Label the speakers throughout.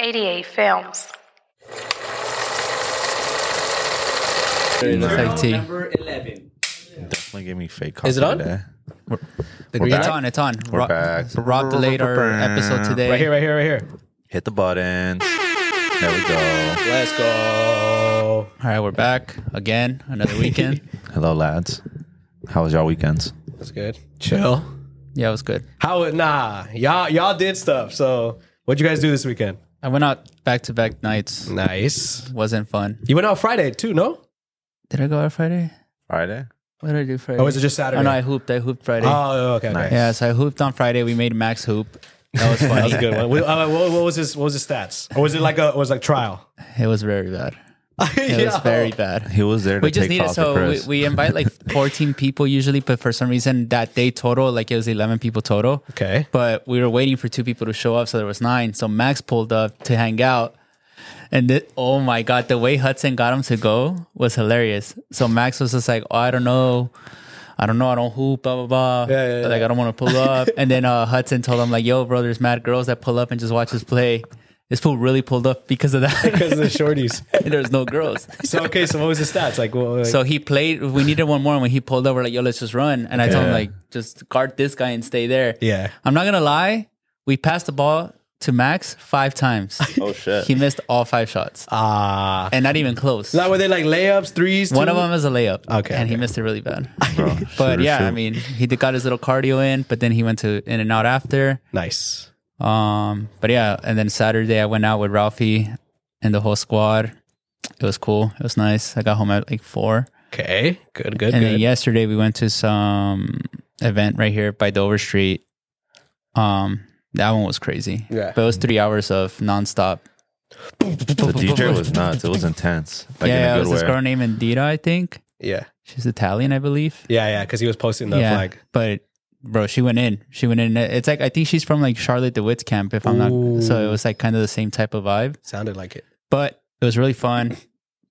Speaker 1: 88 Films.
Speaker 2: No.
Speaker 3: Fake tea.
Speaker 4: Number 11.
Speaker 2: Definitely give me fake coffee.
Speaker 3: it on?
Speaker 2: today.
Speaker 3: The
Speaker 2: We're
Speaker 3: green- it's
Speaker 2: back.
Speaker 3: on. It's on.
Speaker 2: We're
Speaker 3: Rock,
Speaker 2: back.
Speaker 3: rock the later episode today.
Speaker 4: Right here, right here, right here.
Speaker 2: Hit the button. There we go.
Speaker 4: Let's go.
Speaker 3: All right, we're back again. Another weekend.
Speaker 2: Hello, lads. How was y'all weekends?
Speaker 4: That's good. Chill.
Speaker 3: yeah, it was good.
Speaker 4: How nah. Y'all y'all did stuff. So what'd you guys do this weekend?
Speaker 3: I went out back to back nights.
Speaker 4: Nice.
Speaker 3: Wasn't fun.
Speaker 4: You went out Friday too, no?
Speaker 3: Did I go out Friday?
Speaker 2: Friday.
Speaker 3: What did I do Friday?
Speaker 4: Or was it just
Speaker 3: Oh
Speaker 4: Saturday?
Speaker 3: no, I hooped. I hooped Friday.
Speaker 4: Oh, okay. okay.
Speaker 2: Nice.
Speaker 3: yeah, so I hooped on Friday. We made Max hoop. That was funny.
Speaker 4: That was a good one. What, uh, what, what was his what was his stats? Or was it like a was it like trial?
Speaker 3: It was very bad. It
Speaker 4: Yo.
Speaker 3: was very bad.
Speaker 2: He was there to
Speaker 3: We just
Speaker 2: take
Speaker 3: needed
Speaker 2: calls for
Speaker 3: so we,
Speaker 2: Chris.
Speaker 3: we invite like 14 people usually, but for some reason that day total, like it was 11 people total.
Speaker 4: Okay.
Speaker 3: but we were waiting for two people to show up, so there was nine. So Max pulled up to hang out, and thi- oh my god, the way Hudson got him to go was hilarious. So Max was just like, oh, I don't know. I don't know. I don't hoop, blah, blah, blah.
Speaker 4: Yeah, yeah,
Speaker 3: like, I don't want to pull up. and then uh, Hudson told him, like, yo, bro, there's mad girls that pull up and just watch us play. This fool really pulled up because of that.
Speaker 4: Because of the shorties.
Speaker 3: and there's no girls.
Speaker 4: So okay, so what was his stats? Like, what, like
Speaker 3: So he played. We needed one more. And when he pulled over, like, yo, let's just run. And I told him,
Speaker 2: Yeah.
Speaker 3: like, just guard this guy and stay there.
Speaker 4: Yeah.
Speaker 3: I'm not gonna lie. We passed the ball to Max five times.
Speaker 2: oh shit!
Speaker 3: he missed all five shots,
Speaker 4: Ah.
Speaker 3: and not even close.
Speaker 4: Like were they like layups, threes?
Speaker 3: One
Speaker 4: two?
Speaker 3: of them is a layup.
Speaker 4: Okay,
Speaker 3: and he
Speaker 4: okay.
Speaker 3: missed it really bad.
Speaker 2: Bro,
Speaker 3: But
Speaker 2: shoot,
Speaker 3: yeah, I
Speaker 2: shoot.
Speaker 3: mean, he did got his little cardio in, but then he went to in and out after.
Speaker 4: Nice.
Speaker 3: Um, but yeah, and then Saturday I went out with Ralphie and the whole squad. It was cool. It was nice. I got home at like four.
Speaker 4: Okay. Good, good,
Speaker 3: and
Speaker 4: good.
Speaker 3: then yesterday we went to some event right here by Dover Street. Um, that one was crazy.
Speaker 4: Yeah.
Speaker 3: but it was three hours of nonstop.
Speaker 2: the DJ was nuts. It was intense. Like
Speaker 3: yeah, it
Speaker 2: in a
Speaker 3: was
Speaker 2: good
Speaker 3: this
Speaker 2: way.
Speaker 3: girl named Indira, I think.
Speaker 4: yeah.
Speaker 3: She's Italian, I believe.
Speaker 4: Yeah, yeah, because he was posting the
Speaker 3: yeah,
Speaker 4: flag.
Speaker 3: but bro, she went in. She went in. It's like I think she's from like Charlotte DeWitt's camp, if I'm
Speaker 4: Ooh.
Speaker 3: not. So it was like kind of the same type of vibe,
Speaker 4: Sounded like it.
Speaker 3: but it was really fun.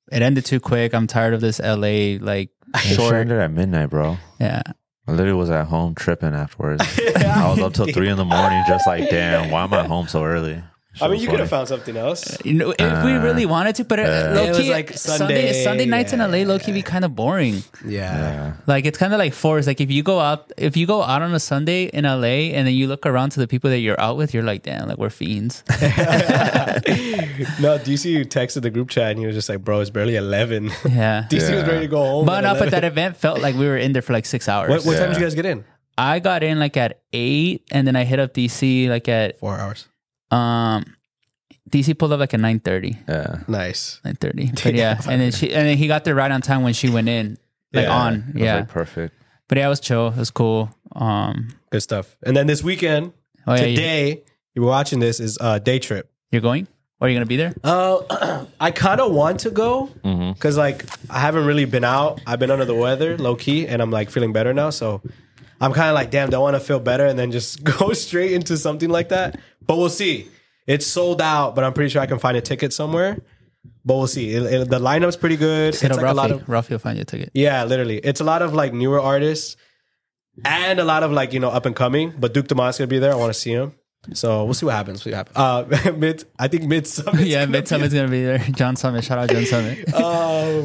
Speaker 3: It ended too quick. I'm tired of this LA like
Speaker 2: It
Speaker 3: short.
Speaker 2: ended at midnight, bro.
Speaker 3: Yeah,
Speaker 2: I literally was at home tripping afterwards. I was up till three in the morning, just like, damn, why am I home so early?
Speaker 4: I mean,
Speaker 2: Shit
Speaker 4: you
Speaker 2: was
Speaker 4: could have
Speaker 2: funny.
Speaker 4: found something else.
Speaker 3: You know, if we
Speaker 2: Uh,
Speaker 3: really wanted to, but uh,
Speaker 4: It
Speaker 3: low
Speaker 4: was
Speaker 3: key,
Speaker 4: like Sunday,
Speaker 3: Sunday, Sunday nights in LA, low key be kind of boring.
Speaker 4: Yeah.
Speaker 2: Yeah.
Speaker 3: Like it's kind of like forced. Like if you go out, if you go out on a Sunday in LA, and then you look around to the people that you're out with, you're like, damn, like we're fiends.
Speaker 4: no, DC texted the group chat and he was just like, "Bro, it's barely 11.
Speaker 3: Yeah.
Speaker 4: DC was
Speaker 2: Yeah.
Speaker 4: ready to go home.
Speaker 3: But not,
Speaker 4: at
Speaker 3: but
Speaker 4: 11.
Speaker 3: that event felt like we were in there for like six hours.
Speaker 4: What, what
Speaker 2: Yeah.
Speaker 4: time did you guys get in?
Speaker 3: I got in like at eight, and then I hit up DC like at
Speaker 4: Four hours.
Speaker 3: um, DC pulled up like at nine thirty.
Speaker 2: Yeah.
Speaker 4: Nice.
Speaker 3: Nine thirty. But yeah, and then she and then he got there right on time when she went in, like
Speaker 4: Yeah.
Speaker 2: It
Speaker 3: on.
Speaker 2: was,
Speaker 3: Yeah,
Speaker 2: like, perfect.
Speaker 3: but yeah, it was chill. It was cool. Um,
Speaker 4: Good stuff. And then this weekend,
Speaker 3: oh yeah, you-
Speaker 4: today, you were watching this is uh, day trip.
Speaker 3: You're going? Or are you gonna be there?
Speaker 4: Uh, I kind of want to go
Speaker 2: Mhm.
Speaker 4: because like I haven't really been out. I've been under the weather, low key, and I'm like feeling better now. So I'm kind of like, damn, don't want to feel better and then just go straight into something like that. But we'll see. It's sold out, but I'm pretty sure I can find a ticket somewhere. But we'll see. It- it- the lineup's pretty good. It's
Speaker 3: Hit
Speaker 4: like
Speaker 3: up
Speaker 4: a lot
Speaker 3: Rafi.
Speaker 4: of
Speaker 3: Rafi will find you a ticket.
Speaker 4: yeah, literally. It's a lot of like newer artists and a lot of like, you know, up and coming. But Duke Damas gonna be there. I wanna see him. So we'll see what happens. We'll see what happens. Uh mid I think mid summit.
Speaker 3: yeah, Mid Summit's gonna be there. John Summit, shout out John Summit.
Speaker 4: Oh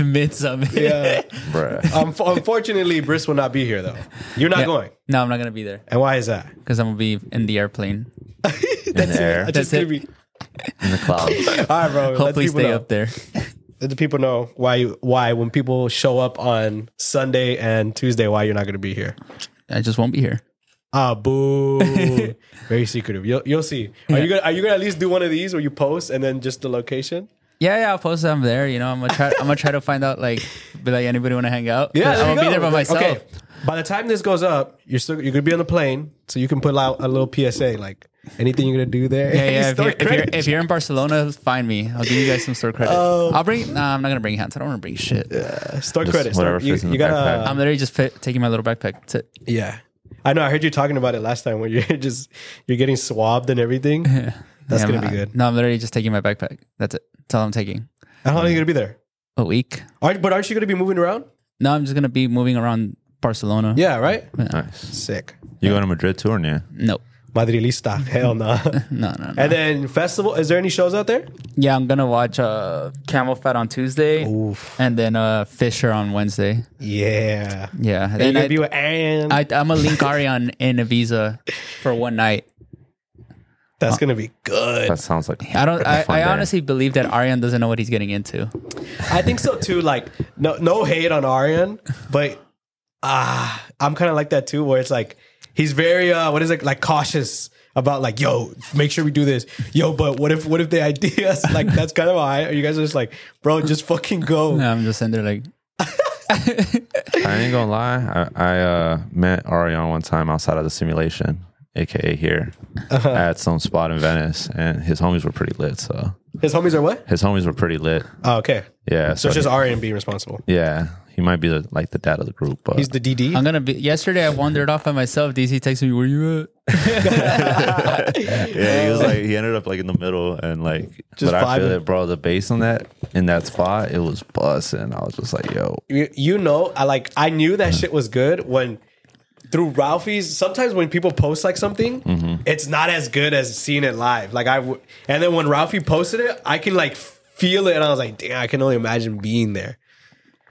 Speaker 3: Mid Summit.
Speaker 4: Yeah.
Speaker 2: Bruh.
Speaker 4: Um, unfortunately, Briss will not be here though. You're not going.
Speaker 3: No, I'm not gonna be there
Speaker 4: And why is that?
Speaker 3: because I'm gonna be in the airplane.
Speaker 2: In the air,
Speaker 4: Just
Speaker 3: That's it.
Speaker 4: give me-
Speaker 2: in the clouds.
Speaker 4: All right, bro. let the
Speaker 3: Hopefully,
Speaker 4: people
Speaker 3: stay
Speaker 4: know.
Speaker 3: up there.
Speaker 4: Let the people know why you, why when people show up on Sunday and Tuesday, why you're not going to be here.
Speaker 3: I just won't be here.
Speaker 4: Ah, boo! Very secretive. You'll, you'll see. Are you gonna Are you gonna at least do one of these where you post and then just the location?
Speaker 3: Yeah, yeah, I'll post that I'm there. You know, I'm gonna try. I'm gonna try to find out. Like, be like, anybody want to hang out? I'm
Speaker 4: there you
Speaker 3: gonna be
Speaker 4: go.
Speaker 3: there by myself.
Speaker 4: Okay. By the time this goes up, you're still you're gonna be on the plane, so you can put out a little PSA like anything you're gonna do there.
Speaker 3: Yeah, yeah. If
Speaker 4: Store
Speaker 3: you're, if, you're,
Speaker 4: credit. Oh.
Speaker 3: if you're in Barcelona, find me. I'll give you guys some store credit. I'll bring. Nah, I'm not gonna bring hats. I don't want to bring shit.
Speaker 4: store
Speaker 2: Just
Speaker 4: credit.
Speaker 2: whatever
Speaker 4: Store, you
Speaker 2: fits in the
Speaker 4: you gotta.
Speaker 2: backpack.
Speaker 3: I'm literally just fit, taking my little backpack. That's it.
Speaker 4: Yeah. I know. I heard you talking about it last time when you're just you're getting swabbed and everything. That's
Speaker 3: Yeah,
Speaker 4: gonna
Speaker 3: I'm-
Speaker 4: be good.
Speaker 3: No, I'm literally just taking my backpack. That's it. That's all I'm taking.
Speaker 4: How long are you gonna be there?
Speaker 3: A week.
Speaker 4: Aren't, but aren't you gonna be moving around?
Speaker 3: No, I'm just gonna be moving around Barcelona.
Speaker 4: Yeah. Right.
Speaker 2: Nice.
Speaker 4: Sick.
Speaker 2: You going to Madrid too or no?
Speaker 3: Nope.
Speaker 4: Madrilista. Hell no.
Speaker 3: No, no, no.
Speaker 4: And then festival. Is there any shows out there?
Speaker 3: Yeah, I'm gonna watch uh, Camel Fat on Tuesday,
Speaker 4: Oof.
Speaker 3: and then uh, Fisher on Wednesday.
Speaker 4: Yeah.
Speaker 3: Yeah,
Speaker 4: And
Speaker 3: then
Speaker 4: you
Speaker 3: I,
Speaker 4: be with Aaron.
Speaker 3: I, I'm gonna link Arian in Ibiza for one night.
Speaker 4: That's gonna be good.
Speaker 2: That sounds like
Speaker 3: I don't.
Speaker 2: a
Speaker 3: I,
Speaker 2: fun
Speaker 3: I
Speaker 2: day.
Speaker 3: honestly believe that Arian doesn't know what he's getting into.
Speaker 4: I think so too. Like no no hate on Aryan, but ah, I'm kind of like that too, where it's like he's very uh, what is it like cautious about like yo, make sure we do this. Yo, but what if what if the ideas like that's kind of why you guys are just like, bro, just fucking go.
Speaker 3: And I'm just in there like,
Speaker 2: I ain't gonna lie. I, I uh, met Ariane one time outside of the simulation, aka here,
Speaker 4: Uh-huh.
Speaker 2: at some spot in Venice, and his homies were pretty lit. So
Speaker 4: His homies are what?
Speaker 2: his homies were pretty lit.
Speaker 4: Oh, okay.
Speaker 2: Yeah. So,
Speaker 4: So it's just Aryan being responsible.
Speaker 2: yeah, he might be the, like the dad of the group, but
Speaker 4: He's the DD.
Speaker 3: I'm gonna be. Yesterday I wandered off by myself. DC texted me, "Where you at?"
Speaker 2: yeah, he was like he ended up like in the middle and like.
Speaker 4: Just
Speaker 2: but I feel
Speaker 4: vibing.
Speaker 2: it, bro. The bass on that in that spot, it was busting. I was just like, yo,
Speaker 4: you, you know, I like I knew that shit was good when through Ralphie's. Sometimes when people post like something, it's not as good as seeing it live. Like I w- and then when Ralphie posted it, I can like feel it, and I was like, damn, I can only imagine being there.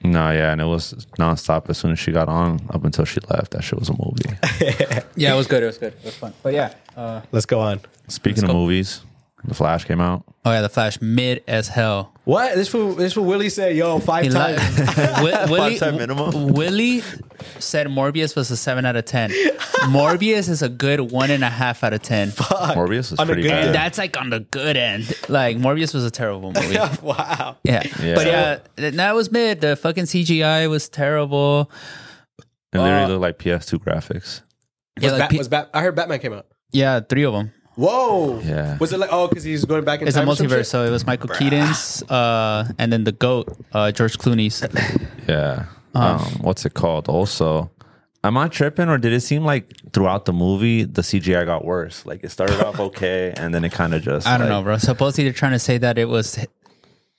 Speaker 2: no, yeah, and it was nonstop as soon as she got on up until she left. That shit was a movie.
Speaker 3: Yeah, it was good. It was good. It was fun. But yeah. Uh,
Speaker 4: Let's go on.
Speaker 2: Speaking of movies, The Flash came out.
Speaker 3: oh yeah, the Flash mid as hell.
Speaker 4: What this fool? This fool Willie said, yo, five
Speaker 3: He li-
Speaker 4: times.
Speaker 3: Wi- Willie,
Speaker 2: time minimum.
Speaker 3: Willie said Morbius was a seven out of ten. Morbius is a good one and a half out of ten.
Speaker 2: Morbius is
Speaker 4: On a
Speaker 2: pretty
Speaker 4: good
Speaker 2: bad.
Speaker 4: day.
Speaker 3: And that's like on the good end. Like Morbius was a terrible movie. yeah.
Speaker 4: wow.
Speaker 2: Yeah.
Speaker 3: But yeah, th- that was mid. The fucking CGI was terrible.
Speaker 2: And they
Speaker 3: Uh,
Speaker 2: really look like PS2 graphics.
Speaker 3: Yeah,
Speaker 4: Was
Speaker 3: like
Speaker 4: Bat-
Speaker 3: pe-
Speaker 4: was Bat- I heard Batman came out.
Speaker 3: yeah, three of them.
Speaker 4: Whoa.
Speaker 2: Yeah.
Speaker 4: Was it like oh, because he's going back in
Speaker 3: It's a
Speaker 4: time? or some
Speaker 3: multiverse,
Speaker 4: shit?
Speaker 3: so it was Michael Keaton's, uh, and then the goat, uh, George Clooney's.
Speaker 2: Yeah.
Speaker 3: Ah.
Speaker 2: Um, what's it called? Also, am I tripping or did it seem like throughout the movie the CGI got worse? Like it started off okay and then it kind of just
Speaker 3: I don't know,
Speaker 2: like-
Speaker 3: bro. Supposedly they're trying to say that it was h-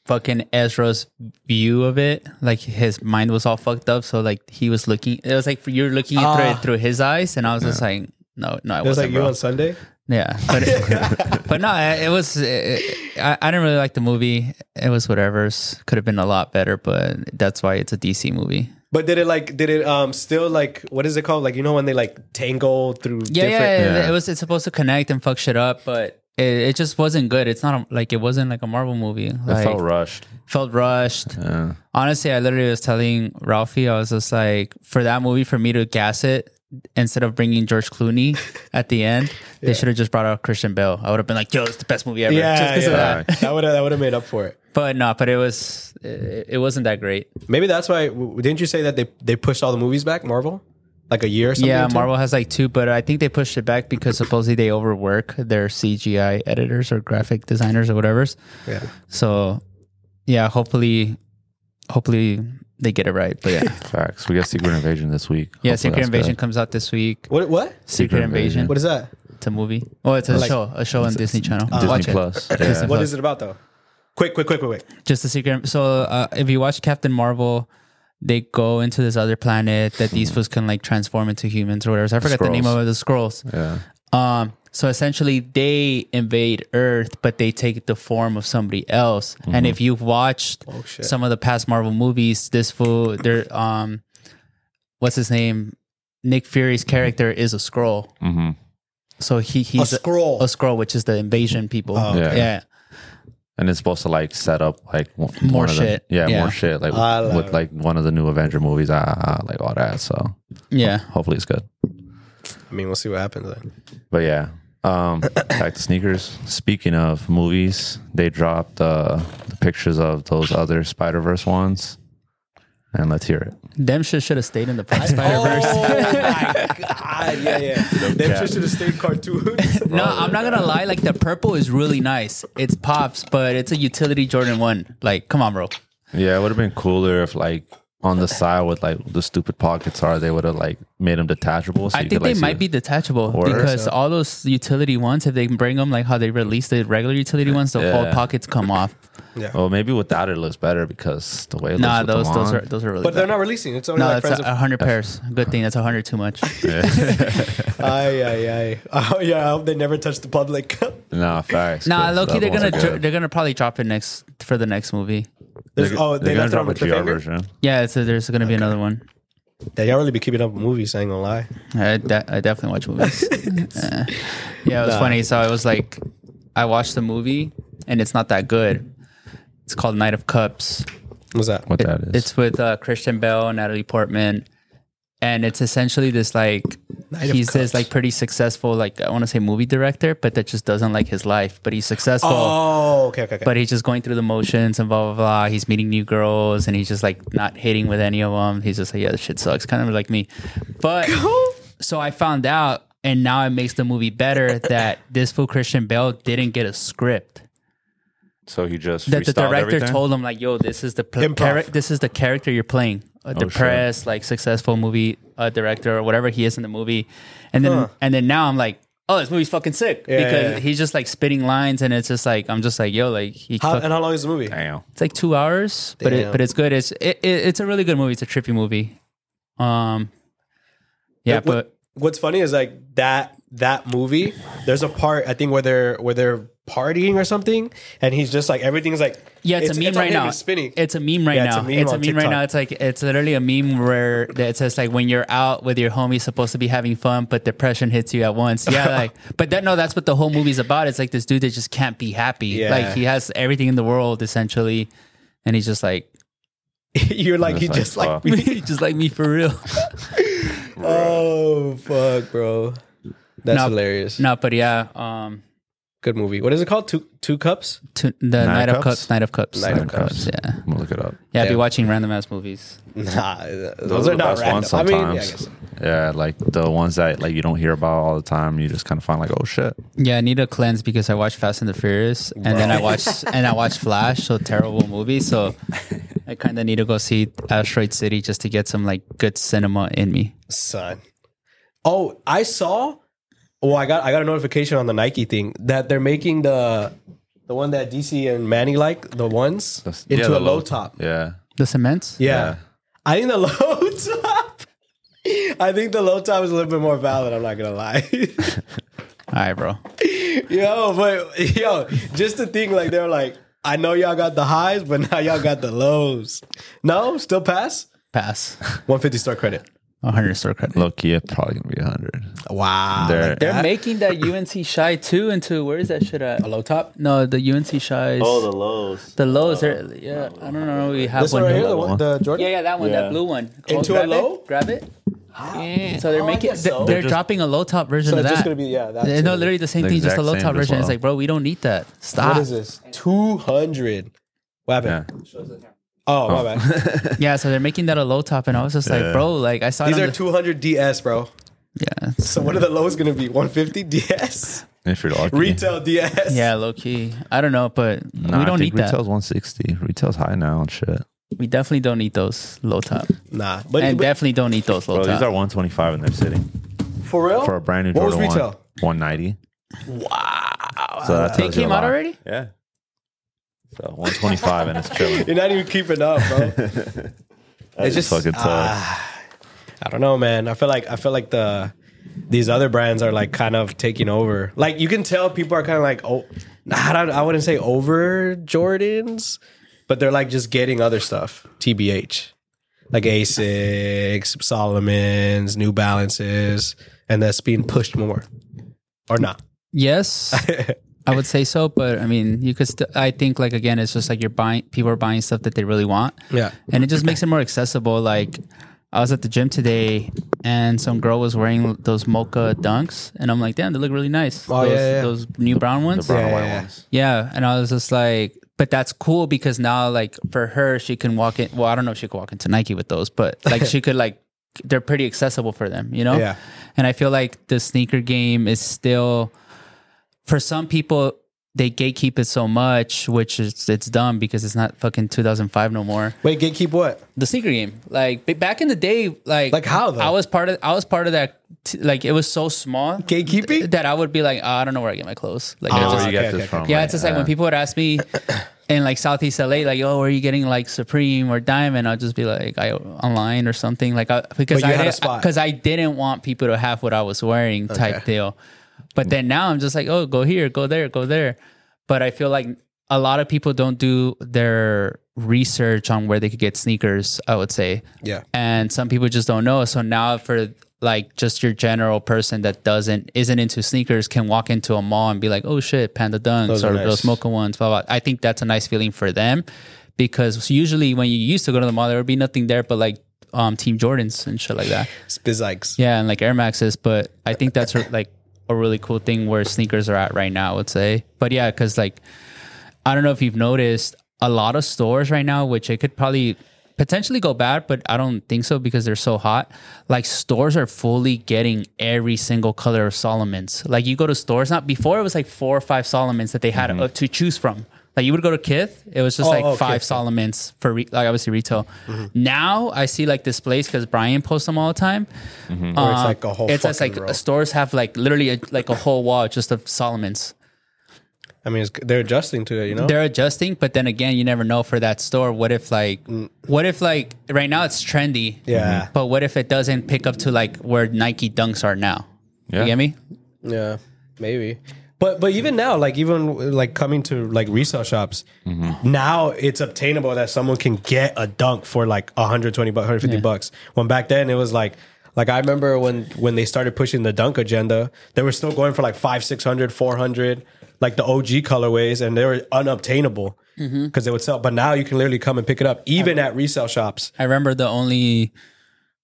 Speaker 3: fucking Ezra's view of it. Like his mind was all fucked up, so like he was looking. It was like you're looking it through
Speaker 4: Ah.
Speaker 3: it through his eyes, and I was just like, no, no, it
Speaker 4: It was
Speaker 3: wasn't,
Speaker 4: like you
Speaker 3: bro.
Speaker 4: on Sunday.
Speaker 3: Yeah, but but no, I- it was. It, I I didn't really like the movie. It was whatever's. Could have been a lot better, but that's why it's a DC movie.
Speaker 4: But did it like did it um still like what is it called? Like you know when they like tangle through
Speaker 3: Yeah,
Speaker 4: different
Speaker 3: yeah, yeah,
Speaker 2: Yeah.
Speaker 3: It was. It's supposed to connect and fuck shit up, but. It, it just wasn't good. It's not a, like it wasn't like a Marvel movie.
Speaker 2: It
Speaker 3: Like,
Speaker 2: felt rushed.
Speaker 3: felt rushed.
Speaker 2: Yeah.
Speaker 3: Honestly, I literally was telling Ralphie, I was just like, for that movie, for me to gas it, instead of bringing George Clooney at the end, they should have just brought out Christian Bale. I would have been like, yo, it's the best movie ever.
Speaker 4: Yeah,
Speaker 3: just 'cause of that.
Speaker 4: yeah. that would have that would have made up for it.
Speaker 3: But no, but it was, it, it wasn't that great.
Speaker 4: Maybe that's why. w- Didn't you say that they they pushed all the movies back? Marvel, like a year or something.
Speaker 3: yeah,
Speaker 4: into it?
Speaker 3: Marvel has like two, but I think they pushed it back because supposedly they overwork their CGI editors or graphic designers or whatever's.
Speaker 4: Yeah.
Speaker 3: So yeah, hopefully, hopefully they get it right. But yeah,
Speaker 2: Facts. We got Secret Invasion this week.
Speaker 3: yeah,
Speaker 2: Hopefully
Speaker 3: Secret
Speaker 2: that's good.
Speaker 3: Invasion comes out this week.
Speaker 4: What? What?
Speaker 3: Secret,
Speaker 2: Secret
Speaker 3: Invasion.
Speaker 2: Invasion.
Speaker 4: What is that?
Speaker 3: It's a movie. Oh, it's a
Speaker 4: Like-
Speaker 3: show. A show on Disney Channel. uh,
Speaker 2: Disney
Speaker 3: Watch it.
Speaker 2: Plus. Yeah.
Speaker 4: What is it about though? Quick, quick, quick, quick, quick.
Speaker 3: Just a secret. So uh, if you watch Captain Marvel, they go into this other planet that these fools can like transform into humans or whatever. So I forgot the name
Speaker 2: Skrulls.
Speaker 3: of it, the Hmm. scrolls.
Speaker 2: Yeah.
Speaker 3: Um. So essentially, they invade Earth, but they take the form of somebody else. And if you've watched
Speaker 4: shit.
Speaker 3: some of the past Marvel movies, this fool, they're um, what's his name? Nick Fury's character is a scroll.
Speaker 2: Mm-hmm.
Speaker 3: So he
Speaker 4: A
Speaker 3: he's
Speaker 4: scroll.
Speaker 3: a scroll, which is the invasion people.
Speaker 4: Oh,
Speaker 2: okay.
Speaker 3: yeah.
Speaker 2: And it's supposed to like set up like one-
Speaker 3: More
Speaker 2: one of the-
Speaker 3: shit.
Speaker 2: yeah,
Speaker 3: Yeah.
Speaker 2: more shit. Like
Speaker 4: I
Speaker 3: Ah,
Speaker 4: love
Speaker 2: with
Speaker 4: it.
Speaker 2: like one of the new Avenger movies. Ah, ah, ah, like all that. So
Speaker 3: Yeah.
Speaker 2: hopefully it's good.
Speaker 4: I mean, we'll see what happens then.
Speaker 2: But yeah, um, back to sneakers. Speaking of movies, they dropped uh, the pictures of those other Spider Verse ones, and let's hear it.
Speaker 3: Them shit should have stayed in the Spider Verse.
Speaker 4: Oh my god! Yeah, yeah. Them
Speaker 2: cap.
Speaker 4: shit should have stayed cartoon.
Speaker 3: No, I'm not gonna lie. Like the purple is really nice. It's pops, but it's a utility Jordan one. Like, come on, bro.
Speaker 2: Yeah, it would have been cooler if like on the side with like the stupid pockets are, they would have like made them detachable. So
Speaker 3: I
Speaker 2: you
Speaker 3: think
Speaker 2: could, like,
Speaker 3: they
Speaker 2: see
Speaker 3: might be detachable because all those utility ones, if they can bring them like how they release the regular utility ones, the whole
Speaker 2: Yeah.
Speaker 3: pockets come off.
Speaker 4: Yeah.
Speaker 2: Well, maybe without it, it looks better because the way it
Speaker 3: Nah,
Speaker 2: looks with
Speaker 3: those
Speaker 2: the
Speaker 3: those
Speaker 2: lawn.
Speaker 3: are those are really.
Speaker 4: But
Speaker 3: bad.
Speaker 4: they're not releasing. It's only
Speaker 3: No,
Speaker 4: like
Speaker 3: that's
Speaker 4: friends.
Speaker 3: a
Speaker 4: of-
Speaker 3: hundred pairs. Good thing that's a hundred too much.
Speaker 4: Ay ay ay. Oh yeah. I hope they never touch the public.
Speaker 2: nah, facts.
Speaker 3: Nah,
Speaker 2: 'cause
Speaker 3: low
Speaker 2: the
Speaker 3: key, they're
Speaker 2: other
Speaker 3: gonna
Speaker 2: ones are
Speaker 3: dr-
Speaker 2: good.
Speaker 3: they're gonna probably drop it next for the next movie.
Speaker 4: There's,
Speaker 2: They're-
Speaker 4: oh, they
Speaker 2: they're
Speaker 4: left
Speaker 2: gonna
Speaker 4: it on
Speaker 2: drop a
Speaker 4: with the
Speaker 2: GR
Speaker 4: finger.
Speaker 2: version.
Speaker 3: Yeah, so there's gonna be another one.
Speaker 4: Yeah, y'all really be keeping up with movies. I ain't gonna lie.
Speaker 3: I, de- I definitely watch movies. Uh, yeah, it was
Speaker 4: Nah.
Speaker 3: funny. So I was like, I watched the movie and it's not that good. It's called Knight of Cups.
Speaker 4: What's that?
Speaker 2: What
Speaker 3: It-
Speaker 2: that is?
Speaker 3: It's with uh, Christian Bell and Natalie Portman, and it's essentially this like
Speaker 4: Knight of
Speaker 3: he's
Speaker 4: Cups.
Speaker 3: this like pretty successful like I want to say movie director, but that just doesn't like his life. But he's successful.
Speaker 4: Oh, okay, okay, okay.
Speaker 3: But he's just going through the motions and blah blah blah. He's meeting new girls and he's just like not hitting with any of them. He's just like, yeah, this shit sucks. Kind of like me. But so I found out, and now it makes the movie better that this fool Christian Bell didn't get a script.
Speaker 2: so he just
Speaker 3: That the
Speaker 2: freestyled
Speaker 3: director
Speaker 2: everything?
Speaker 3: told him like, yo, this is the pl-
Speaker 4: Improv.
Speaker 3: charac- this is the character you're playing. A
Speaker 2: Oh, shit.
Speaker 3: depressed, like successful movie uh, director or whatever he is in the movie, and then and then now I'm like. Oh, this movie's fucking sick
Speaker 4: Yeah,
Speaker 3: because
Speaker 4: yeah.
Speaker 3: he's just like spitting lines, and it's just like I'm just like yo, like he
Speaker 4: how,
Speaker 3: fuck-
Speaker 4: and how long is the movie?
Speaker 2: Damn.
Speaker 3: it's like two hours, but
Speaker 4: Damn.
Speaker 3: it, but it's good. It's it, it, it's a really good movie. It's a trippy movie. Um, yeah,
Speaker 4: What-
Speaker 3: but
Speaker 4: what's funny is like that that movie. There's a part I think where they're where they're partying or something, and he's just like everything's like
Speaker 3: yeah, it's, a meme
Speaker 4: on
Speaker 3: right
Speaker 4: him,
Speaker 3: now.
Speaker 4: He's spinning.
Speaker 3: It's a meme right
Speaker 4: Yeah, it's
Speaker 3: now.
Speaker 4: a meme
Speaker 3: it's a
Speaker 4: on
Speaker 3: meme right now.
Speaker 4: TikTok.
Speaker 3: It's like it's literally a meme where that it says like when you're out with your homies, supposed to be having fun, but depression hits you at once. Yeah, like but that no, that's what the whole movie's about. It's like this dude that just can't be happy.
Speaker 4: Yeah.
Speaker 3: Like he has everything in the world essentially, and he's just like
Speaker 4: You're like he
Speaker 2: It's like,
Speaker 4: just like
Speaker 2: fuck.
Speaker 3: he's just like me for real.
Speaker 4: oh fuck, bro. That's
Speaker 3: No.
Speaker 4: hilarious.
Speaker 3: no, but yeah, um,
Speaker 4: Good movie. What is it called? Two two cups.
Speaker 3: to, the
Speaker 2: Knight
Speaker 3: Knight
Speaker 2: of
Speaker 3: of
Speaker 2: Cups?
Speaker 3: Cups, Knight of Cups,
Speaker 4: Knight of
Speaker 2: Cups.
Speaker 3: yeah.
Speaker 2: I'm gonna look it up.
Speaker 3: Yeah, I'd be
Speaker 4: Yeah.
Speaker 3: watching random ass movies.
Speaker 4: Nah, those,
Speaker 2: Those,
Speaker 4: are,
Speaker 2: are the
Speaker 4: not
Speaker 2: best
Speaker 4: random.
Speaker 2: ones
Speaker 4: I mean, yeah, I
Speaker 2: sometimes.
Speaker 4: guess.
Speaker 2: yeah, like the ones that like you don't hear about all the time. You just kind of find like, oh shit.
Speaker 3: Yeah, I need a cleanse because I watched Fast and the Furious, and then I watched and I watched Flash, so terrible movie. So I kind of need to go see Asteroid City just to get some like good cinema in me.
Speaker 4: son. Oh, I saw. Well, I got I got a notification on the Nike thing that they're making the the one that DC and Manny like the ones
Speaker 2: Yeah,
Speaker 4: into
Speaker 2: the
Speaker 4: a low top.
Speaker 2: Yeah.
Speaker 3: The cements.
Speaker 2: Yeah.
Speaker 4: Yeah. I think the low top. I think the low top is a little bit more valid. I'm not gonna lie,
Speaker 3: All right, bro.
Speaker 4: yo. But yo, just the thing like they're like, I know y'all got the highs, but now y'all got the lows. No, still pass.
Speaker 3: Pass.
Speaker 4: 150 star credit.
Speaker 3: 100 store credit.
Speaker 2: Low key, it's probably gonna be hundred.
Speaker 4: Oh. Wow,
Speaker 2: They're-
Speaker 4: like that.
Speaker 3: making that UNC Shy too into where is that shit at?
Speaker 4: a low top.
Speaker 3: No, the UNC Shy's. Oh, the,
Speaker 1: lows.
Speaker 3: lows. are yeah, I don't know. We have
Speaker 4: This one right here, the, one, the Jordan.
Speaker 3: Yeah, yeah, that one,
Speaker 1: Yeah.
Speaker 3: that blue one.
Speaker 4: Into a
Speaker 3: grab
Speaker 4: low?
Speaker 3: It, grab it. Yeah. So they're
Speaker 4: Oh, I
Speaker 3: making.
Speaker 4: guess
Speaker 3: they're-
Speaker 4: so.
Speaker 3: They're,
Speaker 2: They're just-
Speaker 3: dropping a low top version
Speaker 4: So
Speaker 3: of
Speaker 4: it's
Speaker 3: that.
Speaker 4: just gonna be yeah. That's
Speaker 3: no,
Speaker 4: it.
Speaker 3: literally ah. the same
Speaker 2: The
Speaker 3: thing, just a
Speaker 2: exact
Speaker 3: low
Speaker 2: same
Speaker 3: top
Speaker 2: as
Speaker 3: version. It's
Speaker 2: well.
Speaker 3: like, bro, we don't need that. Stop.
Speaker 4: What is this? Two hundred. What
Speaker 2: Yeah.
Speaker 4: happened? Oh, my bad.
Speaker 3: Yeah, so they're making that a low top, and I was just like,
Speaker 2: Yeah.
Speaker 3: bro, like I saw. it
Speaker 4: These
Speaker 3: on
Speaker 4: are
Speaker 3: the-
Speaker 4: two hundred DS, bro.
Speaker 3: Yeah, it's-
Speaker 4: So what are the lows gonna be? One fifty DS.
Speaker 2: If you're lucky.
Speaker 4: Retail DS.
Speaker 3: yeah, low key. I don't know, but
Speaker 2: Nah,
Speaker 3: we
Speaker 2: I
Speaker 3: don't
Speaker 2: think
Speaker 3: need that.
Speaker 2: Retail's one sixty. Retail's high now and shit.
Speaker 3: We definitely don't need those low top,
Speaker 4: Nah, but,
Speaker 3: and
Speaker 4: but
Speaker 3: definitely don't need those low
Speaker 2: Bro, these are
Speaker 3: top.
Speaker 2: one twenty five and they're sitting
Speaker 4: for real,
Speaker 2: for a brand new
Speaker 4: Oh. What was
Speaker 2: Jordan
Speaker 4: retail?
Speaker 2: one ninety. Wow. So that
Speaker 3: They
Speaker 2: tells you a
Speaker 3: came out
Speaker 2: lot.
Speaker 3: already?
Speaker 2: Yeah. So one twenty five and it's chilling.
Speaker 4: you're not even keeping up, bro. it's just ah,
Speaker 2: fucking tough.
Speaker 4: I don't know, man. I feel like I feel like the these other brands are like kind of taking over. Like you can tell people are kind of like oh, I don't. I wouldn't say over Jordans, but they're like just getting other stuff. Tbh, like Asics, Solomons, New Balances, and that's being pushed more or not.
Speaker 3: Yes, I would say so, but I mean, you could. St- I think like again, it's just like you're buying. People are buying stuff that they really want.
Speaker 4: Yeah.
Speaker 3: and it just makes it more accessible. Like I was at the gym today, and some girl was wearing those mocha dunks, and I'm like, damn, they look really nice.
Speaker 4: Oh,
Speaker 3: those,
Speaker 4: yeah, yeah, yeah.
Speaker 3: those new brown ones.
Speaker 2: brown and
Speaker 4: Yeah,
Speaker 2: white
Speaker 4: yeah, yeah.
Speaker 2: ones.
Speaker 3: yeah, and I was just like, but that's cool because now, like for her, she can walk in. Well, I don't know if she could walk into Nike with those, but like she could like they're pretty accessible for them, you know.
Speaker 4: Yeah.
Speaker 3: And I feel like the sneaker game is still for some people they gatekeep it so much, which is it's dumb because it's not fucking 2005 no more
Speaker 4: Wait, gatekeep what?
Speaker 3: the sneaker game. Like b- back in the day, like
Speaker 4: Like how, though?
Speaker 3: I was part of I was part of that. T- like it was so small
Speaker 4: Gatekeeping?
Speaker 3: th- that "Oh, I would be like, "Ah, I don't know where I get my clothes. Like I
Speaker 2: Yeah,
Speaker 3: just-
Speaker 2: where you
Speaker 4: okay,
Speaker 2: got
Speaker 4: okay,
Speaker 2: this
Speaker 4: okay.
Speaker 2: from?
Speaker 3: yeah, it's just like
Speaker 2: uh,
Speaker 3: when people would ask me, in like Southeast LA, like, oh, where are you getting like Supreme or Diamond? I'll just be like, I online or something. Like, I, because
Speaker 4: you
Speaker 3: I
Speaker 4: had a
Speaker 3: didn't,
Speaker 4: spot.
Speaker 3: because I didn't want people to have what I was wearing type
Speaker 4: Okay.
Speaker 3: deal. But then now I'm just like, oh, go here, go there, go there. But I feel like a lot of people don't do their research on where they could get sneakers. I would say,
Speaker 4: Yeah.
Speaker 3: and some people just don't know. So now for like just your general person that doesn't isn't into sneakers can walk into a mall and be like, oh shit, Panda Dunks
Speaker 4: Those
Speaker 3: or
Speaker 4: are
Speaker 3: those
Speaker 4: nice.
Speaker 3: Mocha ones, blah blah. I think that's a nice feeling for them because usually when you used to go to the mall, there would be nothing there but like um Team Jordans and shit like that.
Speaker 4: Spizikes.
Speaker 3: Yeah, and like Air Maxes, but I think that's like a really cool thing where sneakers are at right now, I would say. But yeah, because like I don't know if you've noticed a lot of stores right now, which it could probably potentially go bad, but I don't think so because they're so hot. Like stores are fully getting every single color of Solomon's. Like you go to stores now before it was like four or five Solomon's that they had uh, to choose from. Like you would go to Kith, it was just
Speaker 4: Oh,
Speaker 3: like
Speaker 4: oh,
Speaker 3: five
Speaker 4: Kith.
Speaker 3: Solomon's for re- like obviously retail. Now I see like displays because Brian posts them all the time.
Speaker 4: Or it's
Speaker 3: Um,
Speaker 4: like a whole
Speaker 3: It's just
Speaker 4: Oh, fucking
Speaker 3: like uh,
Speaker 4: row.
Speaker 3: stores have like literally a, like a whole wall just of Solomon's.
Speaker 4: I mean, it's, they're adjusting to it, you know?
Speaker 3: They're adjusting, but then again, you never know for that store. What if like, what if like right now it's trendy,
Speaker 4: Mm. Yeah.
Speaker 3: but what if it doesn't pick up to like where Nike Dunks are now?
Speaker 2: Yeah.
Speaker 3: You get me?
Speaker 4: Yeah, maybe. But but even now, like even like coming to like resale shops, now it's obtainable that someone can get a dunk for like 120 bucks, 150 bucks. When back then it was like like I remember when when they started pushing the dunk agenda, they were still going for like 5 600 400 like the OG colorways and they were unobtainable because they would sell. But now you can literally come and pick it up even at resale shops.
Speaker 3: I remember the only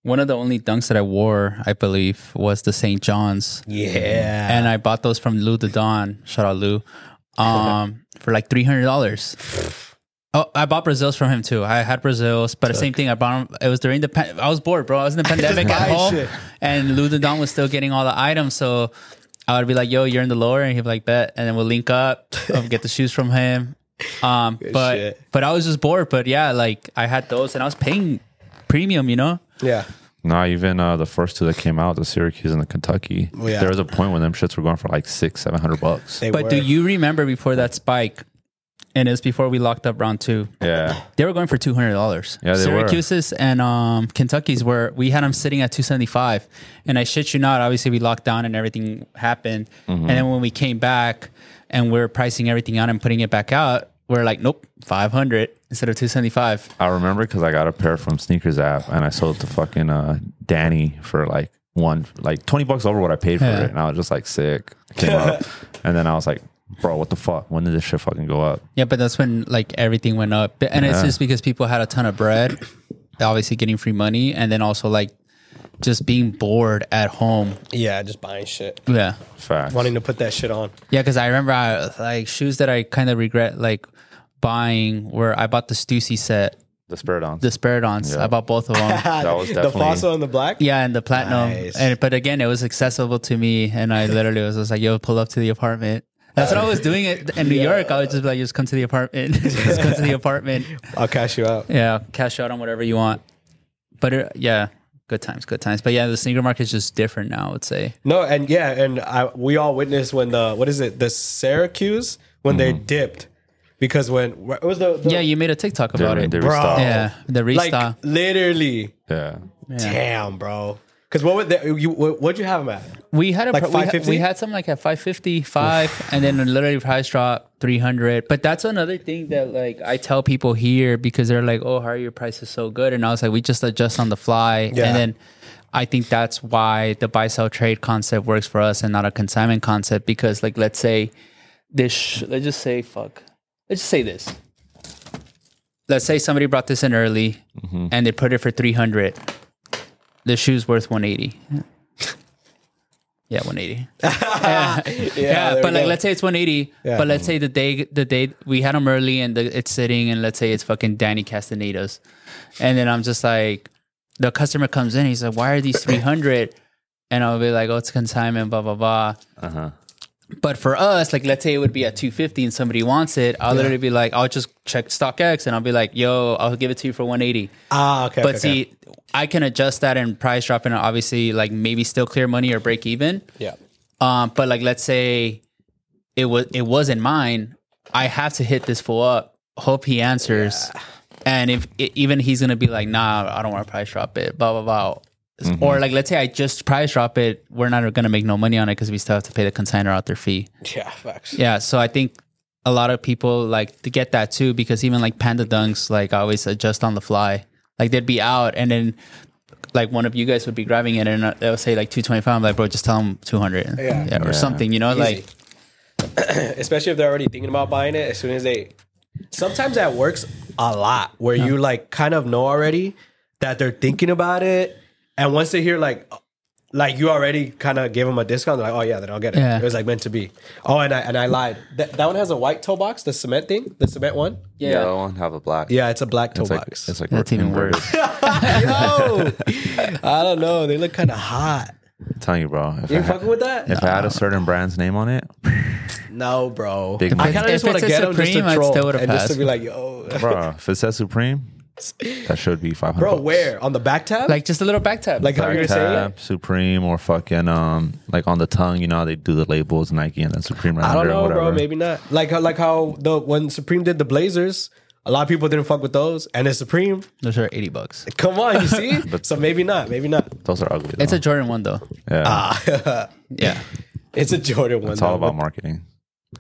Speaker 3: one of the only Dunks that I wore, I believe, was the St. John's.
Speaker 4: Yeah.
Speaker 3: and I bought those from Lou the Don. Shout out Lou. Um, for like three hundred dollars. Oh, I bought Brazils from him too. I had Brazils, but the same thing. I bought them. It was during the. Pan- I was bored, bro. I was in the pandemic at
Speaker 4: buy
Speaker 3: home,
Speaker 4: shit.
Speaker 3: and Lou the Don was still getting all the items. So I would be like, "Yo, you're in the lower," and he'd be like, "Bet," and then we'll link up. I'll get the shoes from him. Um, but
Speaker 4: shit.
Speaker 3: but I was just bored. But yeah, like I had those, and I was paying premium. You know,
Speaker 4: yeah.
Speaker 2: Nah, even uh, the first two that came out, the Syracuse and the Kentucky,
Speaker 4: yeah.
Speaker 2: there was a point when them shits were going for like six, seven hundred bucks.
Speaker 4: They
Speaker 3: But
Speaker 4: were.
Speaker 3: do you remember before that spike? And it's before we locked up round two.
Speaker 2: Yeah,
Speaker 3: They were going for two hundred dollars.
Speaker 2: Yeah, they were.
Speaker 3: Syracuse's and um, Kentucky's were we had them sitting at two seventy five, and I shit you not. Obviously, we locked down and everything happened,
Speaker 2: Mm-hmm.
Speaker 3: and then when we came back and we are pricing everything out and putting it back out, we're like, nope, five hundred instead of two seventy five.
Speaker 2: I remember because I got a pair from sneakers app and I sold it to fucking uh, Danny for like one, like twenty bucks over what I paid for
Speaker 3: Yeah.
Speaker 2: it, and I was just like sick. Came up, and then I was like, bro, what the fuck? When did this shit fucking go up?
Speaker 3: Yeah, but that's when like everything went up, But- and it's
Speaker 2: Yeah.
Speaker 3: just because people had a ton of bread, obviously getting free money, and then also like just being bored at home.
Speaker 4: Yeah, just buying shit.
Speaker 3: Yeah.
Speaker 2: Facts.
Speaker 4: Wanting to put that shit on.
Speaker 3: Yeah, because I remember I, like shoes that I kind of regret like buying. Where I bought the Stussy set,
Speaker 2: The Spiridons.
Speaker 3: the Spiridons. I bought both of them.
Speaker 2: that was
Speaker 4: the
Speaker 2: definitely
Speaker 4: fossil and the black.
Speaker 3: yeah, and the platinum.
Speaker 4: Nice.
Speaker 3: And but again, it was accessible to me, and I literally was just like, "Yo, pull up to the apartment." That's what I was doing it in New York. I was just like, "Just come to the apartment. just come to the apartment."
Speaker 4: I'll cash you out.
Speaker 3: Yeah, cash out on whatever you want. But it, yeah, good times, good times. But yeah, the sneaker market is just different now. I would say.
Speaker 4: No, and yeah, and I, we all witnessed when the what is it, the Syracuse when they
Speaker 2: Mm-hmm.
Speaker 4: dipped because when what was the, the
Speaker 3: Yeah, you made a TikTok about
Speaker 2: They-
Speaker 3: it.
Speaker 2: they
Speaker 4: Bro.
Speaker 2: restocked.
Speaker 3: yeah, the
Speaker 4: like
Speaker 3: restyle.
Speaker 4: literally,
Speaker 2: Yeah.
Speaker 4: damn, bro. Because what would they, you what, what'd you have them at?
Speaker 3: We had a
Speaker 4: Like
Speaker 3: pro- we, had,
Speaker 4: 550?
Speaker 3: we had some like at 550, five, and then literally price drop 300. But that's another thing that like I tell people here because they're like, oh, how are your prices so good? And I was like, we just adjust on the fly.
Speaker 4: Yeah.
Speaker 3: And then I think that's why the buy sell trade concept works for us and not a consignment concept because like let's say this, sh- let's just say fuck, let's just say this. Let's say somebody brought this in early and they put it for 300. The shoe's worth 180. Yeah, 180. yeah,
Speaker 4: there
Speaker 3: but
Speaker 4: we
Speaker 3: like
Speaker 4: go.
Speaker 3: let's say it's 180
Speaker 4: Yeah.
Speaker 3: but let's say the day the day we had them early and the, it's sitting and let's say it's fucking danny castaneda's and then i'm just like the customer comes in he's like why are these 300 and i'll be like oh it's consignment blah blah blah
Speaker 4: Uh-huh.
Speaker 3: but for us like let's say it would be at 250 and somebody wants it i'll literally be like i'll just check stockx and i'll be like yo i'll give it to you for 180
Speaker 4: Ah, okay,
Speaker 3: but
Speaker 4: okay, okay.
Speaker 3: see i can adjust that and price drop and obviously like maybe still clear money or break even
Speaker 4: yeah,
Speaker 3: um, but like let's say it was it wasn't mine, I have to hit this fool up. hope he answers. And if i even he's gonna be like, nah, I don't want to price drop it, blah blah blah. Or like, let's say I just price drop it, we're not gonna make no money on it because we still have to pay the consigner out their fee.
Speaker 4: Yeah, facts.
Speaker 3: Yeah, so I think a lot of people like to get that too because even like panda dunks, like I always adjust on the fly. Like they'd be out and then like one of you guys would be grabbing it and uh, they'll say like two twenty five. I'm like, bro, just tell them two hundred,
Speaker 4: Yeah.
Speaker 3: or something. You know, like
Speaker 4: especially if they're already thinking about buying it as soon as they sometimes that works a lot where you like kind of know already that they're thinking about it and once they hear like like you already kind of gave them a discount they're like oh yeah then i'll get it
Speaker 3: Yeah.
Speaker 4: it was like meant to be oh and i and i lied that, that one has a white toe box the cement thing the cement one
Speaker 3: yeah,
Speaker 2: Yellow one, have a black.
Speaker 4: yeah it's a black toe
Speaker 2: It's like,
Speaker 4: box
Speaker 2: it's like
Speaker 3: That's
Speaker 2: we're
Speaker 3: even
Speaker 2: inverted.
Speaker 3: worse.
Speaker 4: yo i don't know they look kind of hot
Speaker 2: I'm telling you, bro. If, I,
Speaker 4: you
Speaker 2: had,
Speaker 4: fucking with that
Speaker 2: if I had a certain brand's name on it,
Speaker 4: no bro
Speaker 2: Big
Speaker 4: i
Speaker 2: money.
Speaker 4: kind of
Speaker 3: If
Speaker 4: just want
Speaker 3: it's
Speaker 4: to
Speaker 3: a
Speaker 4: get them just to
Speaker 3: Supreme, I'd
Speaker 4: troll
Speaker 3: still would've
Speaker 4: and just to
Speaker 3: passed.
Speaker 4: be like yo
Speaker 2: bro, if it says Supreme, that should be 500.
Speaker 4: Bro,
Speaker 2: bucks.
Speaker 4: where? On the back tab?
Speaker 3: like just a little back tap.
Speaker 4: like how
Speaker 2: Black
Speaker 4: you're saying?
Speaker 2: Tab, Supreme, or fucking um, like on the tongue, you know, how they do the labels Nike and then Supreme right
Speaker 4: I don't
Speaker 2: under or
Speaker 4: know,
Speaker 2: whatever.
Speaker 4: bro. Maybe not. Like how like how the when Supreme did the Blazers, a lot of people didn't fuck with those. And it's Supreme.
Speaker 3: those are eighty bucks.
Speaker 4: Come on, you see? so maybe not. Maybe not.
Speaker 2: Those are ugly.
Speaker 3: It's
Speaker 2: though.
Speaker 3: a Jordan one though.
Speaker 2: yeah.
Speaker 4: ah,
Speaker 3: Yeah,
Speaker 4: It's a Jordan one.
Speaker 2: it's all
Speaker 4: though.
Speaker 2: about marketing.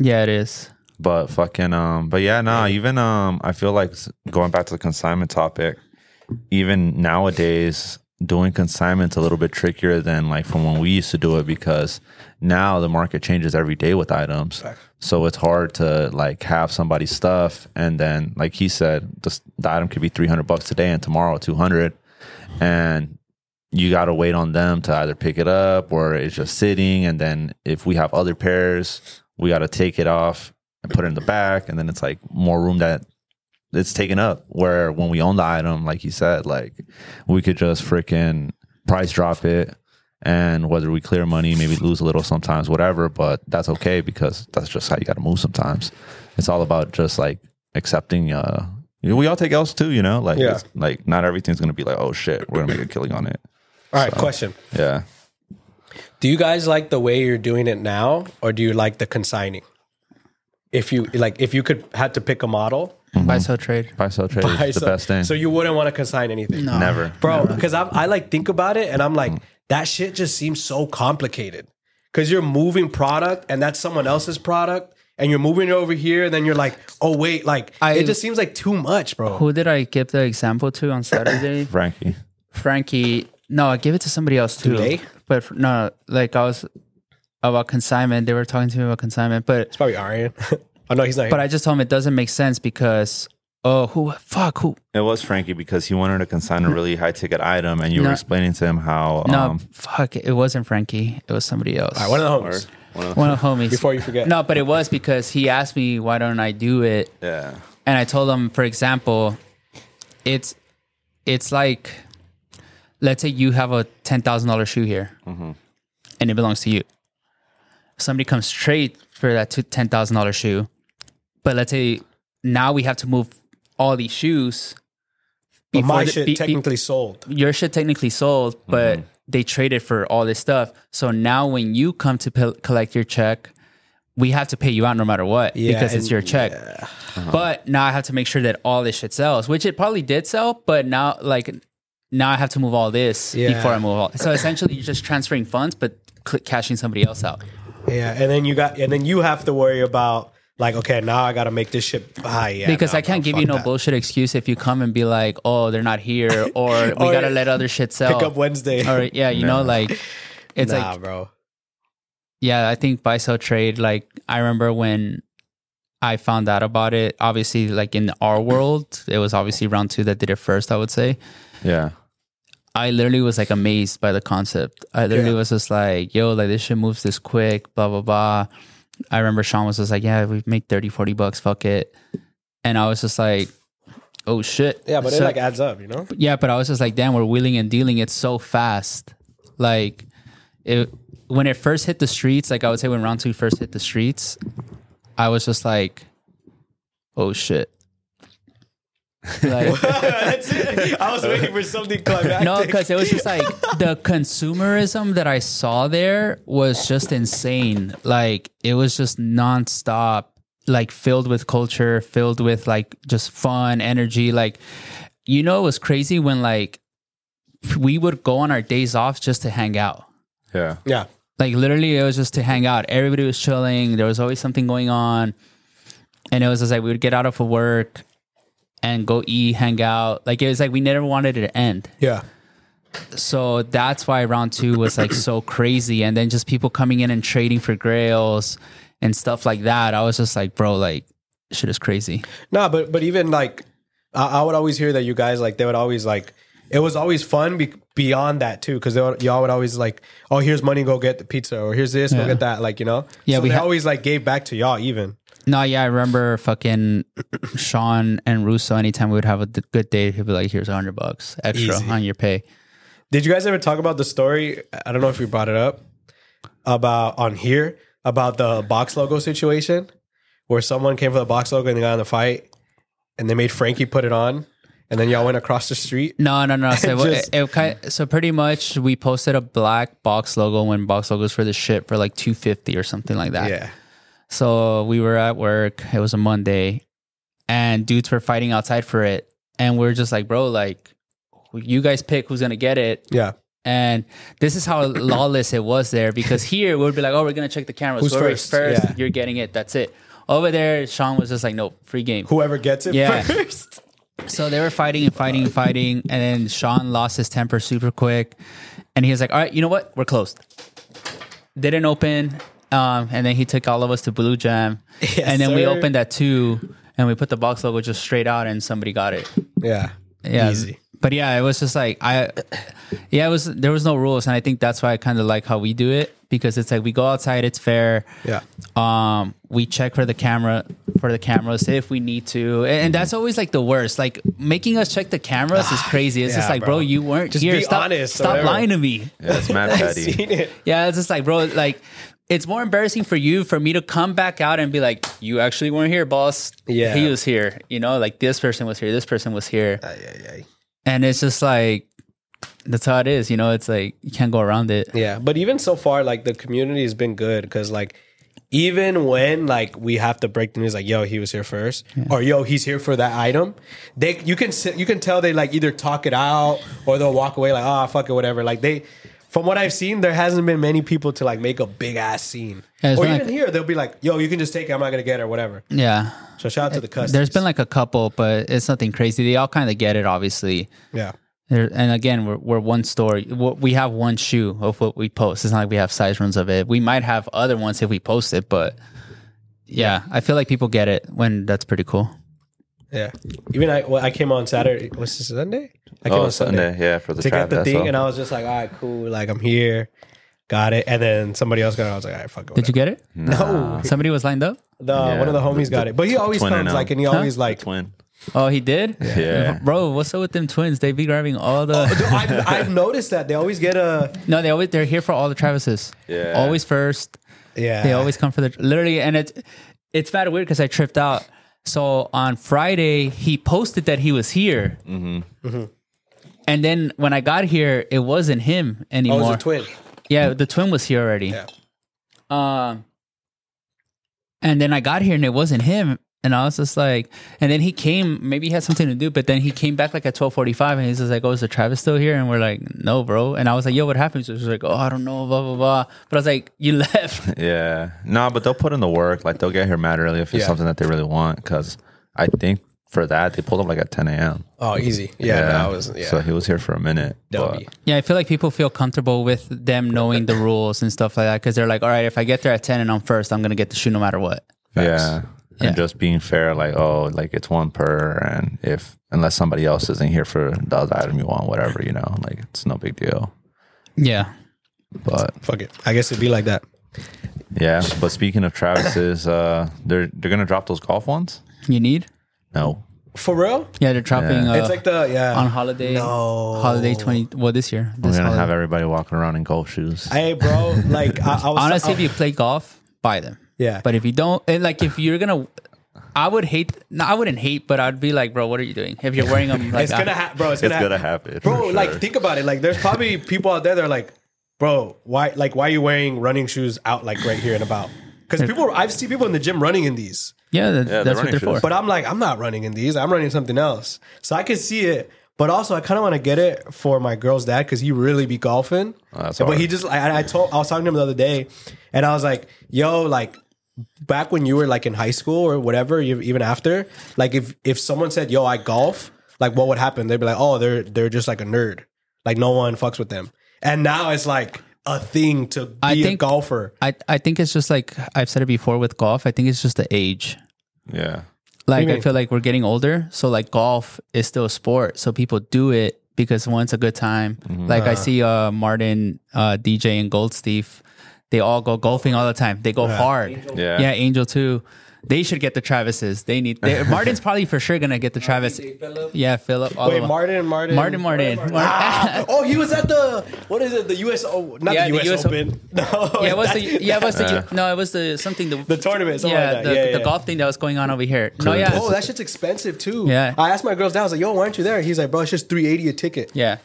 Speaker 3: yeah, it is.
Speaker 2: But fucking um, but yeah, nah. Even um, I feel like s- going back to the consignment topic. Even nowadays, doing consignment's a little bit trickier than like from when we used to do it because now the market changes every day with items. So it's hard to like have somebody's stuff and then, like he said, the, s- the item could be three hundred bucks today and tomorrow two hundred, and you got to wait on them to either pick it up or it's just sitting. And then if we have other pairs, we got to take it off and put it in the back. And then it's like more room that it's taken up. Where when we own the item, like you said, like we could just freaking price drop it. And whether we clear money, maybe lose a little sometimes, whatever, but that's okay because that's just how you got to move sometimes. It's all about just like accepting, uh, we all take L's too, you know, like,
Speaker 4: Yeah.
Speaker 2: it's- like not everything's going to be like, oh shit, we're going to make a killing on it.
Speaker 4: All right, question.
Speaker 2: Yeah.
Speaker 4: Do you guys like the way you're doing it now, or do you like the consigning? If you like if you could had to pick a model,
Speaker 3: Buy sell trade.
Speaker 2: Buy sell trade
Speaker 4: I-
Speaker 2: is the
Speaker 4: so-
Speaker 2: best thing.
Speaker 4: So you wouldn't want to consign anything.
Speaker 3: No.
Speaker 2: Never.
Speaker 4: bro. Because I I like think about it and I'm like that shit just seems so complicated because you're moving product and that's someone else's product and you're moving it over here and then you're like oh wait like
Speaker 3: I-
Speaker 4: it just seems like too much, bro.
Speaker 3: Who did I give the example to on Saturday?
Speaker 2: Frankie.
Speaker 3: Frankie. No, I gave it to somebody else too.
Speaker 4: Today?
Speaker 3: But f- no, like I was about consignment. They were talking to me about consignment, but
Speaker 4: Probably Arian. oh no, he's not.
Speaker 3: but
Speaker 4: here.
Speaker 3: I just told him it doesn't make sense because oh who fuck who
Speaker 2: It was Frankie because he wanted to consign a really high ticket item and you were
Speaker 3: No.
Speaker 2: explaining to him how
Speaker 3: no
Speaker 2: um
Speaker 3: fuck it wasn't Frankie it was somebody else
Speaker 4: All right, one of the homies.
Speaker 3: one of the homies
Speaker 4: Before you forget.
Speaker 3: no but it was because he asked me why don't I do it
Speaker 2: yeah.
Speaker 3: and I told him, for example, it's it's like let's say you have a ten thousand dollar shoe here,
Speaker 4: Mm-hmm.
Speaker 3: and it belongs to you. Somebody comes straight for that two- ten thousand dollar shoe, but let's say now we have to move all these shoes.
Speaker 4: But
Speaker 3: before
Speaker 4: my
Speaker 3: the-
Speaker 4: shit
Speaker 3: be- be-
Speaker 4: technically sold.
Speaker 3: your shit technically sold, but
Speaker 4: Mm-hmm.
Speaker 3: they traded for all this stuff. So now when you come to p- collect your check, we have to pay you out no matter what
Speaker 4: Yeah,
Speaker 3: because it's
Speaker 4: and-
Speaker 3: your check. But now I have to make sure that all this shit sells, which it probably did sell, but now like now I have to move all this
Speaker 4: Yeah.
Speaker 3: before I move all. So essentially, you're just transferring funds, but cl- cashing somebody else out.
Speaker 4: Yeah, and then you got and then you have to worry about like okay now I got to make this shit high yeah,
Speaker 3: Because
Speaker 4: nah,
Speaker 3: I can't
Speaker 4: bro,
Speaker 3: give you
Speaker 4: fuck
Speaker 3: no
Speaker 4: that.
Speaker 3: bullshit excuse if you come and be like, "Oh, they're not here," or "We
Speaker 4: Or
Speaker 3: gotta let other shit sell."
Speaker 4: Pick up Wednesday.
Speaker 3: Or yeah, you know,
Speaker 2: No.
Speaker 3: like it's
Speaker 4: nah,
Speaker 3: like
Speaker 4: bro.
Speaker 3: yeah, I think buy sell trade. Like I remember when I found out about it. Obviously, like in our world, it was obviously round two that did it first. I would say
Speaker 2: Yeah.
Speaker 3: I literally was like amazed by the concept. I literally
Speaker 4: Yeah.
Speaker 3: was just like, "Yo, like this shit moves this quick." Blah blah blah. I remember Sean was just like, "Yeah, we make 30, 40 bucks. Fuck it," and I was just like, "Oh shit."
Speaker 4: Yeah, but it
Speaker 3: So-
Speaker 4: like adds up, you know.
Speaker 3: yeah, but I was just like, damn, we're wheeling and dealing it so fast. Like, it when it first hit the streets, like I would say when round two first hit the streets, I was just like, oh shit. Like,
Speaker 4: That's it. I was waiting for something climactic.
Speaker 3: no, because it was just like the consumerism that I saw there was just insane. Like, it was just nonstop. like filled with culture, filled with like just fun, energy. Like, you know, it was crazy when like we would go on our days off just to hang out.
Speaker 2: Yeah.
Speaker 4: Yeah.
Speaker 3: Like literally, it was just to hang out. Everybody was chilling. There was always something going on, and it was just like we would get out of work and go eat, hang out. Like it was like we never wanted it to end.
Speaker 4: Yeah.
Speaker 3: So that's why round two was like so crazy. And then just people coming in and trading for grails and stuff like that. I was just like, bro, like shit is crazy.
Speaker 4: No, but but even like I, I would always hear that you guys like they would always like it was always fun be, beyond that too because y'all would always like oh here's money go get the pizza or here's this go get that like you know
Speaker 3: Yeah,
Speaker 4: so
Speaker 3: we
Speaker 4: they
Speaker 3: ha-
Speaker 4: always like gave back to y'all even
Speaker 3: No, yeah, I remember fucking Sean and Russo. Anytime we would have a d- good day, he'd be like, here's a hundred bucks extra
Speaker 4: Easy.
Speaker 3: on your pay.
Speaker 4: Did you guys ever talk about the story? I don't know if we brought it up about on here about the box logo situation where someone came for the box logo and they got in the fight and they made Frankie put it on and then y'all went across the street.
Speaker 3: No, no, no. So, it-
Speaker 4: Just-
Speaker 3: it, kind so pretty much we posted a black box logo when box logos for the shit for like 250 or something like that.
Speaker 4: Yeah.
Speaker 3: So we were at work. It was a Monday, and dudes were fighting outside for it. And we are just like, bro, like, you guys pick who's gonna get it.
Speaker 4: Yeah.
Speaker 3: And this is how lawless it was there because here we would be like, oh, we're gonna check the cameras.
Speaker 4: Who's
Speaker 3: Whoever's
Speaker 4: first?
Speaker 3: first,
Speaker 4: Yeah.
Speaker 3: you're getting it. That's it. Over there, Sean was just like, no, free game.
Speaker 4: Whoever gets it
Speaker 3: Yeah.
Speaker 4: first.
Speaker 3: So they were fighting and fighting and fighting, and then Sean lost his temper super quick, and he was like, "All right, you know what? We're closed." Didn't open, um, and then he took all of us to Blue Jam, and then we
Speaker 4: sir.
Speaker 3: opened at two, and we put the box logo just straight out, and somebody got it.
Speaker 4: Yeah.
Speaker 3: Yeah,
Speaker 4: Easy.
Speaker 3: but yeah, it was just like I, yeah, it was there was no rules, and I think that's why I kind of like how we do it because it's like we go outside, it's fair.
Speaker 4: Yeah.
Speaker 3: Um, we check for the camera for the cameras if we need to, and, and that's always like the worst. Like making us check the cameras is crazy. It's just
Speaker 4: Yeah,
Speaker 3: like, bro,
Speaker 4: bro.
Speaker 3: you weren't
Speaker 4: Just
Speaker 3: here.
Speaker 4: be
Speaker 3: stop,
Speaker 4: honest or
Speaker 3: Stop
Speaker 4: whatever.
Speaker 3: lying to me.
Speaker 2: Yeah, it's mad petty.
Speaker 4: Seen it.
Speaker 3: Yeah, it's just like, bro, like it's more embarrassing for you for me to come back out and be like, you actually weren't here, boss.
Speaker 4: Yeah.
Speaker 3: he was here. You know, like this person was here. This person was here
Speaker 4: Ay, ay, ay.
Speaker 3: and it's just like that's how it is you know it's like you can't go around it
Speaker 4: Yeah, but even so far, like the community has been good because like even when like we have to break the news, like yo, he was here first, or yo, he's here for that item. They you can s- you can tell they like either talk it out or they'll walk away like ah fuck it whatever. Like they. From what I've seen, there hasn't been many people to like make a big ass scene.
Speaker 3: Yeah, it's
Speaker 4: or
Speaker 3: not
Speaker 4: even
Speaker 3: like-
Speaker 4: here, they'll be like, "Yo, you can just take it. I'm not gonna get it or whatever."
Speaker 3: yeah
Speaker 4: So shout out to the customers.
Speaker 3: there's been like a couple but it's nothing crazy they all kind of get it obviously
Speaker 4: yeah,
Speaker 3: there, and again we're, we're one story We're- we have one shoe of what we post it's not like we have size runs of it we might have other ones if we post it but yeah i feel like people get it when that's pretty cool
Speaker 4: yeah. Even I, well, I came on Saturday. Was this Sunday? I came
Speaker 2: Oh, Sunday. Yeah, for the
Speaker 4: to get
Speaker 2: trap.
Speaker 4: the
Speaker 2: that's
Speaker 4: thing,
Speaker 2: all.
Speaker 4: and I was just like, all right, cool, like I'm here, got it. And then somebody else got it. I was like, all right, fuck it.
Speaker 3: did you get it
Speaker 4: No,
Speaker 3: somebody was lined up
Speaker 4: the one of the homies got it, but he always
Speaker 2: twin or
Speaker 4: comes
Speaker 2: no?
Speaker 4: like, and he always like.
Speaker 2: twin.
Speaker 3: oh he did
Speaker 2: Yeah.
Speaker 3: bro what's up with them twins they be grabbing all the
Speaker 4: I've, I've noticed that they always get a
Speaker 3: no they always they're here for all the travises
Speaker 2: Oh. Yeah.
Speaker 3: always first
Speaker 4: yeah.
Speaker 3: They always come for the literally, and it's it's kind of weird because I tripped out. So on Friday, he posted that he was here,
Speaker 4: Mm-hmm.
Speaker 3: and then when I got here, it wasn't him
Speaker 4: oh, it's
Speaker 3: anymore.
Speaker 4: a twin.
Speaker 3: yeah, the twin was here already.
Speaker 4: Yeah.
Speaker 3: Um, and then I got here and it wasn't him, and I was just like, and then he came. Maybe he had something to do, but then he came back like at twelve forty five, and he's just like, "Oh, is the Travis still here?" And we're like, "No, bro." And I was like, "Yo, what happened?" So he was like, "Oh, I don't know, blah blah blah." But I was like, "You left."
Speaker 2: Yeah. Nah, but they'll put in the work. Like they'll get here mad early if it's
Speaker 4: Yeah.
Speaker 2: something that they really want. Because I think for that they pulled up like at 10 a.m.
Speaker 4: Oh, easy. Yeah, no, I was yeah.
Speaker 2: So he was here for a minute.
Speaker 4: Dummy.
Speaker 2: but-
Speaker 3: Yeah, I feel like people feel comfortable with them knowing the rules and stuff like that because they're like, all right, if I get there at 10 and I'm first, I'm going to get the shoe no matter what.
Speaker 2: yeah.
Speaker 3: Yeah.
Speaker 2: And just being fair, like oh, like it's one per, and if unless somebody else isn't here for the other item you want, whatever you know, like it's no big deal.
Speaker 3: Yeah.
Speaker 2: But
Speaker 4: Fuck it. I guess it'd be like that.
Speaker 2: yeah, but speaking of Travis's, uh, they're they're gonna drop those golf ones.
Speaker 3: You need?
Speaker 2: No,
Speaker 4: For real?
Speaker 3: Yeah, they're dropping
Speaker 2: Yeah.
Speaker 3: Uh,
Speaker 4: It's like the yeah.
Speaker 3: on holiday.
Speaker 4: No.
Speaker 3: Holiday 20. Well, this year.
Speaker 2: we're
Speaker 3: This
Speaker 2: gonna
Speaker 3: holiday.
Speaker 2: have everybody walking around in golf shoes.
Speaker 4: hey, bro. Like I, I was
Speaker 3: Honestly,
Speaker 4: I-
Speaker 3: if you play golf, buy them.
Speaker 4: Oh. Yeah.
Speaker 3: But if you don't, and like if you're going to, I would hate, no, I wouldn't hate, but I'd be like, bro, what are you doing? If you're wearing them, like,
Speaker 4: it's gonna
Speaker 3: I-
Speaker 4: happen, bro. It's
Speaker 2: it's
Speaker 4: gonna,
Speaker 2: gonna
Speaker 4: happen.
Speaker 2: happen,
Speaker 4: bro.
Speaker 2: for
Speaker 4: Like
Speaker 2: sure.
Speaker 4: think about it. Like there's probably people out there that are like, bro, why like why are you wearing running shoes out like right here and about? Because people, I've seen people in the gym running in these.
Speaker 3: Yeah, that,
Speaker 2: they're
Speaker 3: that's what
Speaker 2: running
Speaker 3: they're for.
Speaker 2: shoes.
Speaker 4: But I'm like, I'm not running in these. I'm running something else. So I can see it. But also, I kind of want to get it for my girl's dad because he really be golfing.
Speaker 2: that's
Speaker 4: but
Speaker 2: hard.
Speaker 4: he just, I, I told, I was talking to him the other day, and I was like, "Yo, like, back when you were like in high school or whatever, you, even after, like, if if someone said, "Yo, I golf," like, what would happen? They'd be like, "Oh, they're they're just like a nerd. Like, no one fucks with them." And now it's like a thing to be
Speaker 3: I
Speaker 4: a
Speaker 3: think-
Speaker 4: golfer.
Speaker 3: I, I think it's just like I've said it before with golf. I think it's just the age.
Speaker 2: Yeah.
Speaker 3: Like
Speaker 4: you
Speaker 3: I
Speaker 4: mean?
Speaker 3: feel like we're getting older, so like golf is still a sport. So people do it because one's a good time.
Speaker 2: Mm-hmm.
Speaker 3: Like
Speaker 4: Uh-huh.
Speaker 3: I see uh Martin, uh DJ and Gold Steve, they all go golfing all the time. They go hard.
Speaker 2: Yeah.
Speaker 3: Yeah, Angel too. They should get the Travises. They need they, Martin's probably for sure gonna get the
Speaker 4: Uh,
Speaker 3: Travis. Yeah, Philip. all of
Speaker 4: Wait,
Speaker 3: them.
Speaker 4: Martin, Martin,
Speaker 3: Martin, Martin.
Speaker 4: Ah, oh, he was at the what is it? The US O not
Speaker 3: Yeah,
Speaker 4: the
Speaker 3: the US
Speaker 4: US, Open. No,
Speaker 3: Yeah, it was the
Speaker 4: that-
Speaker 3: yeah, it was the no, it was the something the
Speaker 4: the tournament? Something
Speaker 3: yeah,
Speaker 4: like
Speaker 3: the,
Speaker 4: that. yeah,
Speaker 3: the
Speaker 4: yeah.
Speaker 3: golf thing that was going on over here. No,
Speaker 2: Correct.
Speaker 3: yeah,
Speaker 4: Oh, that shit's expensive too.
Speaker 3: Yeah.
Speaker 4: I asked my girls down. I was like, "Yo, why aren't you there?" He's like, "Bro, it's just three eighty a ticket."
Speaker 3: Yeah.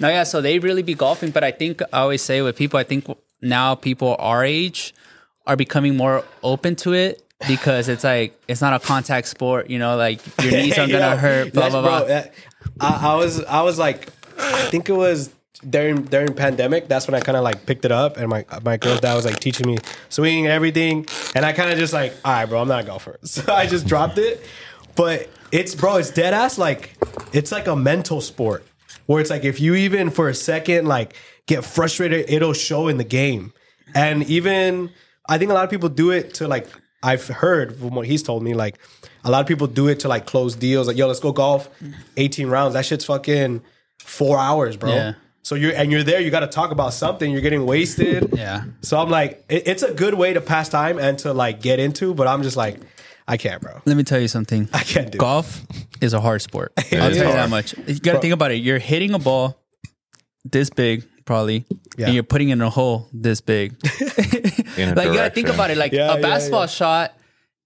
Speaker 3: No, yeah. So they really be golfing, but I think I always say with people, I think now people our age are becoming more open to it because it's like it's not a contact sport, you know, like your knees are
Speaker 4: Yo,
Speaker 3: gonna hurt, blah
Speaker 4: that's-
Speaker 3: blah blah.
Speaker 4: bro, that- I, I was, I was like, I think it was during during pandemic. That's when I kind of like picked it up, and my my girl's dad was like teaching me swinging and everything, and I kind of just like, all right, bro, I'm not a golfer, so I just dropped it. But it's bro, it's dead ass like it's like a mental sport where it's like if you even for a second like get frustrated, it'll show in the game, and even I think a lot of people do it to like I've heard from what he's told me like. A lot of people do it to like close deals. Like, yo, let's go golf, eighteen rounds. That shit's fucking four hours, bro.
Speaker 3: Yeah.
Speaker 4: So you're and you're there. You got to talk about something. You're getting wasted.
Speaker 3: Yeah.
Speaker 4: So I'm like, it, it's a good way to pass time and to like get into. But I'm just like, I can't, bro.
Speaker 3: Let me tell you something.
Speaker 4: I can't do. it.
Speaker 3: Golf is a hard sport. I'll tell
Speaker 2: is
Speaker 3: you that
Speaker 2: hard.
Speaker 3: much. You gotta think about it. You're hitting a ball this big, probably,
Speaker 4: Yeah.
Speaker 3: and you're putting it in a hole this big.
Speaker 2: In a
Speaker 3: like you gotta think
Speaker 2: direction.
Speaker 3: about it. Like
Speaker 4: Yeah,
Speaker 3: a
Speaker 4: yeah,
Speaker 3: basketball
Speaker 4: yeah.
Speaker 3: shot,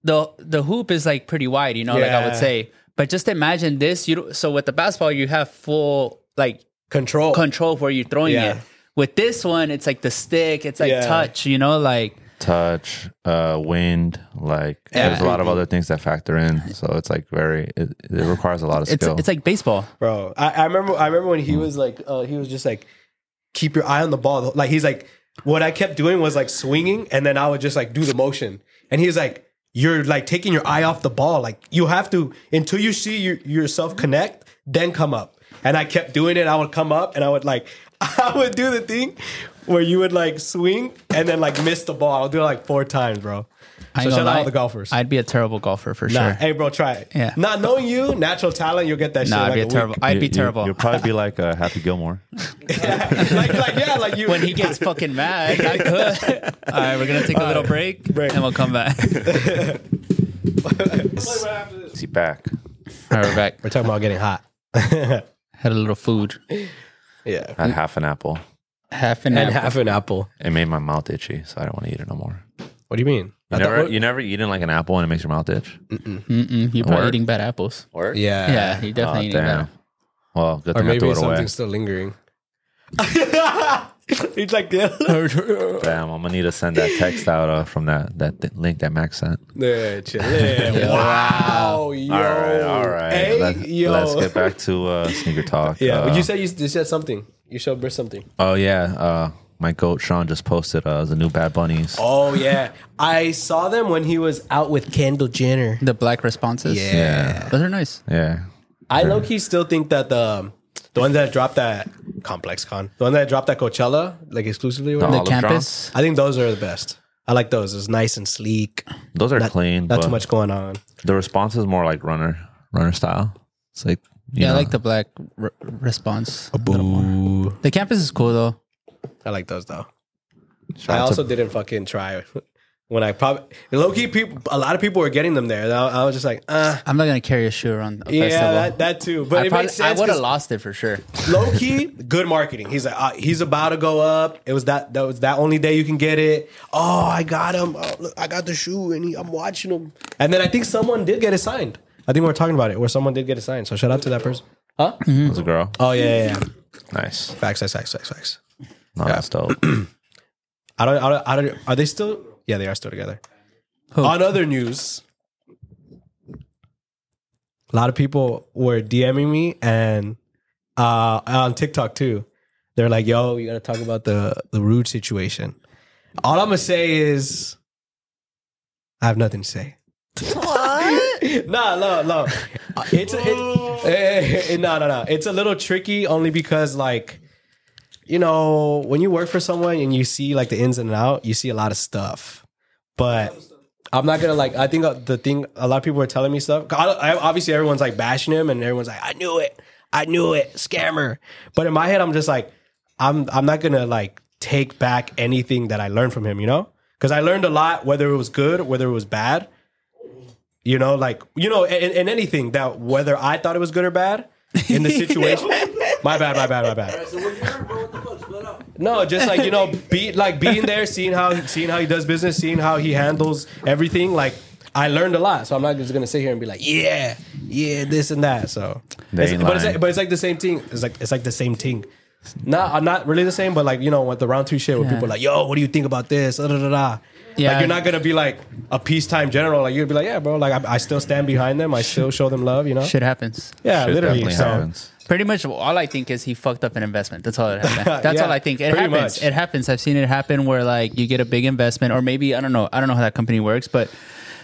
Speaker 3: the the hoop is like pretty wide, you know, like I would
Speaker 4: Yeah.
Speaker 3: say. But just imagine this. You don't- so with the basketball, you have full like
Speaker 4: Control.
Speaker 3: control of where you're throwing
Speaker 4: Yeah.
Speaker 3: it. With this one, it's like the stick. It's like
Speaker 4: Yeah.
Speaker 3: touch. You know, like
Speaker 2: Touch, uh, wind, like there's a lot of other things that factor in. So it's like very, it, it requires a lot of
Speaker 3: it's
Speaker 2: skill.
Speaker 3: it's like baseball.
Speaker 4: bro. I, I remember. I remember when he was like, uh, he was just like, keep your eye on the ball. Like he's like, what I kept doing was like swinging, and then I would just like do the motion, and he's like, you're like taking your eye off the ball. Like you have to until you see your, yourself connect, then come up. And I kept doing it. I would come up, and I would like, I would do the thing where you would like swing and then like miss the ball. I'll do it like four times, bro.
Speaker 3: I
Speaker 4: So
Speaker 3: ain't
Speaker 4: shout
Speaker 3: gonna
Speaker 4: out
Speaker 3: lie,
Speaker 4: all the golfers.
Speaker 3: I'd be a terrible golfer for
Speaker 4: Nah,
Speaker 3: sure.
Speaker 4: Hey, bro, try it.
Speaker 3: Yeah.
Speaker 4: Not knowing you, natural talent, you'll get that
Speaker 3: nah, I'd
Speaker 4: shit. in,
Speaker 3: be a
Speaker 4: like, a
Speaker 3: terrible.
Speaker 4: week.
Speaker 3: I'd be
Speaker 2: You- you-
Speaker 3: terrible.
Speaker 2: You'll probably be like a Happy Gilmore.
Speaker 4: like, like, yeah, like you.
Speaker 3: when he gets fucking mad, I could. All right, we're gonna take a little break,
Speaker 4: Break.
Speaker 3: and we'll come back. All
Speaker 2: See back.
Speaker 3: right, we're back.
Speaker 4: We're talking about getting hot.
Speaker 3: Had a little food,
Speaker 4: Yeah.
Speaker 2: I had half an apple.
Speaker 3: half an
Speaker 4: And
Speaker 3: apple.
Speaker 4: half an apple.
Speaker 2: It made my mouth itchy, so I don't want to eat it no more.
Speaker 4: What do you mean?
Speaker 2: You never, you never eaten like an apple and it makes your mouth itch.
Speaker 3: Mm-mm, you're probably
Speaker 2: Or-
Speaker 3: eating bad apples.
Speaker 2: Or
Speaker 4: yeah.
Speaker 3: yeah, you
Speaker 4: Oh,
Speaker 3: definitely eating bad. apples.
Speaker 2: Well, good
Speaker 4: Or
Speaker 2: thing I threw
Speaker 4: maybe
Speaker 2: it away.
Speaker 4: something's still lingering. He's like, yeah.
Speaker 2: Damn, I'm gonna need to send that text out uh, from that that th- link that Max sent.
Speaker 4: Yeah, chill. Yeah. Wow. Yo.
Speaker 2: All right, all right.
Speaker 4: Hey,
Speaker 2: Let,
Speaker 4: yo.
Speaker 2: us get back to uh, sneaker talk.
Speaker 4: Yeah.
Speaker 2: Uh,
Speaker 4: but you said you, you said something. You showed Britt something.
Speaker 2: oh yeah, uh, my goat Sean just posted uh, the new Bad Bunnies.
Speaker 4: Oh, yeah. I saw them when he was out with Kendall Jenner.
Speaker 3: The black responses.
Speaker 2: Yeah.
Speaker 3: those are nice.
Speaker 2: Yeah,
Speaker 4: I low key still think that the the ones that dropped that Complex Con, the one that dropped that Coachella, like exclusively, or
Speaker 2: The
Speaker 3: The
Speaker 4: whatever,
Speaker 2: Olive
Speaker 3: campus.
Speaker 4: I think those are the best. I like those. It's nice and sleek.
Speaker 2: those are clean.
Speaker 4: Not
Speaker 2: but
Speaker 4: too much going on.
Speaker 2: The response is more like runner runner style. It's like you
Speaker 3: Yeah, I
Speaker 2: know,
Speaker 3: like the black r- response.
Speaker 4: Oh. Boo.
Speaker 3: The campus is cool though.
Speaker 4: I like those though.
Speaker 2: shout
Speaker 4: I
Speaker 2: out to-
Speaker 4: also didn't fucking try when I probably low key people. A lot of people were getting them there. And I, I was just like, uh,
Speaker 3: I'm not gonna carry a shoe around a
Speaker 4: yeah,
Speaker 3: festival.
Speaker 4: that, that too. But
Speaker 3: I,
Speaker 4: it
Speaker 3: probably-
Speaker 4: makes
Speaker 3: I
Speaker 4: sense.
Speaker 3: would have
Speaker 4: 'cause
Speaker 3: lost it for sure.
Speaker 4: low key, good marketing. He's like, uh, he's about to go up. It was that that was that only day you can get it. Oh, I got him. Oh, look, I got the shoe, and he, I'm watching him. And then I think someone did get it signed. I think we were talking about it, where someone did get it signed. So shout out to that person.
Speaker 2: it was a girl.
Speaker 4: Oh yeah, yeah, yeah.
Speaker 2: Nice.
Speaker 4: Facts, facts, facts, facts, facts.
Speaker 2: No, that's dope.
Speaker 4: I don't, I don't, I don't. Are they still? Yeah, they are still together. On other news, a lot of people were DMing me and uh, on TikTok too. They're like, "Yo, you gotta talk about the the rude situation." All I'm gonna say is, I have nothing to say.
Speaker 1: What?
Speaker 4: no, no, no. It's, it's eh, eh, no, no, no. It's a little tricky only because like you know when you work for someone and you see like the ins and out, you see a lot of stuff. But I'm not gonna like. I think uh, the thing a lot of people are telling me stuff. I, I, obviously, everyone's like bashing him, and everyone's like, "I knew it, I knew it, scammer." But in my head, I'm just like, I'm I'm not gonna like take back anything that I learned from him, you know? Because I learned a lot, whether it was good, whether it was bad you know like you know in, in anything that whether i thought it was good or bad in the situation my bad my bad my bad no just like you know be like being there seeing how seeing how he does business seeing how he handles everything like i learned a lot so i'm not just gonna sit here and be like yeah yeah this and that so
Speaker 2: They
Speaker 4: It's-
Speaker 2: ain't
Speaker 4: but, it's
Speaker 2: lying.
Speaker 4: like, but it's like the same thing it's like it's like the same thing not I'm not really the same but like you know with the round two shit where
Speaker 3: Yeah.
Speaker 4: people are like yo what do you think about this da, da, da, da.
Speaker 3: Yeah.
Speaker 4: like you're not gonna be like a peacetime general like you'd be like yeah bro like I, I still stand behind them i still show them love you know
Speaker 3: Shit happens.
Speaker 4: yeah
Speaker 2: Shit
Speaker 4: literally
Speaker 2: definitely
Speaker 4: so
Speaker 2: happens.
Speaker 3: Pretty much all I think is he fucked up an investment. That's all that happened. That's
Speaker 4: Yeah,
Speaker 3: all I think. It
Speaker 4: pretty
Speaker 3: happens.
Speaker 4: much.
Speaker 3: It happens. I've seen it happen where like you get a big investment or maybe I don't know. I don't know how that company works, but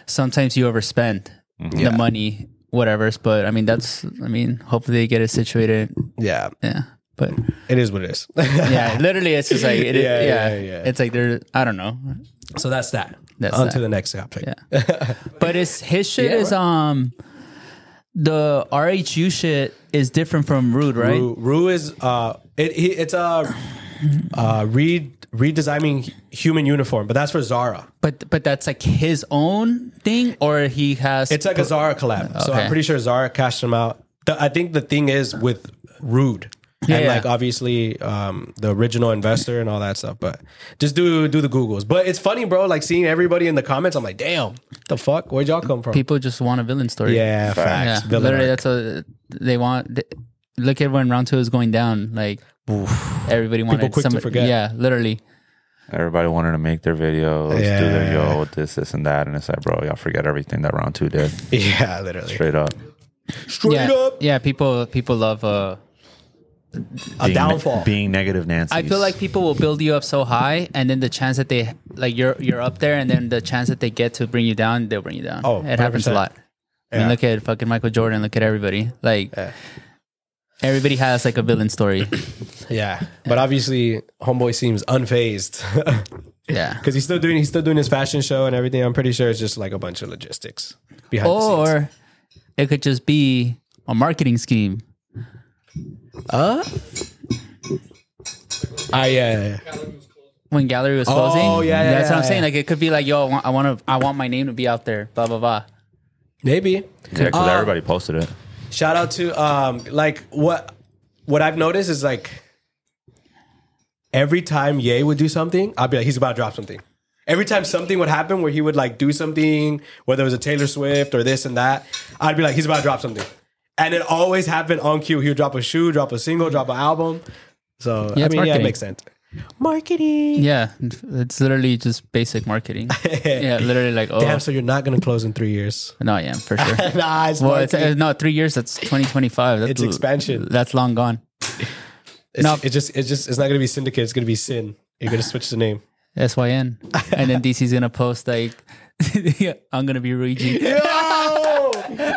Speaker 3: sometimes you overspend
Speaker 4: Mm-hmm.
Speaker 3: the money, whatever's. But I mean that's I mean, hopefully they get it situated.
Speaker 4: yeah
Speaker 3: Yeah. But
Speaker 4: it is what it is
Speaker 3: yeah, literally it's just like it,
Speaker 4: Yeah,
Speaker 3: yeah, yeah,
Speaker 4: yeah, yeah.
Speaker 3: It's like they're I don't know.
Speaker 4: so that's that
Speaker 3: That's
Speaker 4: on
Speaker 3: that.
Speaker 4: to the next topic
Speaker 3: But it's his shit is um the RHU shit is different from Rude, right?
Speaker 4: Rue, Rue is uh, it, he, it's a uh, re redesigning human uniform, but that's for Zara.
Speaker 3: But but that's like his own thing, or he has.
Speaker 4: It's like a Zara collab. So
Speaker 3: Okay.
Speaker 4: I'm pretty sure Zara cashed them out. The, I think the thing is with Rude.
Speaker 3: Yeah,
Speaker 4: and
Speaker 3: yeah.
Speaker 4: like obviously um, the original investor and all that stuff, but just do do the googles. But it's funny, bro. Like seeing everybody in the comments, I'm like, damn, the fuck, where'd y'all come from?
Speaker 3: people just want a villain story.
Speaker 4: yeah,
Speaker 3: yeah.
Speaker 4: facts. Villain
Speaker 3: Literally,
Speaker 4: arc.
Speaker 3: that's a they want. th- look at when round two is going down. Like everybody wanted
Speaker 4: quick to
Speaker 3: somebody-
Speaker 4: forget.
Speaker 3: Yeah, literally.
Speaker 2: Everybody wanted to make their videos, do their
Speaker 4: Yeah.
Speaker 2: yo, this, this, and that, and it's like, bro, y'all forget everything that round two did.
Speaker 4: yeah, literally.
Speaker 2: Straight up,
Speaker 4: Straight
Speaker 3: yeah,
Speaker 4: up,
Speaker 3: yeah. People people love. Uh,
Speaker 4: a downfall.
Speaker 2: being negative, Nancy.
Speaker 3: I feel like people will build you up so high, and then the chance that they like you're you're up there, and then the chance that they get to bring you down, they'll bring you down.
Speaker 4: Oh,
Speaker 3: it happens a
Speaker 4: 100%.
Speaker 3: lot. I mean,
Speaker 4: Yeah.
Speaker 3: look at fucking Michael Jordan. Look at everybody. Like everybody has like a villain story.
Speaker 4: yeah, but obviously, homeboy seems unfazed.
Speaker 3: yeah.
Speaker 4: because he's still doing he's still doing his fashion show and everything. I'm pretty sure it's just like a bunch of logistics behind the scenes.
Speaker 3: or it could just be a marketing scheme.
Speaker 4: Ah, yeah, yeah,
Speaker 3: When gallery was closing,
Speaker 4: yeah, yeah,
Speaker 3: that's what I'm
Speaker 4: yeah,
Speaker 3: saying.
Speaker 4: yeah.
Speaker 3: Like it could be like, yo, I want, I want to, I want my name to be out there, blah blah blah.
Speaker 4: maybe.
Speaker 2: yeah,
Speaker 3: uh,
Speaker 2: because everybody posted it.
Speaker 4: Shout out to um, like what what I've noticed is like every time Ye would do something, I'd be like, he's about to drop something. Every time something would happen where he would like do something, whether it was a Taylor Swift or this and that, I'd be like, he's about to drop something. And it always happened on cue. He would drop a shoe, drop a single, drop an album. So
Speaker 3: Yeah,
Speaker 4: I
Speaker 3: it's
Speaker 4: mean, yeah, it
Speaker 3: marketing.
Speaker 4: makes sense. Marketing.
Speaker 3: Yeah, it's literally just basic marketing. yeah, literally like, oh,
Speaker 4: Damn, so you're not gonna close in three years.
Speaker 3: no, I am for sure.
Speaker 4: nah, it's
Speaker 3: well,
Speaker 4: not.
Speaker 3: it's, uh, no, three years. That's 2025. That's
Speaker 4: It's expansion.
Speaker 3: That's long gone.
Speaker 4: It's,
Speaker 3: no.
Speaker 4: it's just it's just it's not gonna be syndicate. It's gonna be sin. You're gonna switch the name.
Speaker 3: Syn, and then DC's gonna post like, I'm gonna be Luigi.
Speaker 4: Yo,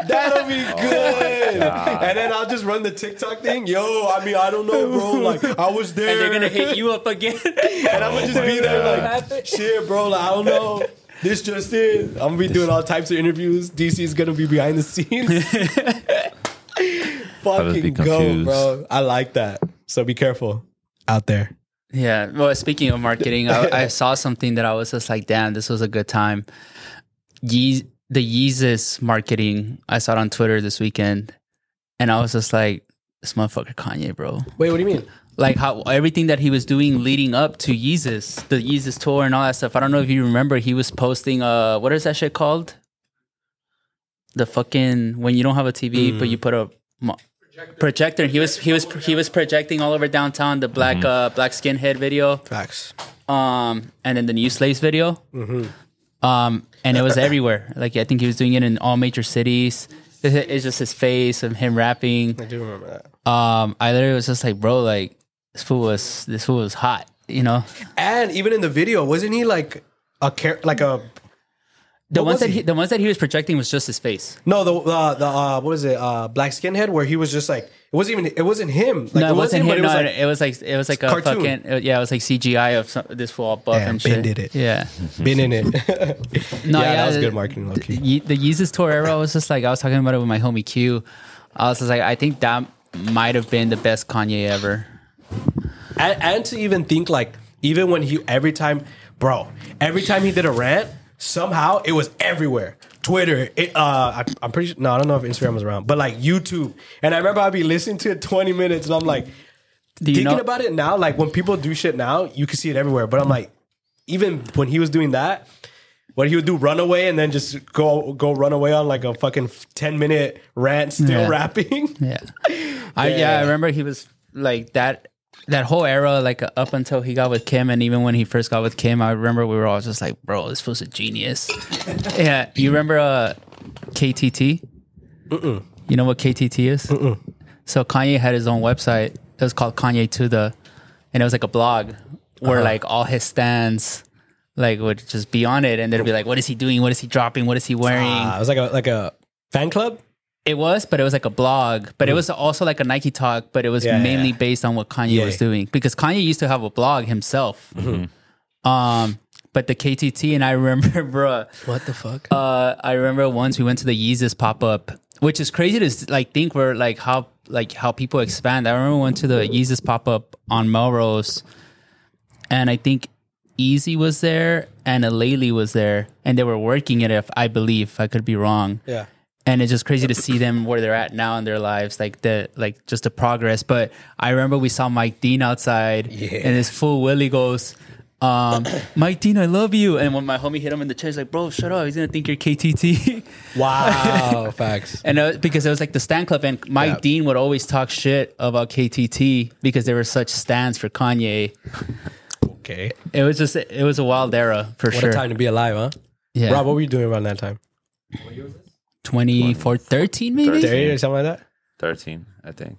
Speaker 4: that'll be
Speaker 3: Oh,
Speaker 4: good. and then I'll just run the TikTok thing. Yo, I mean, I don't know, bro. Like I was there,
Speaker 3: And they're gonna hit you up again.
Speaker 4: and I'm gonna just be there, like shit, bro. Like I don't know. This just in. I'm gonna be doing all types of interviews. DC's gonna be behind the scenes.
Speaker 2: just be
Speaker 4: Fucking go,
Speaker 2: confused.
Speaker 4: bro. I like that. So be careful out there.
Speaker 3: Yeah. Well, speaking of marketing, I, I saw something that I was just like, damn, this was a good time. Ye- the Yeezus marketing, I saw it on Twitter this weekend, and I was just like, this motherfucker Kanye, bro.
Speaker 4: Wait, what do you mean?
Speaker 3: Like how everything that he was doing leading up to Yeezus, the Yeezus tour and all that stuff. I don't know if you remember, he was posting uh, what is that shit called? The fucking when you don't have a TV but you put a mo- projector. He was he was he was projecting all over downtown the black uh black skinhead video
Speaker 4: Facts.
Speaker 3: um, and then the New Slaves
Speaker 4: Mm-hmm.
Speaker 3: video. Um, and it was everywhere. Like I think he was doing it in all major cities. It's it's just his face and him rapping.
Speaker 4: I do remember that.
Speaker 3: Um, I literally was just like, bro, like this food was this food was hot, you know.
Speaker 4: And even in the video, wasn't he like a char- like a
Speaker 3: The
Speaker 4: What
Speaker 3: ones
Speaker 4: was
Speaker 3: that
Speaker 4: he?
Speaker 3: he, the ones that he was projecting was just his face.
Speaker 4: no the uh, the uh, what was it uh, black skinhead where he was just like it wasn't even it wasn't him like
Speaker 3: no, it wasn't him.
Speaker 4: but it was
Speaker 3: no,
Speaker 4: like
Speaker 3: it was like it was like a
Speaker 4: cartoon.
Speaker 3: fucking uh, yeah, it was like CGI of some, this fool all buff
Speaker 4: Yeah,
Speaker 3: and shit.
Speaker 4: Ben did it.
Speaker 3: Yeah,
Speaker 4: been in it.
Speaker 3: no,
Speaker 4: yeah, that was
Speaker 3: the-
Speaker 4: good marketing, low key.
Speaker 3: Ye- the Yeezus tour era was just like I was talking about it with my homie Q. I was just like, I think that might have been the best Kanye ever.
Speaker 4: and, and to even think like even when he every time bro every time he did a rant somehow it was everywhere twitter it, uh I, i'm pretty sure no i don't know if instagram was around but like youtube and i remember i'd be listening to it 20 minutes and i'm like
Speaker 3: Do you know?
Speaker 4: thinking about it now like when people do shit now you can see it everywhere but i'm like even when he was doing that when he would do runaway and then just go go runaway on like a fucking 10 minute rant still
Speaker 3: Yeah.
Speaker 4: rapping
Speaker 3: Yeah. I yeah. I
Speaker 4: Yeah.
Speaker 3: remember he was like that that whole era like up until he got with Kim and even when he first got with Kim I remember we were all just like bro this fool's a genius. yeah, you remember uh KTT? You know what KTT is? So Kanye had his own website. It was called Kanye to the and it was like a blog where
Speaker 4: Uh-huh.
Speaker 3: like all his stands like would just be on it and they'd be like what is he doing? What is he dropping? What is he wearing?
Speaker 4: Ah, it was like a like a fan club
Speaker 3: It was, but it was like a blog, but it was also like a Nike talk, but it was
Speaker 4: Mm. Yeah, yeah,
Speaker 3: mainly
Speaker 4: yeah.
Speaker 3: based on what Kanye
Speaker 4: Yeah.
Speaker 3: was doing because Kanye used to have a blog himself.
Speaker 4: Mm-hmm.
Speaker 3: Um, but the KTT and I remember, bro,
Speaker 4: what the fuck
Speaker 3: uh, I remember once we went to the Yeezus pop up, which is crazy to like think where like how like how people expand. I remember we went to the Yeezus pop up on Melrose, and I think Easy was there and Alayli was there, and they were working it. If I believe, I could be wrong
Speaker 4: yeah
Speaker 3: and it's just crazy to see them where they're at now in their lives, like the like just the progress. But I remember we saw Mike Dean outside, and his full Willie goes, um, "Mike Dean, I love you." And when my homie hit him in the chest, like, "Bro, shut up! He's gonna think you're KTT."
Speaker 4: wow facts
Speaker 3: and uh, because it was like the stand club, and Mike
Speaker 4: Yeah.
Speaker 3: Dean would always talk shit about KTT because they were such stands for Kanye.
Speaker 4: Okay.
Speaker 3: It was just it was a wild era for
Speaker 4: What
Speaker 3: sure.
Speaker 4: a time to be alive, huh?
Speaker 3: Yeah,
Speaker 4: Rob, what were you doing around that time?
Speaker 3: 24, 13 maybe.
Speaker 2: Thirteen.
Speaker 4: There or something like that?
Speaker 2: 13, I think.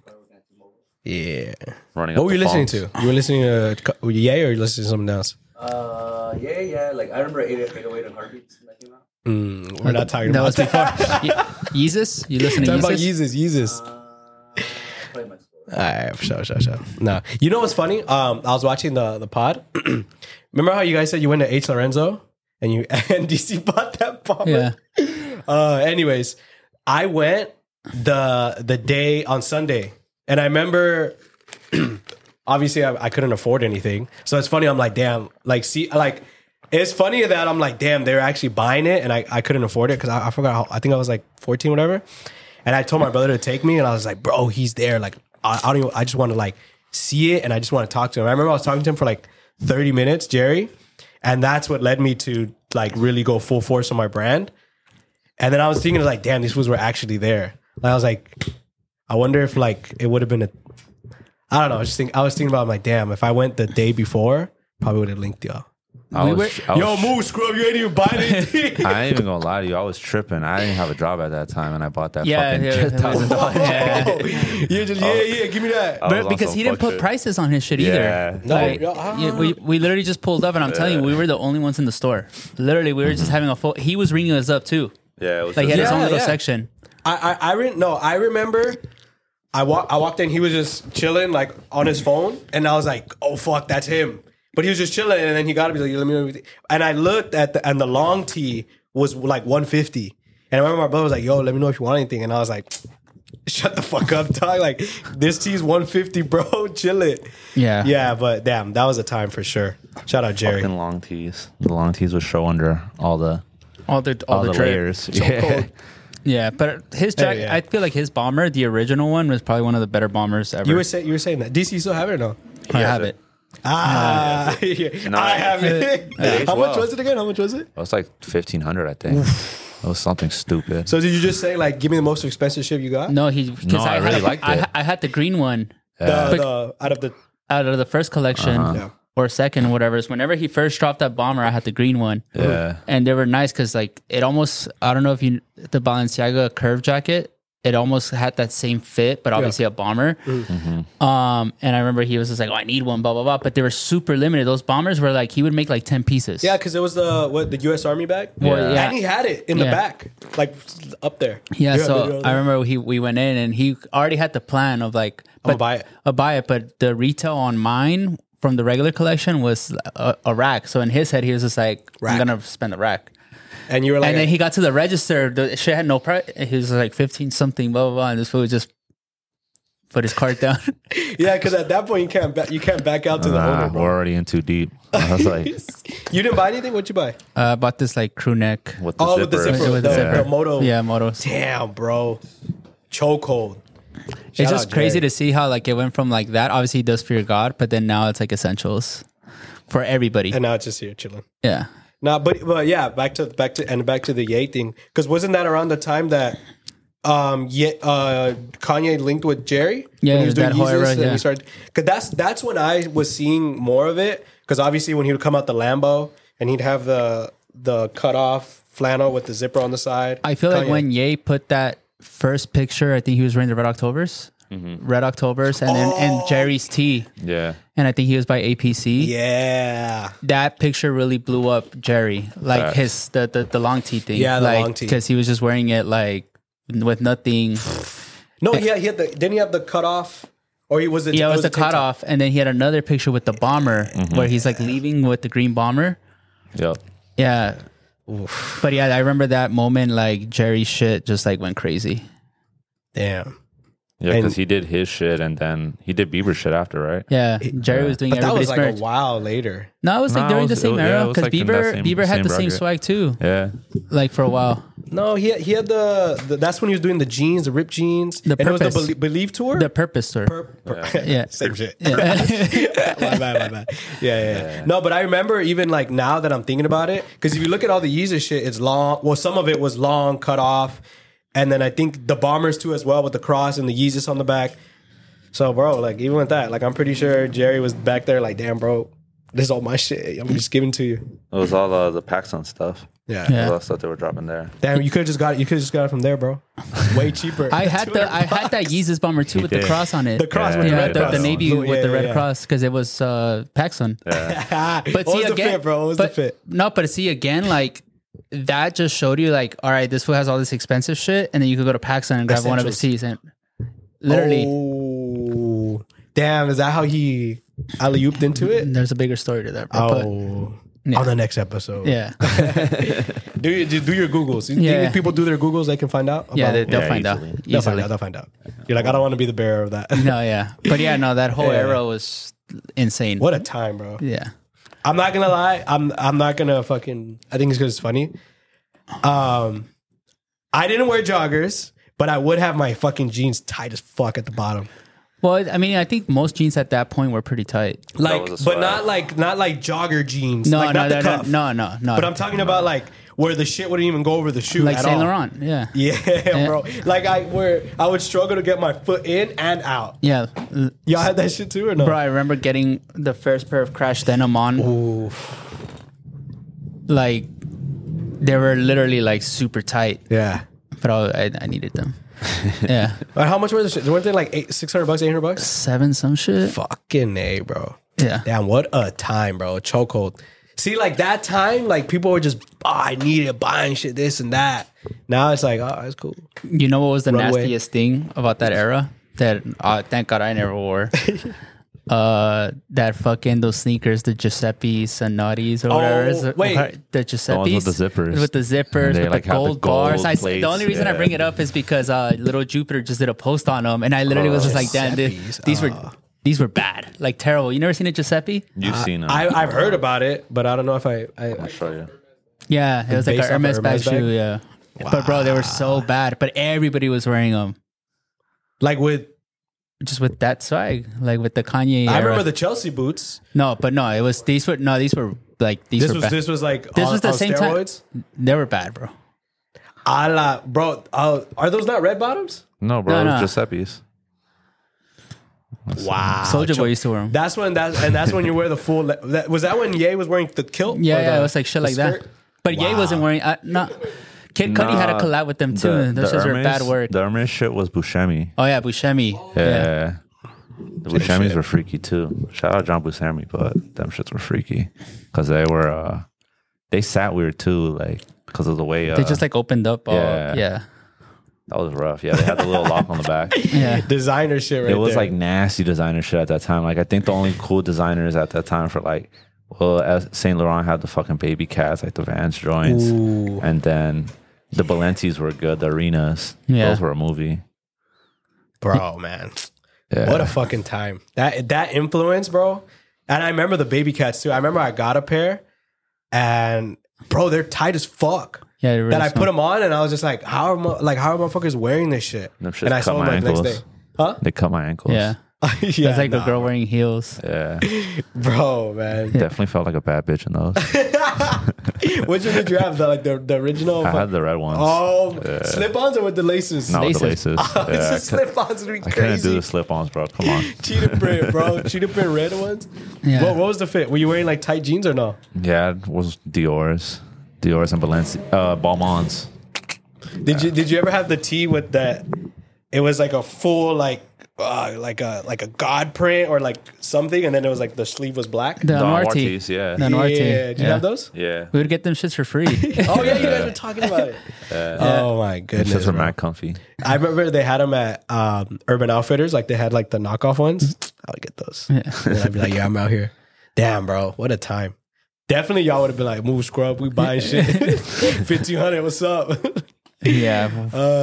Speaker 4: Yeah.
Speaker 2: Running
Speaker 4: What
Speaker 2: up
Speaker 4: were you
Speaker 2: the
Speaker 4: listening
Speaker 2: phones.
Speaker 4: to? You were listening to co- were you Yay or you listening to something else?
Speaker 5: Uh, yeah, yeah. Like I remember 8 808 and Heartbeats when that came out.
Speaker 4: Mm, we're not talking
Speaker 3: That
Speaker 4: about
Speaker 3: was
Speaker 4: that.
Speaker 3: before Ye- Yeezus. You listen to
Speaker 4: Talking about
Speaker 3: Yeezus?
Speaker 4: Yeezus, Yeezus.
Speaker 5: Probably Uh, my score.
Speaker 4: All right, for sure, sure, sure. No. You know what's funny? Um, I was watching the, the pod. Remember how you guys said you went to H. Lorenzo and you and DC bought that bomber?
Speaker 3: Yeah.
Speaker 4: Uh, anyways, I went the the day on Sunday, and I remember. obviously, I, I couldn't afford anything, so it's funny. I'm like, damn, like see, like it's funny that I'm like, damn, they're actually buying it, and I, I couldn't afford it because I, I forgot. How, I think I was like 14, whatever. And I told my brother to take me, and I was like, bro, he's there. Like, I, I don't. Even, I just want to like see it, and I just want to talk to him. I remember I was talking to him for like 30 minutes, Jerry, and that's what led me to like really go full force on my brand. And then I was thinking like, damn, these fools were actually there. Like I was like, I wonder if like it would have been a I don't know. I was just think I was thinking about like, damn, if I went the day before, probably would have linked y'all.
Speaker 2: I
Speaker 3: We
Speaker 2: was,
Speaker 3: were-
Speaker 2: I was,
Speaker 4: Yo, move, scrub, you ain't even buying anything.
Speaker 2: I ain't even gonna lie to you. I was tripping. I didn't have a job at that time, and I bought that
Speaker 3: Yeah,
Speaker 2: fucking
Speaker 3: yeah,
Speaker 2: yeah,
Speaker 3: yeah.
Speaker 4: Oh, you're just yeah, yeah, give me that.
Speaker 2: I was
Speaker 3: But
Speaker 2: on
Speaker 3: because
Speaker 2: some
Speaker 3: he didn't
Speaker 2: fuck
Speaker 3: put
Speaker 2: shit.
Speaker 3: prices on his shit
Speaker 2: Yeah.
Speaker 3: either.
Speaker 2: No,
Speaker 3: Like,
Speaker 4: yeah.
Speaker 3: yeah, we, we literally just pulled up, and I'm telling you, we were the only ones in the store. Literally, we were just having a full. He was ringing us up too.
Speaker 2: Yeah, it was
Speaker 3: Like he had
Speaker 2: just-
Speaker 3: his own
Speaker 4: Yeah,
Speaker 3: little
Speaker 4: yeah.
Speaker 3: section.
Speaker 4: I I I re- no, I remember I wa- I walked in, he was just chilling like on his phone, and I was like, oh fuck, that's him. But he was just chilling, and then he got to be like, let me know. everything. And I looked at the and the long tee was like 150. And I remember my brother was like, yo, let me know if you want anything. And I was like, shut the fuck up, dog. Like, this tee's 150, bro. Chill it.
Speaker 3: Yeah.
Speaker 4: Yeah, but damn, that was a time for sure. Shout out Jerry.
Speaker 2: fucking long tees. The long tees would show under all the
Speaker 3: All the all,
Speaker 2: all
Speaker 3: the,
Speaker 2: the,
Speaker 3: drip.
Speaker 2: layers. Yeah.
Speaker 3: Yeah, but his jacket.
Speaker 4: yeah.
Speaker 3: I feel like his bomber, the original one, was probably one of the better bombers ever.
Speaker 4: You were, say, you were saying that. DC, you still have it or no?
Speaker 3: I
Speaker 2: Yes,
Speaker 3: have
Speaker 2: sir.
Speaker 3: it.
Speaker 4: Ah, I
Speaker 2: I-
Speaker 4: have it.
Speaker 2: Yeah,
Speaker 4: How much
Speaker 2: well.
Speaker 4: was it again? How much was it?
Speaker 2: It was like fifteen hundred, I think. It was something stupid.
Speaker 4: So did you just say like, give me the most expensive ship you got?
Speaker 3: No, he. 'cause
Speaker 2: No, I
Speaker 3: had
Speaker 2: really
Speaker 3: a-
Speaker 2: liked
Speaker 3: I,
Speaker 2: it.
Speaker 3: ha- I had the green one
Speaker 4: the,
Speaker 3: But-
Speaker 4: the, out of the
Speaker 3: out of the first collection.
Speaker 4: yeah.
Speaker 3: or second, whatever. It's whenever he first dropped that bomber, I had the green one.
Speaker 2: Yeah.
Speaker 3: and they were nice because like it almost I don't know if you the Balenciaga curve jacket it almost had that same fit but obviously a bomber
Speaker 4: Mm-hmm.
Speaker 3: um and I remember he was just like oh I need one blah blah blah but they were super limited those bombers were like he would make like ten pieces
Speaker 4: Yeah, because it was the what the U.S. Army bag,
Speaker 3: Well, yeah.
Speaker 4: and he had it in the
Speaker 3: Yeah.
Speaker 4: back, like up there.
Speaker 3: yeah,
Speaker 4: yeah,
Speaker 3: so
Speaker 4: yeah.
Speaker 3: I remember he we went in and he already had the plan of like
Speaker 4: I'ma
Speaker 3: but-
Speaker 4: buy it.
Speaker 3: I'll buy it but the retail on mine from the regular collection was a, a rack so in his head he was just like
Speaker 4: Rack.
Speaker 3: I'm gonna spend a rack
Speaker 4: And you were like,
Speaker 3: and then he got to the register. The shit had no price. He was like fifteen something, blah blah blah. And this fool just put his cart down.
Speaker 4: yeah, because at that point you can't back, you can't back out to the
Speaker 2: Nah,
Speaker 4: owner, bro.
Speaker 2: we're already in too deep. I was like,
Speaker 4: You didn't buy anything. What'd you buy?
Speaker 3: Uh, I bought this like crew neck.
Speaker 2: with the
Speaker 4: Oh,
Speaker 2: zipper.
Speaker 4: with the zipper,
Speaker 3: With the
Speaker 4: the, the
Speaker 3: zipper.
Speaker 4: moto.
Speaker 3: Yeah, motos.
Speaker 4: Damn, bro, chokehold.
Speaker 3: It's just crazy to see how like it went from like that. Obviously, he does fear God, but then now it's like essentials for everybody.
Speaker 4: And now it's just here chilling.
Speaker 3: yeah,
Speaker 4: Nah, but but yeah, back to back to and back to the Ye thing. Because wasn't that around the time that um Ye, uh Kanye linked with Jerry?
Speaker 3: Yeah,
Speaker 4: when he was doing
Speaker 3: that whole era,
Speaker 4: Yeezus, and
Speaker 3: yeah.
Speaker 4: he started because that's that's when I was seeing more of it. Because obviously, when he would come out the Lambo and he'd have the the cut off flannel with the zipper on the side.
Speaker 3: I feel like
Speaker 4: Kanye.
Speaker 3: when Ye put that first picture, I think he was wearing the Red Octobers, Red Octobers, and then and Jerry's tee,
Speaker 2: Yeah.
Speaker 3: and I think he was by APC.
Speaker 4: yeah,
Speaker 3: that picture really blew up Jerry, like
Speaker 2: Facts.
Speaker 3: his the, the the long tee thing.
Speaker 4: Yeah, the
Speaker 3: like,
Speaker 4: long tee.
Speaker 3: because he was just wearing it like with nothing.
Speaker 4: no, yeah, he had the didn't he have the cut off or he was it?
Speaker 3: Yeah, it was the
Speaker 4: tank top?
Speaker 3: cutoff, and then he had another picture with the bomber where he's like leaving with the green bomber.
Speaker 2: Yep.
Speaker 3: Yeah. But yeah, I remember that moment. Like Jerry shit just like went crazy.
Speaker 4: Damn.
Speaker 2: Yeah,
Speaker 4: And-
Speaker 2: because he did his shit and then he did Bieber shit after, right?
Speaker 3: Yeah, Jerry was doing
Speaker 4: But that
Speaker 3: everybody's
Speaker 4: was like
Speaker 3: merch.
Speaker 4: a while later.
Speaker 3: no, it was like
Speaker 2: Nah, it
Speaker 3: during
Speaker 2: was-
Speaker 3: the same
Speaker 2: it- yeah,
Speaker 3: era
Speaker 2: it was,
Speaker 3: because
Speaker 2: like, in that
Speaker 3: Bieber
Speaker 2: same-
Speaker 3: Bieber had
Speaker 2: same
Speaker 3: the same
Speaker 2: bracket.
Speaker 3: swag too,
Speaker 2: Yeah.
Speaker 3: like for a while.
Speaker 4: No, he he had the, the that's when he was doing the jeans, the ripped jeans,
Speaker 3: The
Speaker 4: and it was
Speaker 3: purpose.
Speaker 4: the Belie- Believe tour.
Speaker 3: The Purpose store.
Speaker 4: Pur- pur-
Speaker 3: Yeah.
Speaker 4: same shit. my bad, my bad. Yeah, yeah, yeah. No, but I remember even like now that I'm thinking about it, because if you look at all the Yeezus shit, it's long. Well, some of it was long, cut off, and then I think the bombers too as well with the cross and the Yeezus on the back. So, bro, like even with that, like I'm pretty sure Jerry was back there, like, damn, bro, this is all my shit. I'm just giving to you.
Speaker 2: It was all uh, the, the Paxson stuff.
Speaker 4: Yeah.
Speaker 2: All
Speaker 3: Yeah.
Speaker 2: the stuff they were dropping there.
Speaker 4: Damn, you could have just got it. You could have just got it from there, bro. Way cheaper.
Speaker 3: I had the I had that Yeezus bomber too with the
Speaker 2: did.
Speaker 3: cross on it.
Speaker 4: The cross with
Speaker 2: Yeah,
Speaker 4: the
Speaker 3: Yeah,
Speaker 4: red
Speaker 3: the,
Speaker 4: cross.
Speaker 3: the navy
Speaker 4: Blue,
Speaker 3: with
Speaker 4: yeah,
Speaker 3: the
Speaker 4: yeah,
Speaker 3: red
Speaker 4: yeah.
Speaker 3: cross because it was uh, Paxson. But
Speaker 4: what
Speaker 3: see
Speaker 4: was
Speaker 3: again,
Speaker 4: the fit, bro? What was
Speaker 3: but,
Speaker 4: the fit?
Speaker 3: No, but see again, like that just showed you, like, all right, this fool has all this expensive shit, and then you could go to Paxson and grab one of his tees and literally.
Speaker 4: Oh, damn! Is that how he alley ooped into it?
Speaker 3: And there's a bigger story to that. Bro. But,
Speaker 4: Oh, on the next episode.
Speaker 3: yeah,
Speaker 4: do your, do do your googles. You think
Speaker 3: Yeah.
Speaker 4: if people do their googles, they can find out. About,
Speaker 3: yeah, they, they'll
Speaker 2: Yeah,
Speaker 3: find out
Speaker 2: easily.
Speaker 4: they'll
Speaker 3: easily.
Speaker 4: find out. They'll find out. You're like, I don't want to be the bearer of that.
Speaker 3: No, yeah, but yeah, no, that whole
Speaker 4: Yeah.
Speaker 3: era was insane.
Speaker 4: what a time, bro.
Speaker 3: Yeah,
Speaker 4: I'm not gonna lie. I'm I'm not gonna fucking. I think it's because it's funny. Um, I didn't wear joggers, but I would have my fucking jeans tight as fuck at the bottom.
Speaker 3: well, I mean, I think most jeans at that point were pretty tight.
Speaker 4: Like,
Speaker 2: was a
Speaker 4: but
Speaker 2: swag.
Speaker 4: not like not like jogger jeans.
Speaker 3: No,
Speaker 4: like,
Speaker 3: no,
Speaker 4: not the
Speaker 3: no, no,
Speaker 4: cuff.
Speaker 3: no, no, no,
Speaker 4: But I'm talking about like where the shit wouldn't even go over the shoe.
Speaker 3: like
Speaker 4: at
Speaker 3: Saint
Speaker 4: all.
Speaker 3: Laurent. Yeah,
Speaker 4: Yeah, bro. Like I where I would struggle to get my foot in and out.
Speaker 3: yeah.
Speaker 4: Y'all had that shit too or no?
Speaker 3: Bro, I remember getting the first pair of Crash Denim on. Like, they were literally like super tight,
Speaker 4: Yeah.
Speaker 3: but I, I, I needed them. yeah.
Speaker 4: But how much were the shit? Weren't they like eight, six hundred bucks, eight hundred bucks?
Speaker 3: Seven, some shit.
Speaker 4: Fucking a, bro.
Speaker 3: Yeah.
Speaker 4: Damn, what a time, bro. Chokehold. See, like that time, like people were just, oh, I need it, buying shit, this and that. Now it's like, oh, it's cool.
Speaker 3: You know what was the
Speaker 4: Runway.
Speaker 3: nastiest thing about that era? That, uh, thank God I never wore. Uh, that fucking those sneakers, the Giuseppe Sanottis or whatever. is-
Speaker 4: Oh, wait.
Speaker 3: the Giuseppes
Speaker 2: with the zippers.
Speaker 3: with the zippers,
Speaker 2: And they,
Speaker 3: with
Speaker 2: like,
Speaker 3: the
Speaker 2: have the
Speaker 3: gold,
Speaker 2: gold
Speaker 3: bars. I,
Speaker 2: plates,
Speaker 3: the only reason I
Speaker 2: yeah.
Speaker 3: bring it up is because uh, little Jupiter just did a post on them, and I literally was just like, "Damn, thi-
Speaker 4: Giuseppes,
Speaker 3: these
Speaker 4: uh.
Speaker 3: were these were bad, like terrible." You never seen a Giuseppe?
Speaker 2: You've seen them.
Speaker 4: I, I've heard about it, but I don't know if I,
Speaker 2: I'll
Speaker 4: I
Speaker 2: show you.
Speaker 3: Yeah, it was like
Speaker 4: based
Speaker 3: a
Speaker 4: off a
Speaker 3: Hermes bag
Speaker 4: Hermes bag?
Speaker 3: shoe. Yeah, but bro, they were so bad, but everybody was wearing them.
Speaker 4: like with.
Speaker 3: Just with that swag, like with the Kanye.
Speaker 4: I
Speaker 3: era.
Speaker 4: remember the Chelsea boots.
Speaker 3: No, but no, it was these were no, these were like these
Speaker 4: This
Speaker 3: were
Speaker 4: was
Speaker 3: bad.
Speaker 4: this was like
Speaker 3: This
Speaker 4: on,
Speaker 3: was the
Speaker 4: on
Speaker 3: same time-
Speaker 4: steroids.
Speaker 3: they were bad, bro.
Speaker 4: A la, bro, uh, are those not red bottoms?
Speaker 2: No, bro,
Speaker 3: No,
Speaker 2: it was
Speaker 3: no.
Speaker 2: Giuseppe's.
Speaker 4: Wow.
Speaker 3: Soldier Boy
Speaker 4: Cho-
Speaker 3: used to wear 'em.
Speaker 4: That's when that's and that's when you wear the full. Le- that, was that when Ye was wearing the kilt?
Speaker 3: Yeah,
Speaker 4: Or
Speaker 3: yeah,
Speaker 4: the-
Speaker 3: it was like shit
Speaker 4: the
Speaker 3: like that.
Speaker 4: skirt?
Speaker 3: But Ye
Speaker 4: Wow.
Speaker 3: wasn't wearing. I, not Kid Cudi had a
Speaker 2: Nah,
Speaker 3: collab with them too.
Speaker 2: The,
Speaker 3: Those
Speaker 2: the
Speaker 3: just were
Speaker 2: Hermes-
Speaker 3: bad word.
Speaker 2: The Hermes shit was Buscemi.
Speaker 3: oh yeah, Buscemi.
Speaker 2: Yeah.
Speaker 3: yeah.
Speaker 2: The Buscemi's were freaky too. Shout out John Buscemi, but them shits were freaky because they were uh they sat weird too, like because of the way uh,
Speaker 3: They just like opened up. All,
Speaker 2: Yeah.
Speaker 3: yeah. yeah.
Speaker 2: that was rough. Yeah, they had the little lock on the back.
Speaker 4: Designer shit, right
Speaker 2: it was
Speaker 4: there.
Speaker 2: like nasty designer shit at that time. Like I think the only cool designers at that time for like, well, as Saint Laurent had the fucking baby cats, like the Vans joints, and then the Balencis were good. The arenas,
Speaker 3: Yeah.
Speaker 2: those were a movie.
Speaker 4: bro, man.
Speaker 2: Yeah.
Speaker 4: What a fucking time. That that influence, bro. And I remember the baby cats too. I remember I got a pair, and bro, they're tight as fuck.
Speaker 3: Yeah, they really
Speaker 4: that I put
Speaker 3: smell.
Speaker 4: them on, and I was just like, how are mo- like how are motherfuckers wearing this shit?
Speaker 2: Them shits
Speaker 4: and I
Speaker 2: cut my ankles.
Speaker 4: Huh?
Speaker 2: They cut my ankles.
Speaker 3: Yeah.
Speaker 4: yeah,
Speaker 3: That's like
Speaker 4: nah.
Speaker 3: the girl wearing heels.
Speaker 2: Yeah.
Speaker 4: bro, man.
Speaker 2: Definitely felt like a bad bitch in those.
Speaker 4: Which one did you have? The like the, the original.
Speaker 2: I had the red ones.
Speaker 4: oh, slip-ons or with the laces?
Speaker 2: Not with the
Speaker 3: laces.
Speaker 2: laces.
Speaker 4: it's
Speaker 2: Yeah, I
Speaker 4: just
Speaker 2: cou-
Speaker 4: slip-ons would be
Speaker 2: I couldn't do
Speaker 4: crazy.
Speaker 2: the slip-ons, bro. Come on.
Speaker 4: Cheetah print, bro. Cheetah print red ones.
Speaker 3: Yeah.
Speaker 4: What, what was the fit? Were you wearing like tight jeans or no?
Speaker 2: Yeah, it was Dior's, Dior's and Balenci, uh, Balmonds.
Speaker 4: Did you did you ever have the tee with that? It was like a full like uh, like a like a god print or like something, and then it was like the sleeve was black.
Speaker 3: The
Speaker 2: Don
Speaker 3: Anorti.
Speaker 2: Ortiz, yeah.
Speaker 3: The
Speaker 4: yeah,
Speaker 3: Anorti.
Speaker 4: did you
Speaker 3: yeah.
Speaker 4: have those?
Speaker 2: Yeah.
Speaker 3: We would get them shits for free.
Speaker 4: Oh yeah, you guys were talking about it. Oh my
Speaker 2: It's
Speaker 4: goodness!
Speaker 2: just for
Speaker 4: bro.
Speaker 2: Mac Comfy.
Speaker 4: I remember they had them at um, Urban Outfitters. Like they had like the knockoff ones. I would get those. And I'd be like, yeah, I'm out here. Damn, bro, what a time. Definitely, y'all would have been like, move scrub, we buying shit. Fifteen hundred, what's up?
Speaker 3: yeah.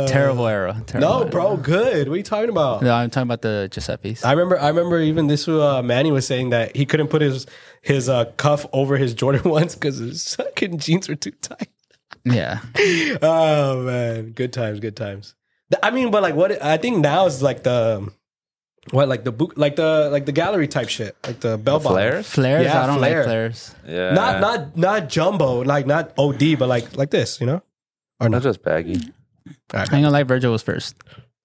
Speaker 3: terrible era. Terrible
Speaker 4: Uh, no,
Speaker 3: era.
Speaker 4: bro, good. What are you talking about?
Speaker 3: No, I'm talking about the Giuseppe's.
Speaker 4: I remember. I remember. Even this uh, Manny was saying that he couldn't put his his uh, cuff over his Jordan ones because his fucking jeans were too tight.
Speaker 3: yeah.
Speaker 4: Oh man, good times, good times. Th- I mean, but like, what I think now is like the what, like the book, like the like the gallery type shit, like the bell bottom.
Speaker 2: Flares?
Speaker 3: Flares.
Speaker 4: Yeah,
Speaker 3: I don't
Speaker 4: flare.
Speaker 3: like flares.
Speaker 2: Yeah.
Speaker 4: Not not not jumbo, like not OD, but like like this, you know. Or
Speaker 2: not
Speaker 4: not.
Speaker 2: just baggy.
Speaker 3: I ain't gonna lie, Virgil was first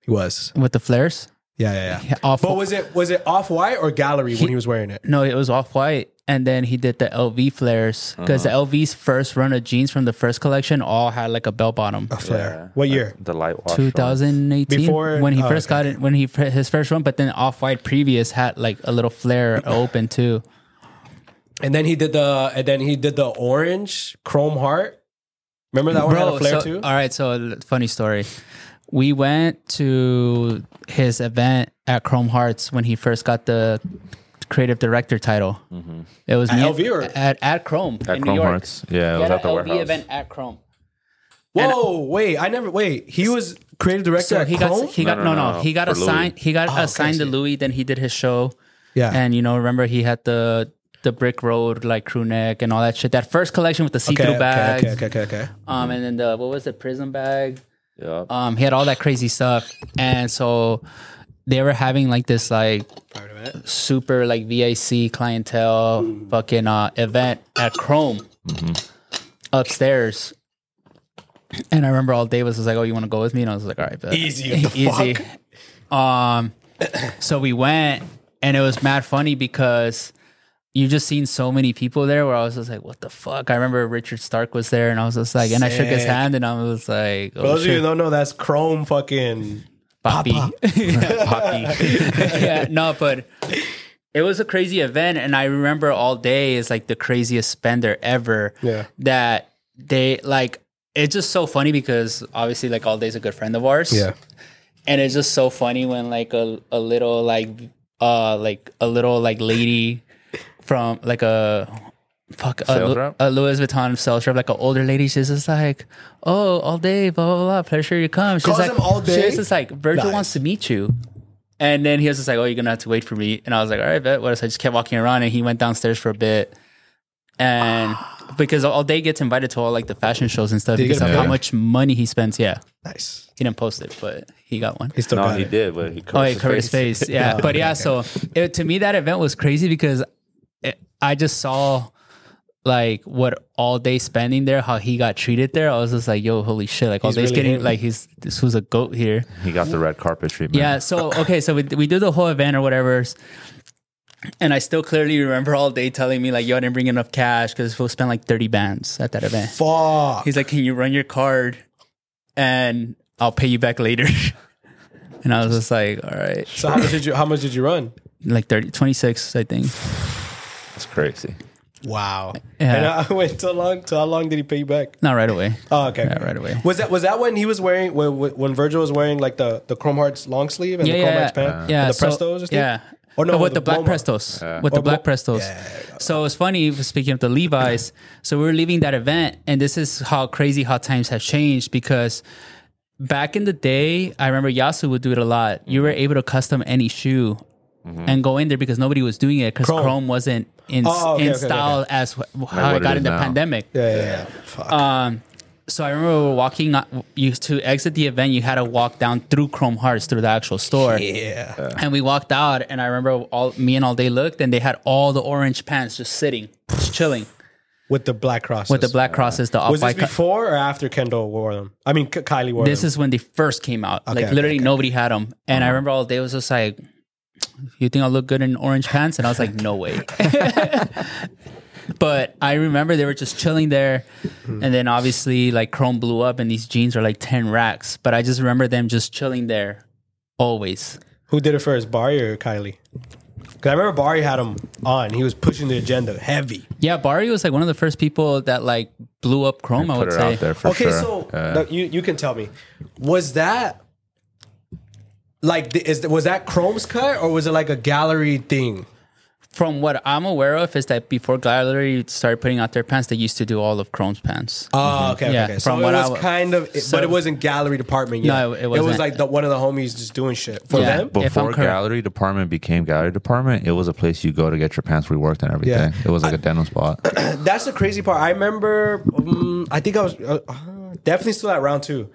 Speaker 4: He was.
Speaker 3: with the flares.
Speaker 4: Yeah, yeah, yeah.
Speaker 3: Yeah, off.
Speaker 4: But was it was it off white or gallery when he was wearing it?
Speaker 3: no, it was off white, and then he did the LV flares because
Speaker 4: Uh-huh.
Speaker 3: the LV's first run of jeans from the first collection all had like a bell bottom.
Speaker 4: A flare. What
Speaker 2: Like
Speaker 4: year?
Speaker 2: The light wash.
Speaker 3: 2018
Speaker 4: Before-
Speaker 3: when he
Speaker 4: oh,
Speaker 3: first
Speaker 4: okay.
Speaker 3: got it when he fir- his first run but then off white previous had like a little flare open too
Speaker 4: And then he did the and then he did the orange chrome heart. Remember that one had a flare
Speaker 3: so-
Speaker 4: too?
Speaker 3: all right so l- funny story we went to his event at chrome hearts when he first got the creative director title it was
Speaker 4: Mm-hmm. At
Speaker 3: me-
Speaker 4: LV or-
Speaker 3: at, at chrome
Speaker 2: At
Speaker 3: in
Speaker 2: Chrome
Speaker 3: New York.
Speaker 2: Hearts. Yeah, it
Speaker 3: He
Speaker 2: was
Speaker 3: had
Speaker 2: at
Speaker 3: a
Speaker 2: the
Speaker 3: LV
Speaker 2: warehouse.
Speaker 3: event at chrome
Speaker 4: Whoa, wait! I never wait. He was creative director.
Speaker 3: so
Speaker 4: at
Speaker 3: he
Speaker 4: Chrome?
Speaker 3: got he
Speaker 2: No,
Speaker 3: got
Speaker 2: no,
Speaker 3: no no,
Speaker 2: no, no,
Speaker 3: he got
Speaker 2: for Louis.
Speaker 3: assigned he got
Speaker 4: Oh, okay,
Speaker 3: assigned to
Speaker 4: shit.
Speaker 3: louis then he did his show
Speaker 4: Yeah.
Speaker 3: and you know remember he had the the brick road like crew neck and all that shit that first collection with the see-through
Speaker 4: okay,
Speaker 3: bags
Speaker 4: okay, okay, okay, okay.
Speaker 3: um and then the what was it prism bag
Speaker 2: Yeah.
Speaker 3: um he had all that crazy stuff and so they were having like this like super like VAC clientele fucking uh event at Chrome
Speaker 4: Mm-hmm.
Speaker 3: upstairs. And I remember all Davis was like, "Oh, you want to go with me?" And I was like, "All right, bet."
Speaker 4: Easy, what the
Speaker 3: Um, so we went, and it was mad funny because you just seen so many people there. Where I was just like, "What the fuck?" I remember Richard Stark was there, and I was just like, and I shook his
Speaker 4: Sick.
Speaker 3: hand, and I was like,
Speaker 4: For
Speaker 3: "Oh
Speaker 4: those of you who
Speaker 3: shit,
Speaker 4: don't know, that's Chrome fucking.
Speaker 3: papi."
Speaker 2: Poppy.
Speaker 3: yeah, no, but it was a crazy event, and I remember all day is like the craziest spender ever.
Speaker 4: Yeah.
Speaker 3: that they like. It's just so funny because obviously, like all day's a good friend of ours. and it's just so funny when like a a little like uh like a little like lady from like a. Fuck a,
Speaker 2: Sales
Speaker 3: Lu-
Speaker 2: rep?
Speaker 3: a Louis Vuitton sales rep, like an older lady. She's just like, "Oh, all day, blah blah blah. Pleasure you come." She's
Speaker 4: Calls
Speaker 3: like,
Speaker 4: him all day?
Speaker 3: She's just like, "Virgil
Speaker 4: Nice.
Speaker 3: wants to meet you." And then he was just like, "Oh, you're gonna have to wait for me." And I was like, "All right, bet." What? So I just kept walking around, and he went downstairs for a bit, and because all day gets invited to all like the fashion shows and stuff
Speaker 4: Did he get
Speaker 3: because of
Speaker 4: a
Speaker 3: how
Speaker 4: pair?
Speaker 3: much money he spends. Yeah,
Speaker 4: Nice.
Speaker 3: he didn't post it, but he got one.
Speaker 4: He still
Speaker 2: no,
Speaker 4: got
Speaker 2: he
Speaker 4: it.
Speaker 2: did, but he covered
Speaker 3: Oh, yeah,
Speaker 2: his
Speaker 3: covered his face. Yeah, but yeah. So it, to me, that event was crazy because it, I just saw like what all day spending there, how he got treated there, I was just like, yo, holy shit! Like all
Speaker 4: He's
Speaker 3: day's
Speaker 4: really
Speaker 3: getting
Speaker 4: him.
Speaker 3: like he's this who's a goat here.
Speaker 2: He got the red carpet treatment.
Speaker 3: Yeah. So okay, so we we do the whole event or whatever, and I still clearly remember all day telling me like, yo, I didn't bring enough cash because we'll spend like thirty bands at that event.
Speaker 4: Fuck.
Speaker 3: He's like, "Can you run your card, and I'll pay you back later." and I was just like, "All right,
Speaker 4: So how much did you? How much did you run?
Speaker 3: like 30, 26, I think."
Speaker 2: It's crazy.
Speaker 4: Wow.
Speaker 3: Yeah.
Speaker 4: And uh, I wait so long. So how long did he pay you back?
Speaker 3: Not right away.
Speaker 4: Oh, okay.
Speaker 3: Not right away.
Speaker 4: Was that was that when he was wearing when, when Virgil was wearing like the the Chrome Hearts long sleeve and
Speaker 3: Yeah,
Speaker 4: the Chrome
Speaker 3: yeah,
Speaker 4: Hearts
Speaker 3: yeah.
Speaker 4: pants?
Speaker 3: yeah,
Speaker 4: and the
Speaker 3: so-
Speaker 4: Prestos. I think?
Speaker 3: Yeah.
Speaker 4: Or no,
Speaker 3: No, with
Speaker 4: the
Speaker 3: the black
Speaker 4: Boma.
Speaker 3: Prestos. With the
Speaker 4: Or Bo-
Speaker 3: black Prestos. So it's funny, speaking of the Levi's, so we were leaving that event, and this is how crazy how times have changed because back in the day, I remember Yasu would do it a lot. You were able to custom any shoe
Speaker 2: Mm-hmm.
Speaker 3: and go in there because nobody was doing it because
Speaker 4: Chrome.
Speaker 3: Chrome. wasn't in,
Speaker 4: Oh, okay,
Speaker 3: in
Speaker 4: okay, okay,
Speaker 3: style as wh- how
Speaker 2: what
Speaker 3: it
Speaker 2: it
Speaker 3: got
Speaker 2: is
Speaker 3: in the
Speaker 2: now.
Speaker 3: pandemic.
Speaker 4: Yeah, yeah, yeah.
Speaker 3: Uh,
Speaker 4: Fuck.
Speaker 3: So I remember we were walking uh, you to exit the event, you had to walk down through Chrome Hearts through the actual store.
Speaker 4: yeah.
Speaker 3: And we walked out, and I remember all me and all day looked, and they had all the orange pants just sitting, just chilling
Speaker 4: With the black crosses.
Speaker 3: with the black crosses, the off
Speaker 4: Was this
Speaker 3: white.
Speaker 4: before or after Kendall wore them? I mean, K- Kylie wore
Speaker 3: This
Speaker 4: them.
Speaker 3: is when they first came out. like
Speaker 4: okay,
Speaker 3: literally
Speaker 4: okay.
Speaker 3: nobody had them,
Speaker 2: Uh-huh.
Speaker 3: and I remember all day was just like, "You think I look good in orange pants?" And I was like, "No way." but I remember they were just chilling there,
Speaker 2: Mm-hmm.
Speaker 3: and then obviously like Chrome blew up, and these jeans are like ten racks. But I just remember them just chilling there, always.
Speaker 4: Who did it first, Barry or Kylie? Because I remember Barry had him on. He was pushing the agenda heavy.
Speaker 3: Yeah, Barry was like one of the first people that like blew up Chrome. I
Speaker 2: Put
Speaker 3: would
Speaker 2: it
Speaker 3: say.
Speaker 2: out there for
Speaker 4: Okay,
Speaker 2: sure.
Speaker 4: so
Speaker 2: Uh,
Speaker 4: no, you you can tell me. Was that like th- is was that Chrome's cut or was it like a gallery thing?
Speaker 3: From what I'm aware of is that before Gallery started putting out their pants, they used to do all of Chrome's pants.
Speaker 4: Oh, okay, okay,
Speaker 3: Mm-hmm. Yeah,
Speaker 4: okay. So
Speaker 3: from
Speaker 4: it
Speaker 3: what I
Speaker 4: was
Speaker 3: wa-
Speaker 4: kind of, it-
Speaker 3: so-
Speaker 4: but it wasn't gallery department. Yet.
Speaker 3: No, it- it wasn't.
Speaker 4: was like the, one of the homies just doing shit for
Speaker 3: Yeah.
Speaker 4: them.
Speaker 3: But- if I'm
Speaker 2: before
Speaker 3: correct-
Speaker 2: gallery department became gallery department, it was a place you go to get your pants reworked and everything.
Speaker 4: Yeah.
Speaker 2: It was like a dental spot.
Speaker 4: That's the crazy part. I remember. Um, I think I was uh, uh, definitely still at round two,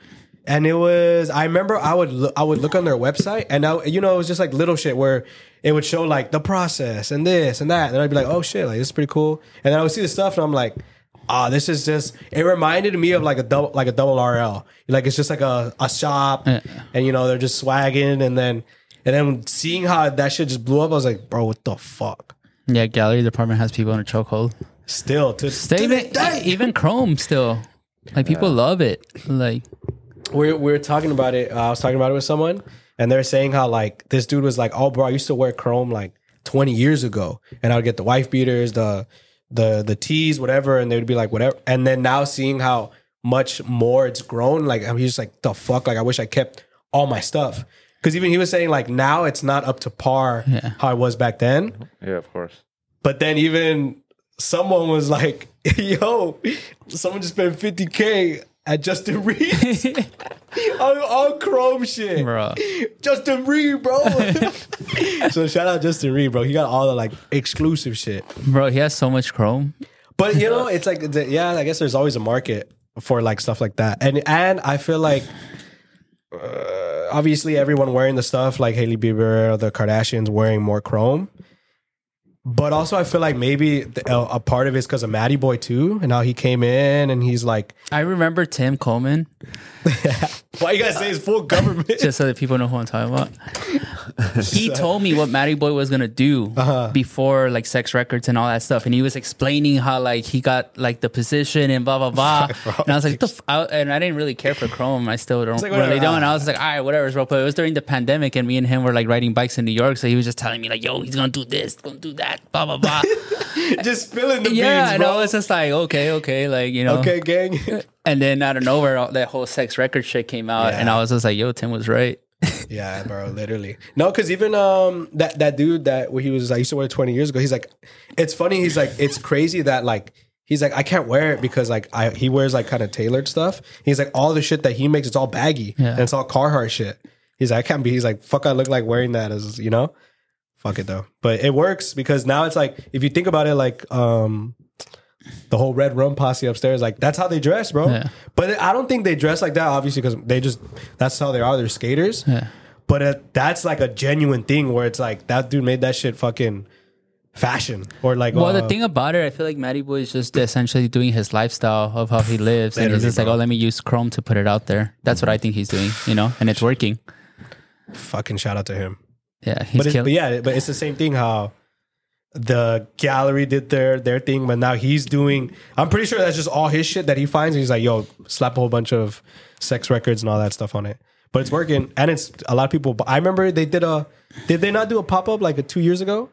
Speaker 4: and it was. I remember I would look, I would look on their website, and I you know it was just like little shit where it would show like the process and this and that, and I'd be like, oh shit, like this is pretty cool, and then I would see the stuff, and I'm like. Ah, this is just. It reminded me of like a double, like a double RL. Like it's just like a, a shop, and you know they're just swagging, and then and then seeing how that shit just blew up, I was like, bro, what the fuck?
Speaker 3: Yeah, Gallery department has people in a chokehold.
Speaker 4: Still to,
Speaker 3: They
Speaker 4: to this
Speaker 3: even, e-,
Speaker 4: day.
Speaker 3: even Chrome still, like people love it. Like
Speaker 4: we we were talking about it. Uh, I was talking about it with someone, and they're saying how like this dude was like, "Oh, bro, I used to wear Chrome like 20 years ago, and I would get the wife beaters, the the the tees, whatever, and they would be like, whatever." And then now seeing how much more it's grown, like I'm just like, "The fuck!" Like I wish I kept all my stuff because even he was saying like now it's not up to par how it was back then.
Speaker 2: yeah, of course.
Speaker 4: But then even someone was like, "Yo, someone just spent 50k at Justin Reed on, on Oh, Chrome shit,
Speaker 3: Bro.
Speaker 4: Justin Reed, bro. so shout out Justin Reed, bro. He got all the like exclusive shit.
Speaker 3: bro, he has so much Chrome.
Speaker 4: But you know, it's like, it's a- yeah, I guess there's always a market for like stuff like that, and and I feel like. uh, obviously, everyone wearing the stuff like Hailey Bieber or the Kardashians wearing more chrome, but also I feel like maybe the, a, a part of it is because of Matty Boy too, and how he came in and he's like,
Speaker 3: I remember Tim Coleman.
Speaker 4: "Why you guys say it's full government?"
Speaker 3: just so that people know who I'm talking about. he told me what Matty Boy was gonna do
Speaker 4: Uh-huh.
Speaker 3: before like sex records and all that stuff, and he was explaining how like he got like the position and blah blah blah. and I was like, the f-? I, and I didn't really care for Chrome. I still don't
Speaker 4: like,
Speaker 3: really
Speaker 4: whatever.
Speaker 3: don't. And I was like, all right, whatever, bro. But it was during the pandemic, and me and him were like riding bikes in New York, so he was just telling me like, yo, he's gonna do this, gonna do that, blah blah blah.
Speaker 4: just spilling the
Speaker 3: yeah,
Speaker 4: beans,
Speaker 3: and
Speaker 4: bro.
Speaker 3: I was just like, okay, okay, like you know,
Speaker 4: okay, gang.
Speaker 3: And then out of nowhere, all, that whole sex record shit came out, and
Speaker 4: Yeah.
Speaker 3: I was just like, yo, Tim was right.
Speaker 4: Yeah, bro, literally. No, because even um that that dude that he was I used to wear it twenty years ago. He's like, it's funny. He's like, it's crazy that like he's like I can't wear it because like I he wears like kind of tailored stuff. He's like all the shit that he makes, it's all baggy and it's all Carhartt shit. He's like I can't be. He's like fuck. I look like wearing that as you know. Fuck it though, but it works because now it's like if you think about it, like um the whole red rum posse upstairs. Like that's how they dress, bro.
Speaker 3: Yeah.
Speaker 4: But I don't think they dress like that, obviously, because they just that's how they are. They're skaters. But uh that's like a genuine thing where it's like that dude made that shit fucking fashion or like
Speaker 3: Well,
Speaker 4: uh,
Speaker 3: the thing about it, I feel like Matty Boy is just essentially doing his lifestyle of how he lives, and he's
Speaker 4: Literally,
Speaker 3: just like,
Speaker 4: bro.
Speaker 3: "Oh, let me use Chrome to put it out there." That's what I think he's doing, you know, and it's working.
Speaker 4: fucking shout out to him.
Speaker 3: Yeah, he's
Speaker 4: But, it's, but
Speaker 3: killing.
Speaker 4: yeah, but it's the same thing how the gallery did their their thing, but now he's doing. I'm pretty sure that's just all his shit that he finds. He's like, yo, slap a whole bunch of sex records and all that stuff on it. But it's working, and it's a lot of people. But I remember they did a. Did they not do a pop up like a two years ago?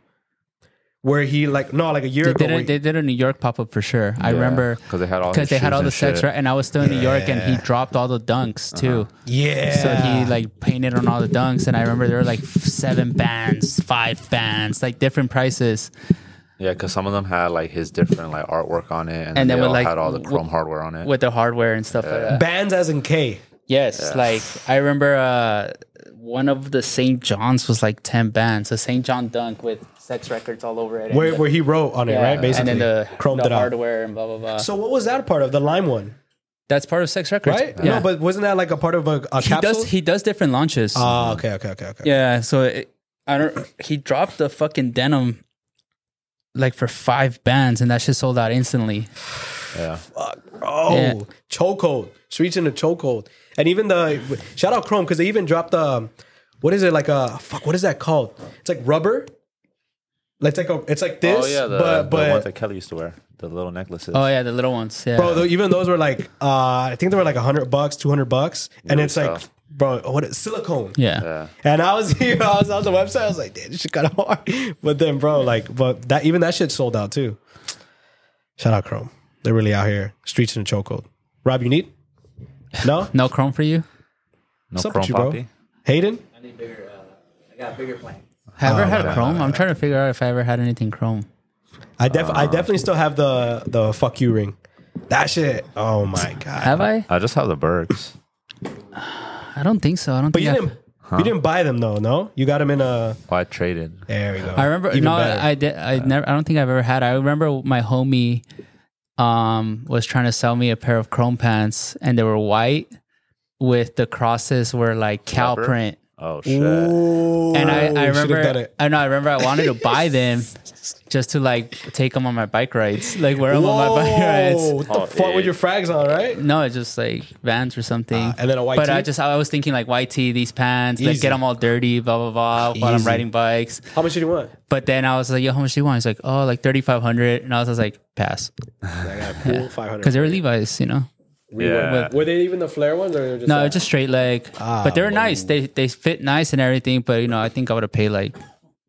Speaker 4: Where he like no like a year
Speaker 3: They
Speaker 4: ago.
Speaker 3: did, a,
Speaker 4: where-
Speaker 3: they did a New York pop up for sure. I remember
Speaker 2: 'cause they had all
Speaker 3: because they
Speaker 2: his
Speaker 3: had
Speaker 2: shoes
Speaker 3: all the
Speaker 2: and
Speaker 3: sex
Speaker 2: shit.
Speaker 3: right, and I was still in New York, and he dropped all the dunks too.
Speaker 4: Uh-huh. yeah.
Speaker 3: So he like painted on all the dunks, and I remember there were like seven bands, five bands, like different prices.
Speaker 2: Yeah, because some of them had like his different like artwork on it, and,
Speaker 3: And
Speaker 2: they
Speaker 3: then with,
Speaker 2: all
Speaker 3: like,
Speaker 2: had all the
Speaker 3: w-
Speaker 2: Chrome hardware on it.
Speaker 3: with the hardware and stuff like that.
Speaker 4: bands as in K.
Speaker 3: Yes, like I remember uh, one of the St. John's was like ten bands, a St. John dunk with sex records all over it. and
Speaker 4: Where
Speaker 3: the-
Speaker 4: where he wrote on it
Speaker 3: yeah,
Speaker 4: right basically.
Speaker 3: and then the,
Speaker 4: chromed
Speaker 3: the
Speaker 4: it out.
Speaker 3: hardware and blah blah blah.
Speaker 4: So what was that part of the lime one?
Speaker 3: that's part of sex records,
Speaker 4: Right?
Speaker 3: Yeah.
Speaker 4: No, but wasn't that like a part of a, a
Speaker 3: he
Speaker 4: capsule?
Speaker 3: does he does different launches.
Speaker 4: Ah, okay, okay, okay, okay.
Speaker 3: yeah, so it, I don't. He dropped the fucking denim like for five bands, and that shit sold out instantly.
Speaker 2: yeah,
Speaker 4: Oh,
Speaker 3: Yeah.
Speaker 4: chokehold. Streets in a chokehold. And even the shout out Chrome because they even dropped the what is it like a fuck? What is that called? It's like rubber. Like it's like a, it's like this.
Speaker 2: oh yeah, the,
Speaker 4: but
Speaker 2: the ones
Speaker 4: but
Speaker 2: that Kelly used to wear, the little necklaces.
Speaker 3: Oh yeah, the little ones. Yeah,
Speaker 4: bro, though, even those were like uh I think they were like hundred bucks, two hundred bucks, and
Speaker 2: Really
Speaker 4: it's like
Speaker 2: tough.
Speaker 4: bro, what is silicone?
Speaker 3: yeah.
Speaker 2: yeah,
Speaker 4: And I was here, I was on the website, I was like, damn, this shit kind of hard. But then, bro, like, but that even that shit sold out too. Shout out Chrome. They're really out here. Streets in a chokehold. Rob, you need? No?
Speaker 3: No Chrome for you.
Speaker 2: no
Speaker 4: What's up
Speaker 2: Chrome
Speaker 4: with you, bro?
Speaker 2: poppy.
Speaker 4: Hayden?
Speaker 5: I need bigger. Uh, I got bigger plans.
Speaker 3: Have
Speaker 4: Oh,
Speaker 3: I ever had Chrome? I'm trying to figure out if I ever had anything Chrome.
Speaker 4: I def
Speaker 3: Uh,
Speaker 4: I definitely still have the the fuck you ring. That shit. Oh my god.
Speaker 3: Have I?
Speaker 2: I just have the Bergs.
Speaker 3: I don't think so. I don't
Speaker 4: But
Speaker 3: think
Speaker 4: you
Speaker 3: I've-
Speaker 4: didn't you didn't buy them though, no? You got them in a
Speaker 2: Oh, I traded.
Speaker 4: there we go.
Speaker 3: I remember.
Speaker 4: Even
Speaker 3: no,
Speaker 4: better.
Speaker 3: I did. I never. I don't think I've ever had. I remember my homie um was trying to sell me a pair of Chrome pants, and they were white with the crosses were like cow
Speaker 2: Leopard?
Speaker 3: print.
Speaker 2: Oh shit.
Speaker 4: Ooh,
Speaker 3: And I, I
Speaker 4: Oh, you should've done
Speaker 3: remember.
Speaker 4: it.
Speaker 3: I know. I remember. I wanted to buy them just to like take them on my bike rides, like wear them on my bike
Speaker 4: Whoa,
Speaker 3: rides.
Speaker 4: what the fuck with your frags on, right?
Speaker 3: No, it's just like Vans or something.
Speaker 4: Ah, and then a white
Speaker 3: But I
Speaker 4: tee?
Speaker 3: just I was thinking like white tee, these pants, like
Speaker 4: Easy. Ah,
Speaker 3: get them all dirty, blah blah blah, while I'm
Speaker 4: Easy.
Speaker 3: riding bikes.
Speaker 4: How much did you want?
Speaker 3: But then I was like, yo, how much do you want? He's like, oh, like 3,500. And I was, I was like, pass.
Speaker 4: I got a cool five hundred.
Speaker 3: Because they were Levi's, you know?
Speaker 2: yeah.
Speaker 4: Were they even the flare ones or they were just
Speaker 3: No,
Speaker 4: like-
Speaker 3: it's just straight leg.
Speaker 4: Ah,
Speaker 3: but they were nice. They they fit nice and everything. But, you know, I think I would have paid like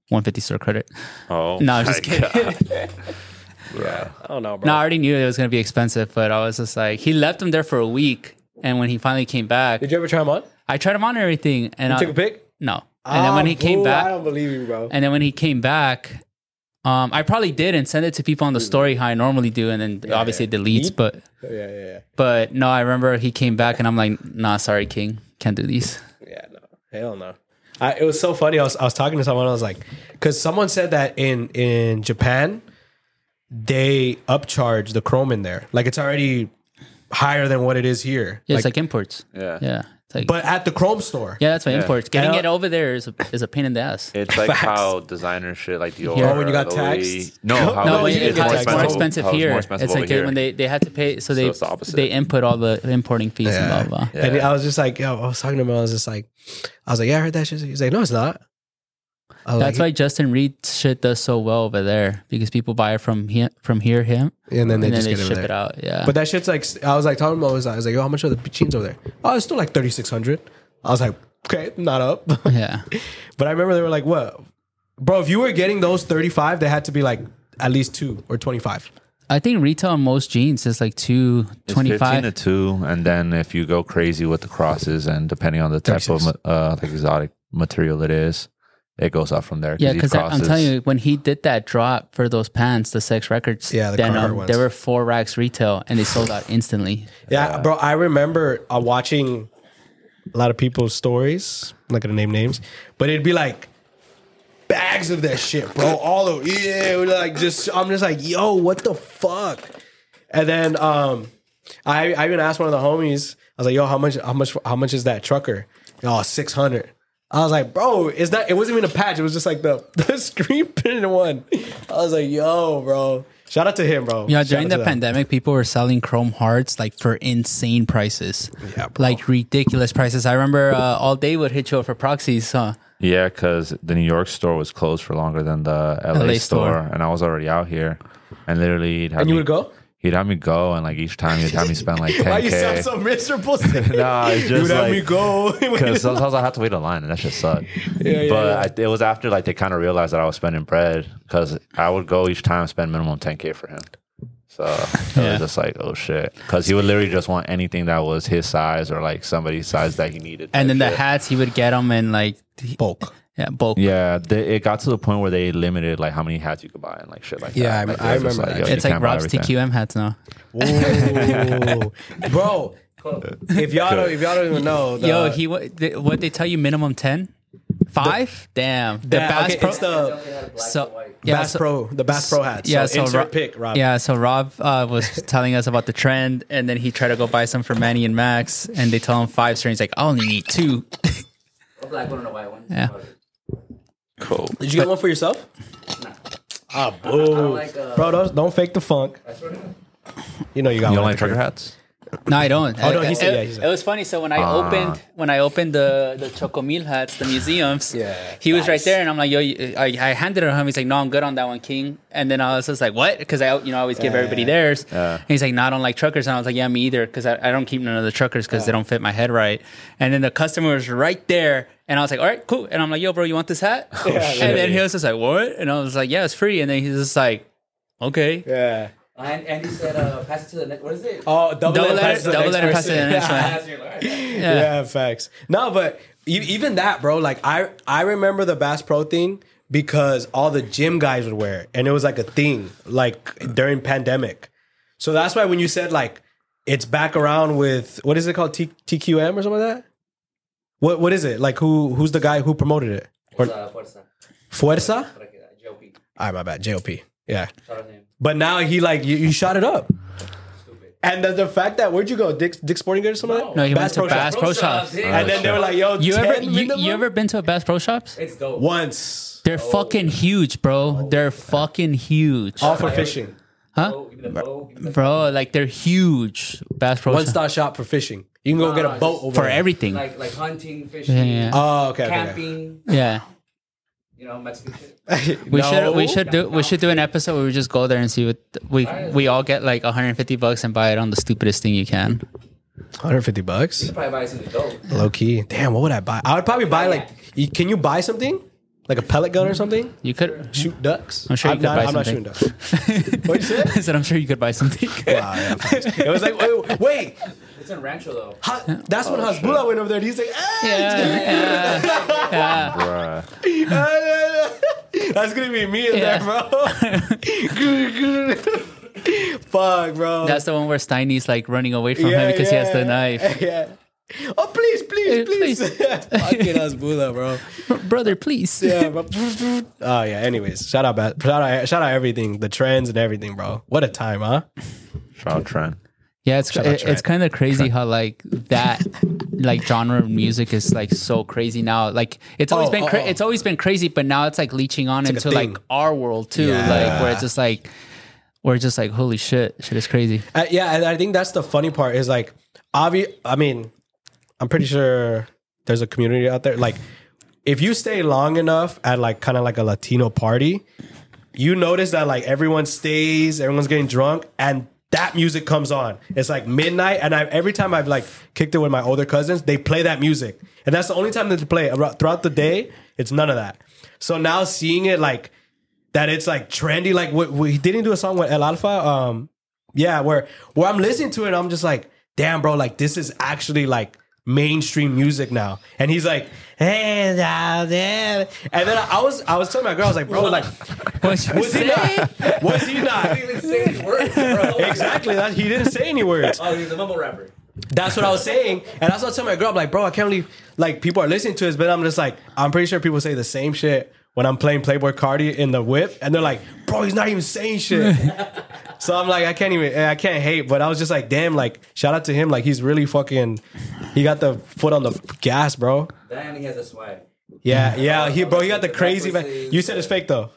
Speaker 3: 150 store credit.
Speaker 2: Oh
Speaker 3: No, I'm
Speaker 2: my
Speaker 3: just kidding.
Speaker 2: God.
Speaker 4: I don't know, bro.
Speaker 3: no, I already knew it was going to be expensive. But I was just like, he left them there for a week. And when he finally came back,
Speaker 4: Did you ever try them on?
Speaker 3: I tried them on and everything. And I
Speaker 4: Took a pic. Ah, Oh,
Speaker 3: No. And then when he came
Speaker 4: I
Speaker 3: back,
Speaker 4: don't believe you, bro.
Speaker 3: And then when he came back, um, I probably did and sent it to people on the story how I normally do, and then obviously it deletes. But
Speaker 4: Yeah, yeah,
Speaker 3: but no, I remember he came back and I'm like, nah, sorry, King, can't do these.
Speaker 4: yeah. Yeah, no, hell no. I, it was so funny. I was, I was talking to someone. I was like, because someone said that in in Japan, they upcharge the chrome in there. Like it's already higher than what it is here.
Speaker 3: Yeah,
Speaker 4: like,
Speaker 3: it's like imports.
Speaker 2: Yeah.
Speaker 3: yeah, it's like,
Speaker 4: but at the chrome store.
Speaker 3: yeah, that's my imports. Getting
Speaker 4: And
Speaker 3: it over there is a, is a pain in the ass.
Speaker 2: It's like
Speaker 4: Facts.
Speaker 2: how designer shit, like the
Speaker 4: Oh, when you got
Speaker 2: the
Speaker 4: taxed?
Speaker 2: Louis- No, how
Speaker 3: no,
Speaker 4: but
Speaker 3: but
Speaker 4: you
Speaker 3: you
Speaker 4: get
Speaker 3: Oh, it's, it's
Speaker 4: taxed
Speaker 3: more
Speaker 4: over-
Speaker 3: expensive
Speaker 2: how it's
Speaker 3: here.
Speaker 2: more
Speaker 3: It's,
Speaker 2: expensive over
Speaker 3: like they,
Speaker 2: here.
Speaker 3: when they, they had to pay, so they
Speaker 2: it's the opposite.
Speaker 3: they input all the importing fees and blah blah. blah.
Speaker 4: And I was just like, yo, I was talking to him. I was just like, I was like, yeah, I heard that shit. He's like, no, it's not. I was
Speaker 3: That's
Speaker 4: like,
Speaker 3: why Justin Reed's shit does so well over there because people buy it from here, from here, him,
Speaker 4: and then they
Speaker 3: and then
Speaker 4: just
Speaker 3: they
Speaker 4: get over
Speaker 3: ship
Speaker 4: there.
Speaker 3: it out. Yeah,
Speaker 4: But that shit's like, I was like talking about, I was like, yo, how much are the jeans over there? Oh, it's still like 3,600. I was like, okay, not up.
Speaker 3: yeah.
Speaker 4: but I remember they were like, what? Bro, if you were getting those 35, they had to be like at least two or 25.
Speaker 3: I think retail on most jeans is like two twenty
Speaker 2: Fifteen
Speaker 3: five.
Speaker 2: to two, and then if you go crazy with the crosses, and depending on the type of
Speaker 4: 36.
Speaker 2: uh, like exotic material it is, it goes up from there.
Speaker 3: yeah,
Speaker 2: each
Speaker 3: because I'm
Speaker 2: crosses-
Speaker 3: telling you, when he did that drop for those pants, the Sex Records,
Speaker 4: Yeah, the Carhartt
Speaker 3: denim,
Speaker 4: ones.
Speaker 3: there were four racks retail, and they sold out instantly.
Speaker 4: Yeah, bro, I remember uh, watching a lot of people's stories. I'm not gonna name names, but it'd be like bags of that shit, bro. All of yeah, we're like just I'm just like, yo, what the fuck? And then um, I I even asked one of the homies. I was like, yo, how much how much how much is that trucker? Oh, 600. I was like, bro, it's not. It wasn't even a patch. It was just like the the screen printed one. I was like, yo, bro. Shout out to him, bro.
Speaker 3: Yeah,
Speaker 4: Shout
Speaker 3: during
Speaker 4: out
Speaker 3: the
Speaker 4: to them.
Speaker 3: pandemic, people were selling Chrome Hearts like for insane prices. Yeah, Like ridiculous prices. I remember uh, all day would hit you up for proxies, huh?
Speaker 2: Yeah, because the New York store was closed for longer than the LA,
Speaker 3: LA
Speaker 2: store,
Speaker 3: store.
Speaker 2: and I was already out here, and literally, he'd have
Speaker 4: And
Speaker 2: me,
Speaker 4: you would go?
Speaker 2: He'd have me go, and like each time, he'd have me spend like
Speaker 4: Why
Speaker 2: ten
Speaker 4: you sound
Speaker 2: k.
Speaker 4: so miserable? nah,
Speaker 2: Nah, it's
Speaker 4: Dude,
Speaker 2: just
Speaker 4: let
Speaker 2: like,
Speaker 4: me go.
Speaker 2: Because sometimes I had to wait in line, and that shit sucked.
Speaker 4: yeah,
Speaker 2: but I, it was after like they kind of realized that I was spending bread because I would go each time spend minimum ten k for him. So it was just like, oh shit, because he would literally just want anything that was his size or like somebody's size that he needed.
Speaker 3: And then
Speaker 2: type
Speaker 3: the
Speaker 2: shit.
Speaker 3: hats, he would get them in like he-
Speaker 4: bulk.
Speaker 3: yeah, bulk.
Speaker 2: Yeah, they, it got to the point where they limited like how many hats you could buy and like shit like
Speaker 4: Yeah, I-
Speaker 2: that. Like,
Speaker 4: I
Speaker 2: it was just yo,
Speaker 4: remember that.
Speaker 2: you
Speaker 3: It's like
Speaker 2: can't buy
Speaker 3: Rob's
Speaker 2: everything.
Speaker 3: TQM hats now.
Speaker 4: Ooh. bro. If y'all don't, if y'all don't even know, the,
Speaker 3: Yo, he what they, what they tell you minimum 10? 5? Damn. The
Speaker 4: yeah,
Speaker 3: Bass
Speaker 4: okay,
Speaker 3: Pro
Speaker 4: it's the
Speaker 3: so, yeah,
Speaker 4: Bass
Speaker 3: so-
Speaker 4: Pro, the Bass Pro hat.
Speaker 3: yeah,
Speaker 4: Yeah,
Speaker 3: so
Speaker 4: so,
Speaker 3: Ro-
Speaker 4: insert pick, Rob.
Speaker 3: Yeah, so Rob uh, was telling us about the trend, and then he tried to go buy some for Manny and Max, and they tell him five strings. Like, I only need two.
Speaker 5: A black one and a white one.
Speaker 3: Yeah.
Speaker 4: Did you get one for yourself? Ah, boo.
Speaker 5: like, uh,
Speaker 4: Bro, don't, don't fake the funk. You know you got
Speaker 2: You
Speaker 4: one.
Speaker 2: don't like
Speaker 4: at the
Speaker 2: trucker
Speaker 4: crib.
Speaker 2: hats?
Speaker 3: No, I don't.
Speaker 4: Oh, no, he
Speaker 3: I-
Speaker 4: said-
Speaker 3: it,
Speaker 4: yeah, he said.
Speaker 3: it was funny. So when I opened when I opened the the Chocomil hats, the museums,
Speaker 4: Yeah,
Speaker 3: he was right
Speaker 4: nice.
Speaker 3: there, and I'm like, yo, you- I, I handed it to him. He's like, no, I'm good on that one, King. And then I was just like, what? Because I you know I always give everybody theirs. And he's like, no, I don't like truckers, and I was like, yeah, me either, because I, I don't keep none of the truckers because they don't fit my head right. And then the customer was right there. And I was like, all right, cool. And I'm like, yo, bro, you want this hat? and then he was just like, what? And I was like, yeah, it's free. And then he's just like, okay.
Speaker 4: Yeah.
Speaker 5: And, and he said, uh, pass it to the next. What is it?
Speaker 4: Oh, double,
Speaker 3: Double
Speaker 4: letter
Speaker 3: letter-
Speaker 4: pass to the
Speaker 3: double
Speaker 4: next
Speaker 3: letter pass to the
Speaker 4: person.
Speaker 3: next one.
Speaker 5: Pass it, like, all right.
Speaker 4: yeah. facts. No, but e- even that, bro. Like I, I remember the Bass Pro thing because all the gym guys would wear it, and it was like a thing, like during pandemic. So that's why when you said like it's back around with what is it called T- TQM or something like that. What what is it like? Who who's the guy who promoted it? Or,
Speaker 5: Uh, fuerza.
Speaker 4: Fuerza.
Speaker 5: Para que- JLP.
Speaker 4: All right, my bad. JLP. Yeah.
Speaker 5: Shout out to him.
Speaker 4: But now he like you, you shot it up. And the, the fact that where'd you go? Dick's, Dick's Sporting Goods or something? like that?
Speaker 3: No, he went
Speaker 4: Bass
Speaker 3: to
Speaker 4: Pro Shop.
Speaker 3: Bass Pro Shops.
Speaker 5: Shops, yeah.
Speaker 4: And then they were like, "Yo,
Speaker 3: You
Speaker 4: 10
Speaker 3: ever you,
Speaker 4: minimum?
Speaker 3: you ever been to a Bass Pro Shops?
Speaker 5: It's dope.
Speaker 4: once
Speaker 3: They're fucking huge, bro. They're fucking huge,
Speaker 4: all for fishing?
Speaker 5: Bow, give me the bow, give me the-
Speaker 3: bro. Like they're huge. Bass Pro
Speaker 4: One
Speaker 3: Shop.
Speaker 4: stop shop for fishing. You can go get a boat over
Speaker 3: for
Speaker 4: there.
Speaker 3: everything.
Speaker 5: Like, like hunting, fishing,
Speaker 3: Yeah, yeah.
Speaker 4: Oh, okay. okay, okay.
Speaker 5: camping,
Speaker 3: yeah,
Speaker 5: you know, Mexican shit.
Speaker 3: we
Speaker 4: No.
Speaker 3: should we should do we should do an episode where we just go there and see what we we all get like 150 bucks and buy it on the stupidest thing you can.
Speaker 4: 150 bucks.
Speaker 5: Probably buy something dope.
Speaker 4: Low key. Damn, what would I buy? I would probably buy like. you- Can you buy something? Like a pellet gun or something?
Speaker 3: You could.
Speaker 4: Shoot ducks?
Speaker 3: I'm sure you
Speaker 4: I'm
Speaker 3: could
Speaker 4: not,
Speaker 3: buy
Speaker 4: I'm not shooting
Speaker 3: something.
Speaker 4: ducks.
Speaker 3: What
Speaker 4: you say?
Speaker 3: I said I'm sure you could buy something.
Speaker 4: Wow, yeah, facts. it was like, wait, wait
Speaker 5: It's in Rancho though.
Speaker 4: Ha- that's when Hasbullah went over there. And he's like, "Ah,
Speaker 3: Oh, yeah, yeah, yeah.
Speaker 2: Bruh.
Speaker 4: ah, That's gonna be me in
Speaker 3: Yeah.
Speaker 4: there, bro. Fuck, bro.
Speaker 3: That's the one where Steiny's like running away from
Speaker 4: Yeah,
Speaker 3: him because he has the
Speaker 4: yeah.
Speaker 3: knife.
Speaker 4: yeah. Oh please,
Speaker 3: Eh,
Speaker 4: please,
Speaker 3: please.
Speaker 4: please. Fucking Hasbullah, bro.
Speaker 3: Brother, please.
Speaker 4: Yeah, bro. Oh yeah. Anyways, shout out, Bat- shout out, shout out everything, the trends and everything, bro. What a time, huh?
Speaker 2: Shout out Trent.
Speaker 3: Yeah, it's
Speaker 4: out
Speaker 3: it, it's kind of crazy how like that like genre of music is like so crazy now. Like it's always
Speaker 4: Oh,
Speaker 3: been
Speaker 4: oh,
Speaker 3: cra-
Speaker 4: oh.
Speaker 3: it's always been crazy, but now it's like leeching on
Speaker 4: like a
Speaker 3: into like
Speaker 4: thing.
Speaker 3: our world too. Like where
Speaker 4: Yeah.
Speaker 3: it's just like we're just like holy shit, shit is crazy.
Speaker 4: Uh, yeah, and I think that's the funny part is like, obvi- I mean, I'm pretty sure there's a community out there. Like, if you stay long enough at like kind of like a Latino party, you notice that like everyone stays, everyone's getting drunk, and that music comes on. It's like midnight, and I every time I've like kicked it with my older cousins, they play that music, and that's the only time that they play Ar- throughout the day. It's none of that. So now seeing it like that, it's like trendy. Like we, we didn't do a song with El Alfa. Um, yeah, where where I'm listening to it, I'm just like, damn, bro, like this is actually like mainstream music now. And he's like, hey, da, da. and then I was I was telling my girl, I was like, bro, like,
Speaker 3: What you
Speaker 4: was he not? Was he not?
Speaker 5: Even say these words, bro.
Speaker 4: Exactly. That he didn't say any words.
Speaker 5: Oh, he's a mumble rapper.
Speaker 4: That's what I was saying. And that's what I was telling my girl, I'm like, bro, I can't believe like people are listening to this, but I'm just like, I'm pretty sure people say the same shit when I'm playing Playboy Cardi in the whip, and they're like, bro, he's not even saying shit. so I'm like, I can't even eh, I can't hate, but I was just like, damn, like, shout out to him. Like he's really fucking he got the foot on the gas, bro. Ah,
Speaker 5: Damn, he has a swag.
Speaker 4: Yeah, yeah. He bro, he got the crazy back. You said it's fake though.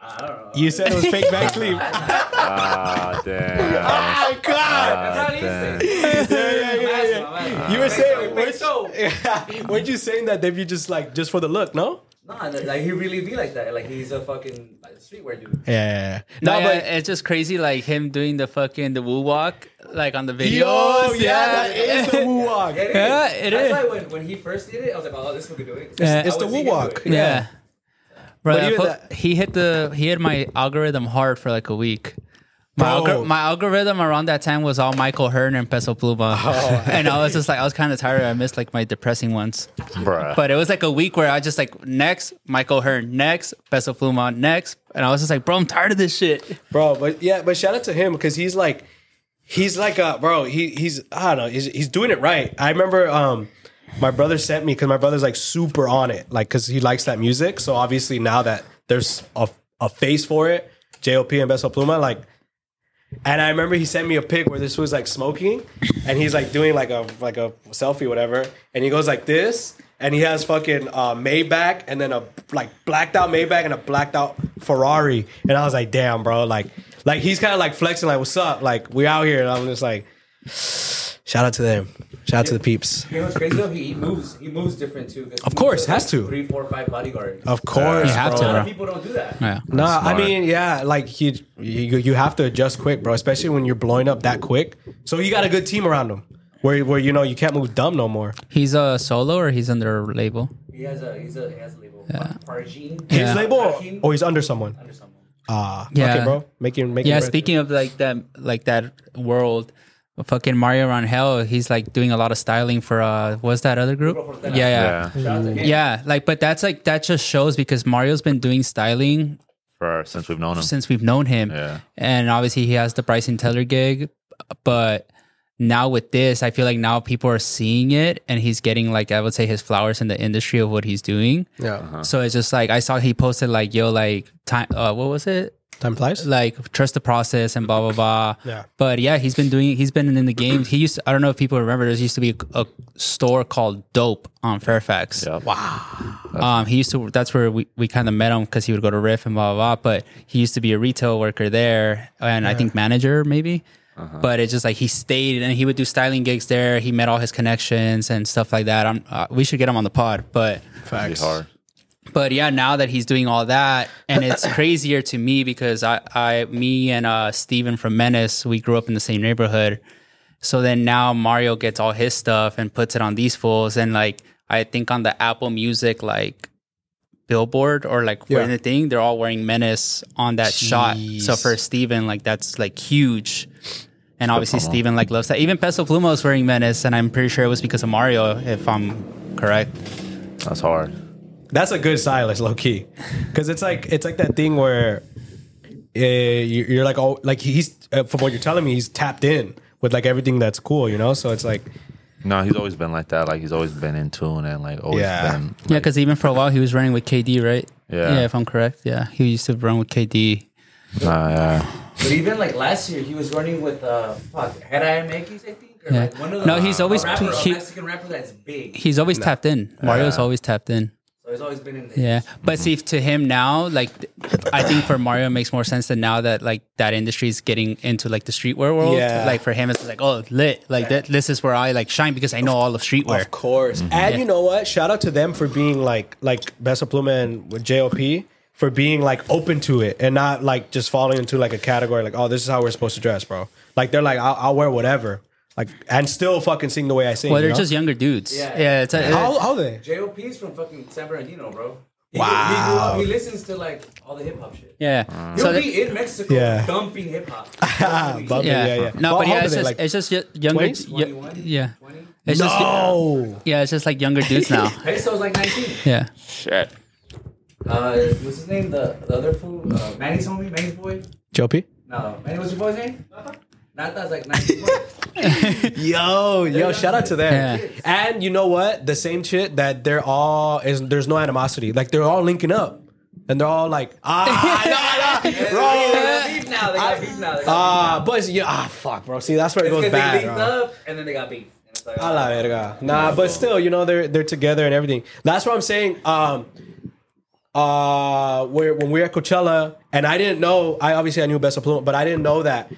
Speaker 5: I don't know.
Speaker 4: You said it was fake back sleeve.
Speaker 2: Ah, damn.
Speaker 4: My God.
Speaker 5: That's not easy.
Speaker 4: Yeah, yeah, yeah,
Speaker 5: That's
Speaker 4: yeah.
Speaker 5: not bad.
Speaker 3: Uh,
Speaker 4: You were saying,
Speaker 5: Fake toe, fake toe.
Speaker 4: weren't you saying that if you just like just for the look? No.
Speaker 5: Nah, that- like he really be like that. Like he's a fucking like, streetwear dude.
Speaker 4: Yeah.
Speaker 3: No,
Speaker 4: No,
Speaker 3: yeah,
Speaker 4: but
Speaker 3: it's just crazy, like him doing the fucking the woo walk, like on the videos.
Speaker 4: yo, yeah, that is the woo walk.
Speaker 5: it is.
Speaker 3: Yeah, it
Speaker 5: That's
Speaker 3: is.
Speaker 5: why when, when he first did it, I was like, oh, this nigga doing. it.
Speaker 3: Yeah.
Speaker 5: I
Speaker 4: It's the
Speaker 5: would see
Speaker 4: woo
Speaker 5: him do
Speaker 4: walk.
Speaker 5: it.
Speaker 3: Yeah. Bro,
Speaker 4: But
Speaker 3: I
Speaker 4: even
Speaker 3: put-
Speaker 4: that-
Speaker 3: he hit the he hit my algorithm hard for like a week. My,
Speaker 4: Bro.
Speaker 3: algor- my algorithm around that time was all Michael Hearn and Peso Pluma, and I was just like I was kind of tired. I missed like my depressing ones,
Speaker 2: Bruh.
Speaker 3: but it was like a week where I just like next Michael Hearn, next Peso Pluma, next, and I was just like, bro, I'm tired of this shit.
Speaker 4: bro. But yeah, but shout out to him because he's like, he's like a bro. He he's I don't know. He's he's doing it right. I remember um my brother sent me because my brother's like super on it, like because he likes that music. So obviously now that there's a a face for it, JOP and Beso Pluma like. And I remember he sent me a pic where this was like smoking, and he's like doing like a like a selfie, whatever. And he goes like this, and he has fucking uh, Maybach, and then a like blacked out Maybach and a blacked out Ferrari. And I was like, damn, bro, like like he's kind of like flexing, like what's up, like we out here. And I'm just like, shout out to them, shout out to the peeps.
Speaker 5: You know what's crazy though? He, he moves. He moves different too. 'cause he
Speaker 4: course,
Speaker 5: moves with,
Speaker 4: has
Speaker 5: like,
Speaker 4: to.
Speaker 5: Three, four, five bodyguards.
Speaker 4: Of course,
Speaker 3: You have
Speaker 4: bro.
Speaker 5: A lot
Speaker 3: to,
Speaker 5: of people don't do that.
Speaker 3: Yeah,
Speaker 4: No, I
Speaker 2: Smart.
Speaker 4: mean, yeah, like he, you, you have to adjust quick, bro. Especially when you're blowing up that quick. So you got a good team around him, where where you know you can't move dumb no more.
Speaker 3: he's a solo or he's under a label.
Speaker 5: He has a he's a he has a label. Parjean.
Speaker 3: Yeah.
Speaker 4: His label,
Speaker 5: Parjean
Speaker 4: or he's under someone.
Speaker 5: Under someone.
Speaker 4: Ah,
Speaker 3: Yeah.
Speaker 4: okay, bro. Making making.
Speaker 3: Yeah, speaking of like that, like that world, fucking Mario Rangel, he's like doing a lot of styling for uh, what's that other group?
Speaker 5: Grupo
Speaker 3: Yeah, yeah,
Speaker 2: Yeah.
Speaker 5: Frontera. Shout out to him.
Speaker 3: yeah. Like, but that's like that just shows because Mario's been doing styling
Speaker 2: For since we've known him.
Speaker 3: since we've known him,
Speaker 2: Yeah.
Speaker 3: and obviously he has the Bryson Teller gig, but. Now with this, I feel like now people are seeing it, and he's getting like I would say his flowers in the industry of what he's doing.
Speaker 4: Yeah,
Speaker 3: So it's just like I saw he posted like yo like time uh, what was it
Speaker 4: time flies.
Speaker 3: like trust the process and blah blah blah.
Speaker 4: Yeah.
Speaker 3: But yeah, he's been doing. He's been in the game. He used. I don't know if people remember. There used to be a, a store called Dope on Fairfax.
Speaker 2: Yep. Wow.
Speaker 3: Um, he used to. That's where we, we kind of met him because he would go to Riff and blah blah blah. But he used to be a retail worker there, and I think manager maybe. But it's just like he stayed and he would do styling gigs there. He met all his connections and stuff like that. I'm, uh, we should get him on the pod, but
Speaker 2: That'd be hard.
Speaker 3: but yeah, now that he's doing all that, and it's crazier to me because I, I me and uh, Steven from Menace, we grew up in the same neighborhood. So then now Mario gets all his stuff and puts it on these fools, and like I think on the Apple Music like billboard or like
Speaker 4: Yeah.
Speaker 3: wearing the thing, they're all wearing Menace on that shot. So
Speaker 4: Jeez.
Speaker 3: for Steven, like that's like huge. And obviously
Speaker 2: promo.
Speaker 3: Steven like loves that. Even Peso Pluma was wearing Menace, and I'm pretty sure it was because of Mario, if I'm correct.
Speaker 2: That's hard.
Speaker 4: That's a good stylist, low key, because it's like it's like that thing where uh, you- you're like oh like he's uh, from what you're telling me he's tapped in with like everything that's cool, you know. So it's like
Speaker 2: No, he's always been like that. Like he's always been in tune and like always
Speaker 4: Yeah.
Speaker 2: been.
Speaker 3: Yeah, because even for a while he was running with KD, right?
Speaker 2: Yeah.
Speaker 3: Yeah, if I'm correct. Yeah, he used to run with KD.
Speaker 2: Nah, yeah.
Speaker 5: But even like last year, he was running with uh, fuck, Head Eye Makeys, I think. Or,
Speaker 3: Yeah.
Speaker 5: like, one of the,
Speaker 3: No, he's
Speaker 5: a
Speaker 3: always-
Speaker 5: rapper, a
Speaker 3: he-
Speaker 5: Mexican rapper that's big.
Speaker 3: He's always tapped in. Mario's
Speaker 2: Yeah.
Speaker 3: always tapped in.
Speaker 5: so he's always been in. The,
Speaker 3: Yeah, but see, to him now, like I think for Mario, it makes more sense that now that like that industry is getting into like the streetwear world.
Speaker 4: Yeah.
Speaker 3: Like for him, it's like oh lit. Like that, this is where I like shine because I know all of streetwear.
Speaker 4: Of course. And you know what? Shout out to them for being like like Bessa Pluma and with JOP for being like open to it and not like just falling into like a category like oh this is how we're supposed to dress, bro. Like they're like I'll, I'll wear whatever. Like and still fucking sing the way I sing.
Speaker 3: Well,
Speaker 4: you
Speaker 3: they're
Speaker 4: know?
Speaker 3: just younger dudes.
Speaker 5: Yeah.
Speaker 3: Yeah, it's a,
Speaker 4: how how they?
Speaker 5: JOP's from fucking San Bernardino, bro. He, he, grew
Speaker 4: Wow.
Speaker 5: up, he listens to like all the hip hop shit.
Speaker 3: yeah.
Speaker 5: He'll
Speaker 3: So that-
Speaker 5: be in Mexico
Speaker 4: Yeah. Ah,
Speaker 5: dumping hip hop.
Speaker 4: Bump it,
Speaker 3: yeah.
Speaker 4: yeah, yeah.
Speaker 3: No,
Speaker 4: How-
Speaker 3: but
Speaker 4: how
Speaker 3: yeah, it's
Speaker 4: old are they,
Speaker 3: just
Speaker 4: like,
Speaker 3: it's just y- younger.
Speaker 4: 20s?
Speaker 3: y-
Speaker 5: 21,
Speaker 3: yeah,
Speaker 5: 20.
Speaker 3: it's just
Speaker 4: No.
Speaker 3: yeah, it's just like younger dudes now.
Speaker 5: Peso's like 19.
Speaker 3: yeah.
Speaker 5: Uh, what's his name? The, the other fool? Uh, Manny's homie? Manny's boy?
Speaker 4: JOP?
Speaker 5: No. Manny, what's your boy's name? Nata? Nata's like 19.
Speaker 4: Yo, yo, shout out to them.
Speaker 3: Yeah.
Speaker 4: And you know what? The same shit that they're all is there's no animosity. Like they're all linking up. And they're all like, ah, nah, nah,
Speaker 5: They
Speaker 4: bro,
Speaker 5: got beef now. They got beef now. They got beef.
Speaker 4: Ah, but it's, yeah, ah, fuck, bro. See, that's where it
Speaker 5: It's
Speaker 4: goes
Speaker 5: 'cause they
Speaker 4: bad,
Speaker 5: linked
Speaker 4: bro.
Speaker 5: up and then they got beef. like, uh,
Speaker 4: A la verga. Nah, but still, you know, they're they're together and everything. That's what I'm saying. Um uh where when we were at Coachella and I didn't know I obviously I knew Best of Pluma, but I didn't know that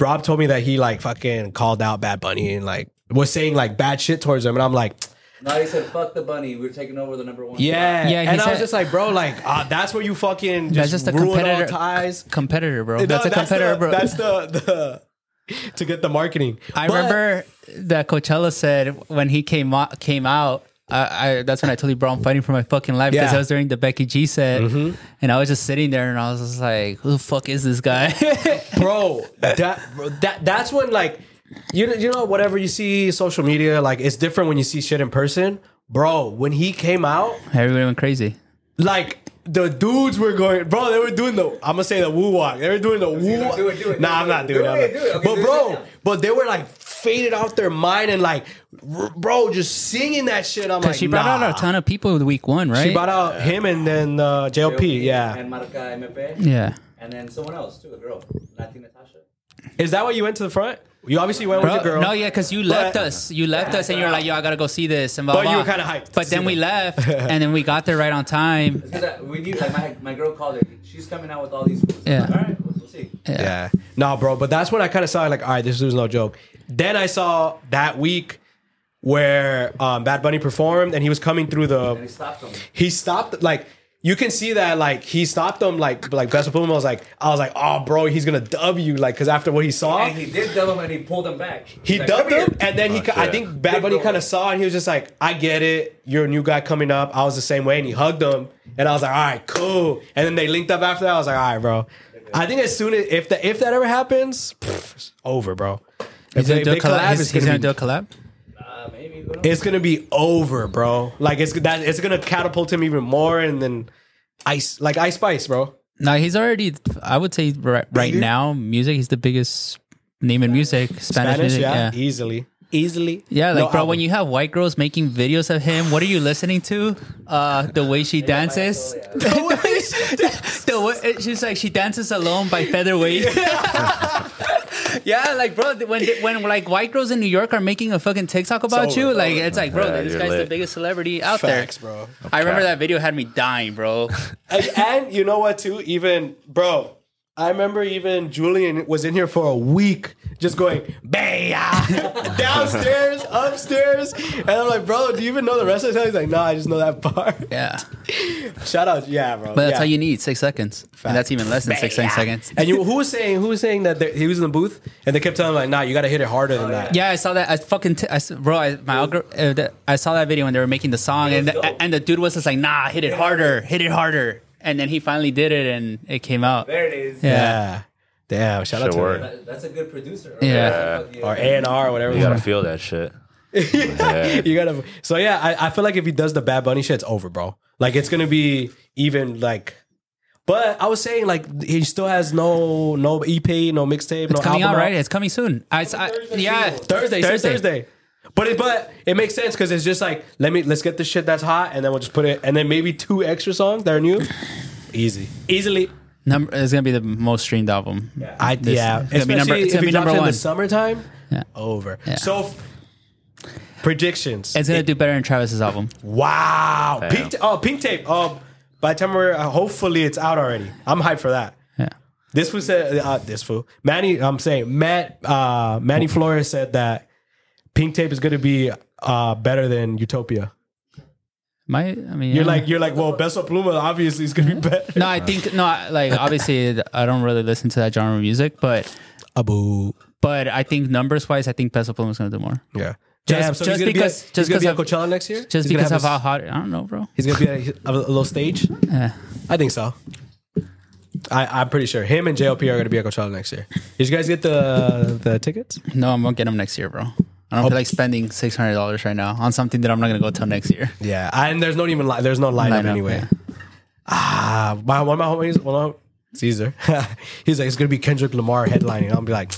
Speaker 4: Rob told me that he like fucking called out Bad Bunny and like was saying like bad shit towards him and I'm like
Speaker 5: No, he said, "Fuck the bunny. We're taking over the number one."
Speaker 4: yeah,
Speaker 3: Yeah, he
Speaker 4: and I was
Speaker 3: said-
Speaker 4: just like, bro, like uh, that's where you fucking just,
Speaker 3: That's just a
Speaker 4: ruin
Speaker 3: competitor.
Speaker 4: all ties.
Speaker 3: c- competitor, bro.
Speaker 4: No,
Speaker 3: that's a competitor,
Speaker 4: the,
Speaker 3: bro.
Speaker 4: That's the, the to get the marketing.
Speaker 3: I
Speaker 4: But-
Speaker 3: remember that Coachella said when he came out, came out. I, I that's when I told you, bro, I'm fighting for my fucking life because
Speaker 4: Yeah. Mm-hmm.
Speaker 3: I was during the Becky G set, and I was just sitting there and I was just like, "Who the fuck is this guy?"
Speaker 4: bro, that bro, that that's when like you you know whatever you see social media like it's different when you see shit in person, bro. When he came out,
Speaker 3: Everybody went crazy.
Speaker 4: like. The dudes were going, bro. They were doing the. I'm gonna say the woo walk. They were doing the woo.
Speaker 5: it,
Speaker 4: walk.
Speaker 5: do it, do it,
Speaker 4: nah,
Speaker 5: do it,
Speaker 4: I'm not
Speaker 5: do
Speaker 4: doing that.
Speaker 5: it, do it, okay,
Speaker 4: but
Speaker 5: do it
Speaker 4: bro,
Speaker 5: now.
Speaker 4: but they were like faded off their mind and like, r- bro, just singing that shit. I'm like,
Speaker 3: she brought
Speaker 4: nah.
Speaker 3: out a ton of people with week one, right?
Speaker 4: She brought out him and then uh, JLP. Yeah,
Speaker 5: And Marca MP.
Speaker 3: yeah.
Speaker 5: And then someone else too, a girl, Latina Natasha.
Speaker 4: is that why you went to the front? You obviously went
Speaker 3: Bro,
Speaker 4: with the girl.
Speaker 3: No, yeah, because you left
Speaker 4: But-
Speaker 3: us. You left us, and you're like, "Yo, I gotta go see this." And blah,
Speaker 4: But you
Speaker 3: blah.
Speaker 4: were kinda hyped to
Speaker 3: But
Speaker 4: see
Speaker 3: then we
Speaker 4: them.
Speaker 3: left, and then we got there right on time.
Speaker 5: Because I- uh, we knew, like, my, my girl called her. She's coming out with all these. Foods.
Speaker 3: Yeah.
Speaker 5: All right, we'll, we'll see.
Speaker 4: Yeah. No, bro, but that's when I kind of saw like, all right, this was no joke. Then I saw that week where um, Bad Bunny performed and he was coming through
Speaker 5: And he
Speaker 4: the.
Speaker 5: stopped him.
Speaker 4: He stopped like you can see that like he stopped him like like Best of Puma was like I was like oh bro he's gonna dub you like because after what he saw
Speaker 5: And he did dub him, and he pulled him back.
Speaker 4: he
Speaker 5: He's like,
Speaker 4: dubbed
Speaker 5: "Come
Speaker 4: him,
Speaker 5: here."
Speaker 4: and then he.
Speaker 2: Oh,
Speaker 4: I
Speaker 2: shit.
Speaker 4: think Bad Bunny kind of saw, it and he was just like, "I get it. You're a new guy coming up. I was the same way." And he hugged him, and I was like, "All right, cool." And then they linked up after that. I was like, "All right, bro." I think as soon as if that if that ever happens, pff, it's over, bro. If
Speaker 3: He's
Speaker 4: they,
Speaker 3: gonna
Speaker 4: if
Speaker 3: do a
Speaker 4: they
Speaker 3: collab.
Speaker 4: collab,
Speaker 3: He's,
Speaker 4: it's
Speaker 3: he's
Speaker 4: gonna
Speaker 3: gonna
Speaker 4: be
Speaker 3: do a collab.
Speaker 5: Uh, maybe. we don't know.
Speaker 4: it's gonna be over, bro. Like it's that it's gonna catapult him even more, and then ice like Ice Spice, bro.
Speaker 3: No, he's already. I would say right, right
Speaker 4: Bigger?
Speaker 3: now, music. He's the biggest name in music. Spanish,
Speaker 4: Spanish,
Speaker 3: music.
Speaker 4: yeah,
Speaker 3: Yeah. yeah.
Speaker 4: easily, easily.
Speaker 3: like
Speaker 4: No
Speaker 3: bro, when
Speaker 4: album.
Speaker 3: you have white girls making videos of him, what are you listening to? Uh, the way she dances, the way she's like she dances alone by Featherweight. Yeah, like bro, when when like white girls in New York are making a fucking TikTok about
Speaker 4: over,
Speaker 3: you,
Speaker 4: it's
Speaker 3: like
Speaker 4: over.
Speaker 3: it's like bro,
Speaker 2: Yeah,
Speaker 3: this
Speaker 2: you're
Speaker 3: guy's the
Speaker 2: lit.
Speaker 3: biggest celebrity out
Speaker 4: Facts,
Speaker 3: there.
Speaker 4: bro.
Speaker 3: I remember
Speaker 2: Okay.
Speaker 3: that video had me dying, bro.
Speaker 4: and, and you know what too even bro I remember even Julian was in here for a week just going baya downstairs upstairs and I'm like bro do you even know the rest of the song he's like no I just know that part
Speaker 3: yeah,
Speaker 4: shout out yeah bro
Speaker 3: but that's
Speaker 4: yeah.
Speaker 3: all you need six seconds, and that's even less than six
Speaker 4: Baya.
Speaker 3: seconds.
Speaker 4: and you who was saying who was saying that they- he was in the booth and they kept telling him like nah you gotta hit it harder than that
Speaker 3: Yeah, I saw that. I fucking t- I s bro, I, my algor- uh, the, I saw that video when they were making the song, and
Speaker 5: dope.
Speaker 3: the, and the dude was just like, "Nah, hit it harder, hit it harder," and then he finally did it, and it came out.
Speaker 5: There it is.
Speaker 3: Yeah.
Speaker 4: yeah damn shout out
Speaker 2: Should
Speaker 4: to
Speaker 2: work.
Speaker 4: him.
Speaker 5: That- that's a good producer.
Speaker 3: Yeah.
Speaker 5: Fuck
Speaker 4: or A&R or whatever
Speaker 2: You gotta feel that shit. Yeah.
Speaker 4: You gotta. So yeah, I, I feel like if he does the Bad Bunny shit, it's over, bro. Like it's gonna be even like. But I was saying like he still has no no EP, no mixtape, no
Speaker 3: It's coming out
Speaker 4: album
Speaker 3: right. It's coming soon. I, I- yeah,
Speaker 4: Thursday, Thursday,
Speaker 3: Thursday.
Speaker 4: Thursday. But it, but it makes sense because it's just like let me let's get the shit that's hot and then we'll just put it and then maybe two extra songs that are new, easy, easily.
Speaker 3: Number, it's gonna be the most streamed album.
Speaker 4: I
Speaker 3: This-
Speaker 4: yeah,
Speaker 3: it's gonna be number-
Speaker 4: especially
Speaker 3: it's
Speaker 4: if
Speaker 3: gonna
Speaker 4: he
Speaker 3: be
Speaker 4: drops
Speaker 3: number
Speaker 4: it in
Speaker 3: one.
Speaker 4: the summertime.
Speaker 3: Yeah.
Speaker 4: Over.
Speaker 3: Yeah.
Speaker 4: So f- predictions.
Speaker 3: It's gonna do better than Travis's album.
Speaker 4: Wow.
Speaker 2: Damn.
Speaker 4: Pink, oh, pink tape. Um, by the time we're uh, hopefully it's out already. I'm hyped for that.
Speaker 3: Yeah,
Speaker 4: This fool said uh, this fool Manny. I'm saying Matt uh, Manny Flores said that pink tape is going to be uh, better than Utopia.
Speaker 3: my I mean,
Speaker 4: You're
Speaker 3: yeah.
Speaker 4: like you're like well, Beso Pluma obviously is going to be better.
Speaker 3: no, I think no, I- like obviously I don't really listen to that genre of music, but
Speaker 4: Abu.
Speaker 3: but I think numbers wise, I think Peso Pluma is gonna do more.
Speaker 4: Yeah.
Speaker 3: Just-
Speaker 4: Damn, so
Speaker 3: just
Speaker 4: he's gonna
Speaker 3: because-
Speaker 4: be at,
Speaker 3: just
Speaker 4: he's gonna be at
Speaker 3: because
Speaker 4: Coachella next year.
Speaker 3: Just
Speaker 4: He's gonna
Speaker 3: because of
Speaker 4: have
Speaker 3: how
Speaker 4: his-
Speaker 3: hot, I don't know, bro.
Speaker 4: he's gonna be at a, a little stage.
Speaker 3: Yeah.
Speaker 4: I think so. I, I'm pretty sure him and JLP are going to be at Coachella next year. Did you guys get the the tickets?
Speaker 3: No, I'm gonna get them next year, bro. I don't feel like spending six hundred dollars right now on something that I'm not gonna go till next year.
Speaker 4: Yeah, and there's not even li- there's no lineup,
Speaker 3: Lineup,
Speaker 4: anyway.
Speaker 3: yeah.
Speaker 4: Ah, my one of my homies, one of Caesar, he's like it's gonna be Kendrick Lamar headlining. I'll be like,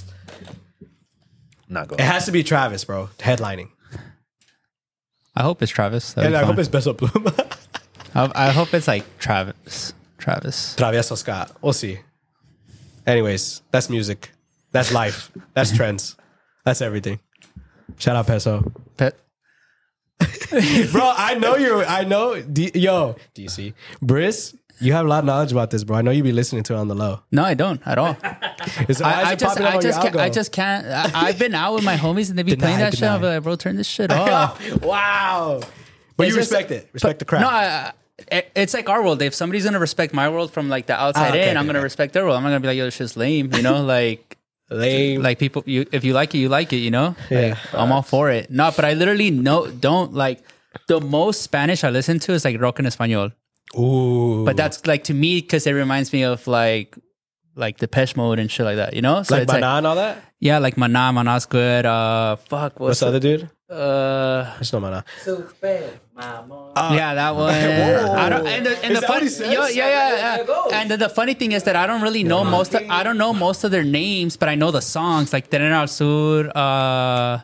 Speaker 2: Not going.
Speaker 4: it has to be Travis, bro, headlining,
Speaker 3: I hope it's Travis. That'd
Speaker 4: and
Speaker 3: be
Speaker 4: I hope
Speaker 3: fun.
Speaker 4: it's Beso Pluma,
Speaker 3: I, I hope it's like Travis. Travis.
Speaker 4: Travieso Scott. We'll see. Anyways, that's music, that's life, that's trends, that's everything. Shout out Peso. bro, I know you're. I know, D, yo, DC, Briss, you have a lot of knowledge about this, bro. I know you be listening to it on the low.
Speaker 3: No, I don't at all.
Speaker 4: Is it, why is
Speaker 3: I, I
Speaker 4: it
Speaker 3: just,
Speaker 4: popping up
Speaker 3: I
Speaker 4: on
Speaker 3: just,
Speaker 4: your
Speaker 3: can't, I
Speaker 4: algo?
Speaker 3: just can't. I, I've been out with my homies and they be playing
Speaker 4: Deny,
Speaker 3: that shit. I'm
Speaker 4: deny.
Speaker 3: like, bro, turn this shit off.
Speaker 4: wow. But
Speaker 3: It's
Speaker 4: you
Speaker 3: just-
Speaker 4: respect it. Respect the crap.
Speaker 3: No, I, I- it's like our world. If somebody's gonna respect my world from like the outside
Speaker 4: Ah, okay,
Speaker 3: in, I'm
Speaker 4: okay,
Speaker 3: gonna
Speaker 4: okay.
Speaker 3: respect their world. I'm not gonna be like, yo, this shit's lame. You know, like
Speaker 4: Lame.
Speaker 3: like people. You if you like it, you like it. You know,
Speaker 4: Yeah.
Speaker 3: Like, I'm all for it. No, but I literally no don't like. The most Spanish I listen to is like rock en español,
Speaker 4: Ooh.
Speaker 3: but that's like to me because it reminds me of like like Depeche Mode and shit like that. You know, so
Speaker 4: like
Speaker 3: it's
Speaker 4: banana
Speaker 3: like
Speaker 4: and all that.
Speaker 3: yeah, like Maná, Maná's good. Uh, fuck, what's,
Speaker 4: What's the other dude?
Speaker 3: the uh.
Speaker 4: It's not banana.
Speaker 5: Super mama.
Speaker 3: yeah, that one. I don't, and the, and the
Speaker 4: Uh, Is that what
Speaker 3: funny,
Speaker 4: he says?
Speaker 3: yo, yeah, yeah,
Speaker 5: There it
Speaker 3: yeah.
Speaker 5: goes.
Speaker 3: And the, the funny thing is that I don't really know most. Of, I don't know most of their names, but I know the songs like Tren al Sur. Uh,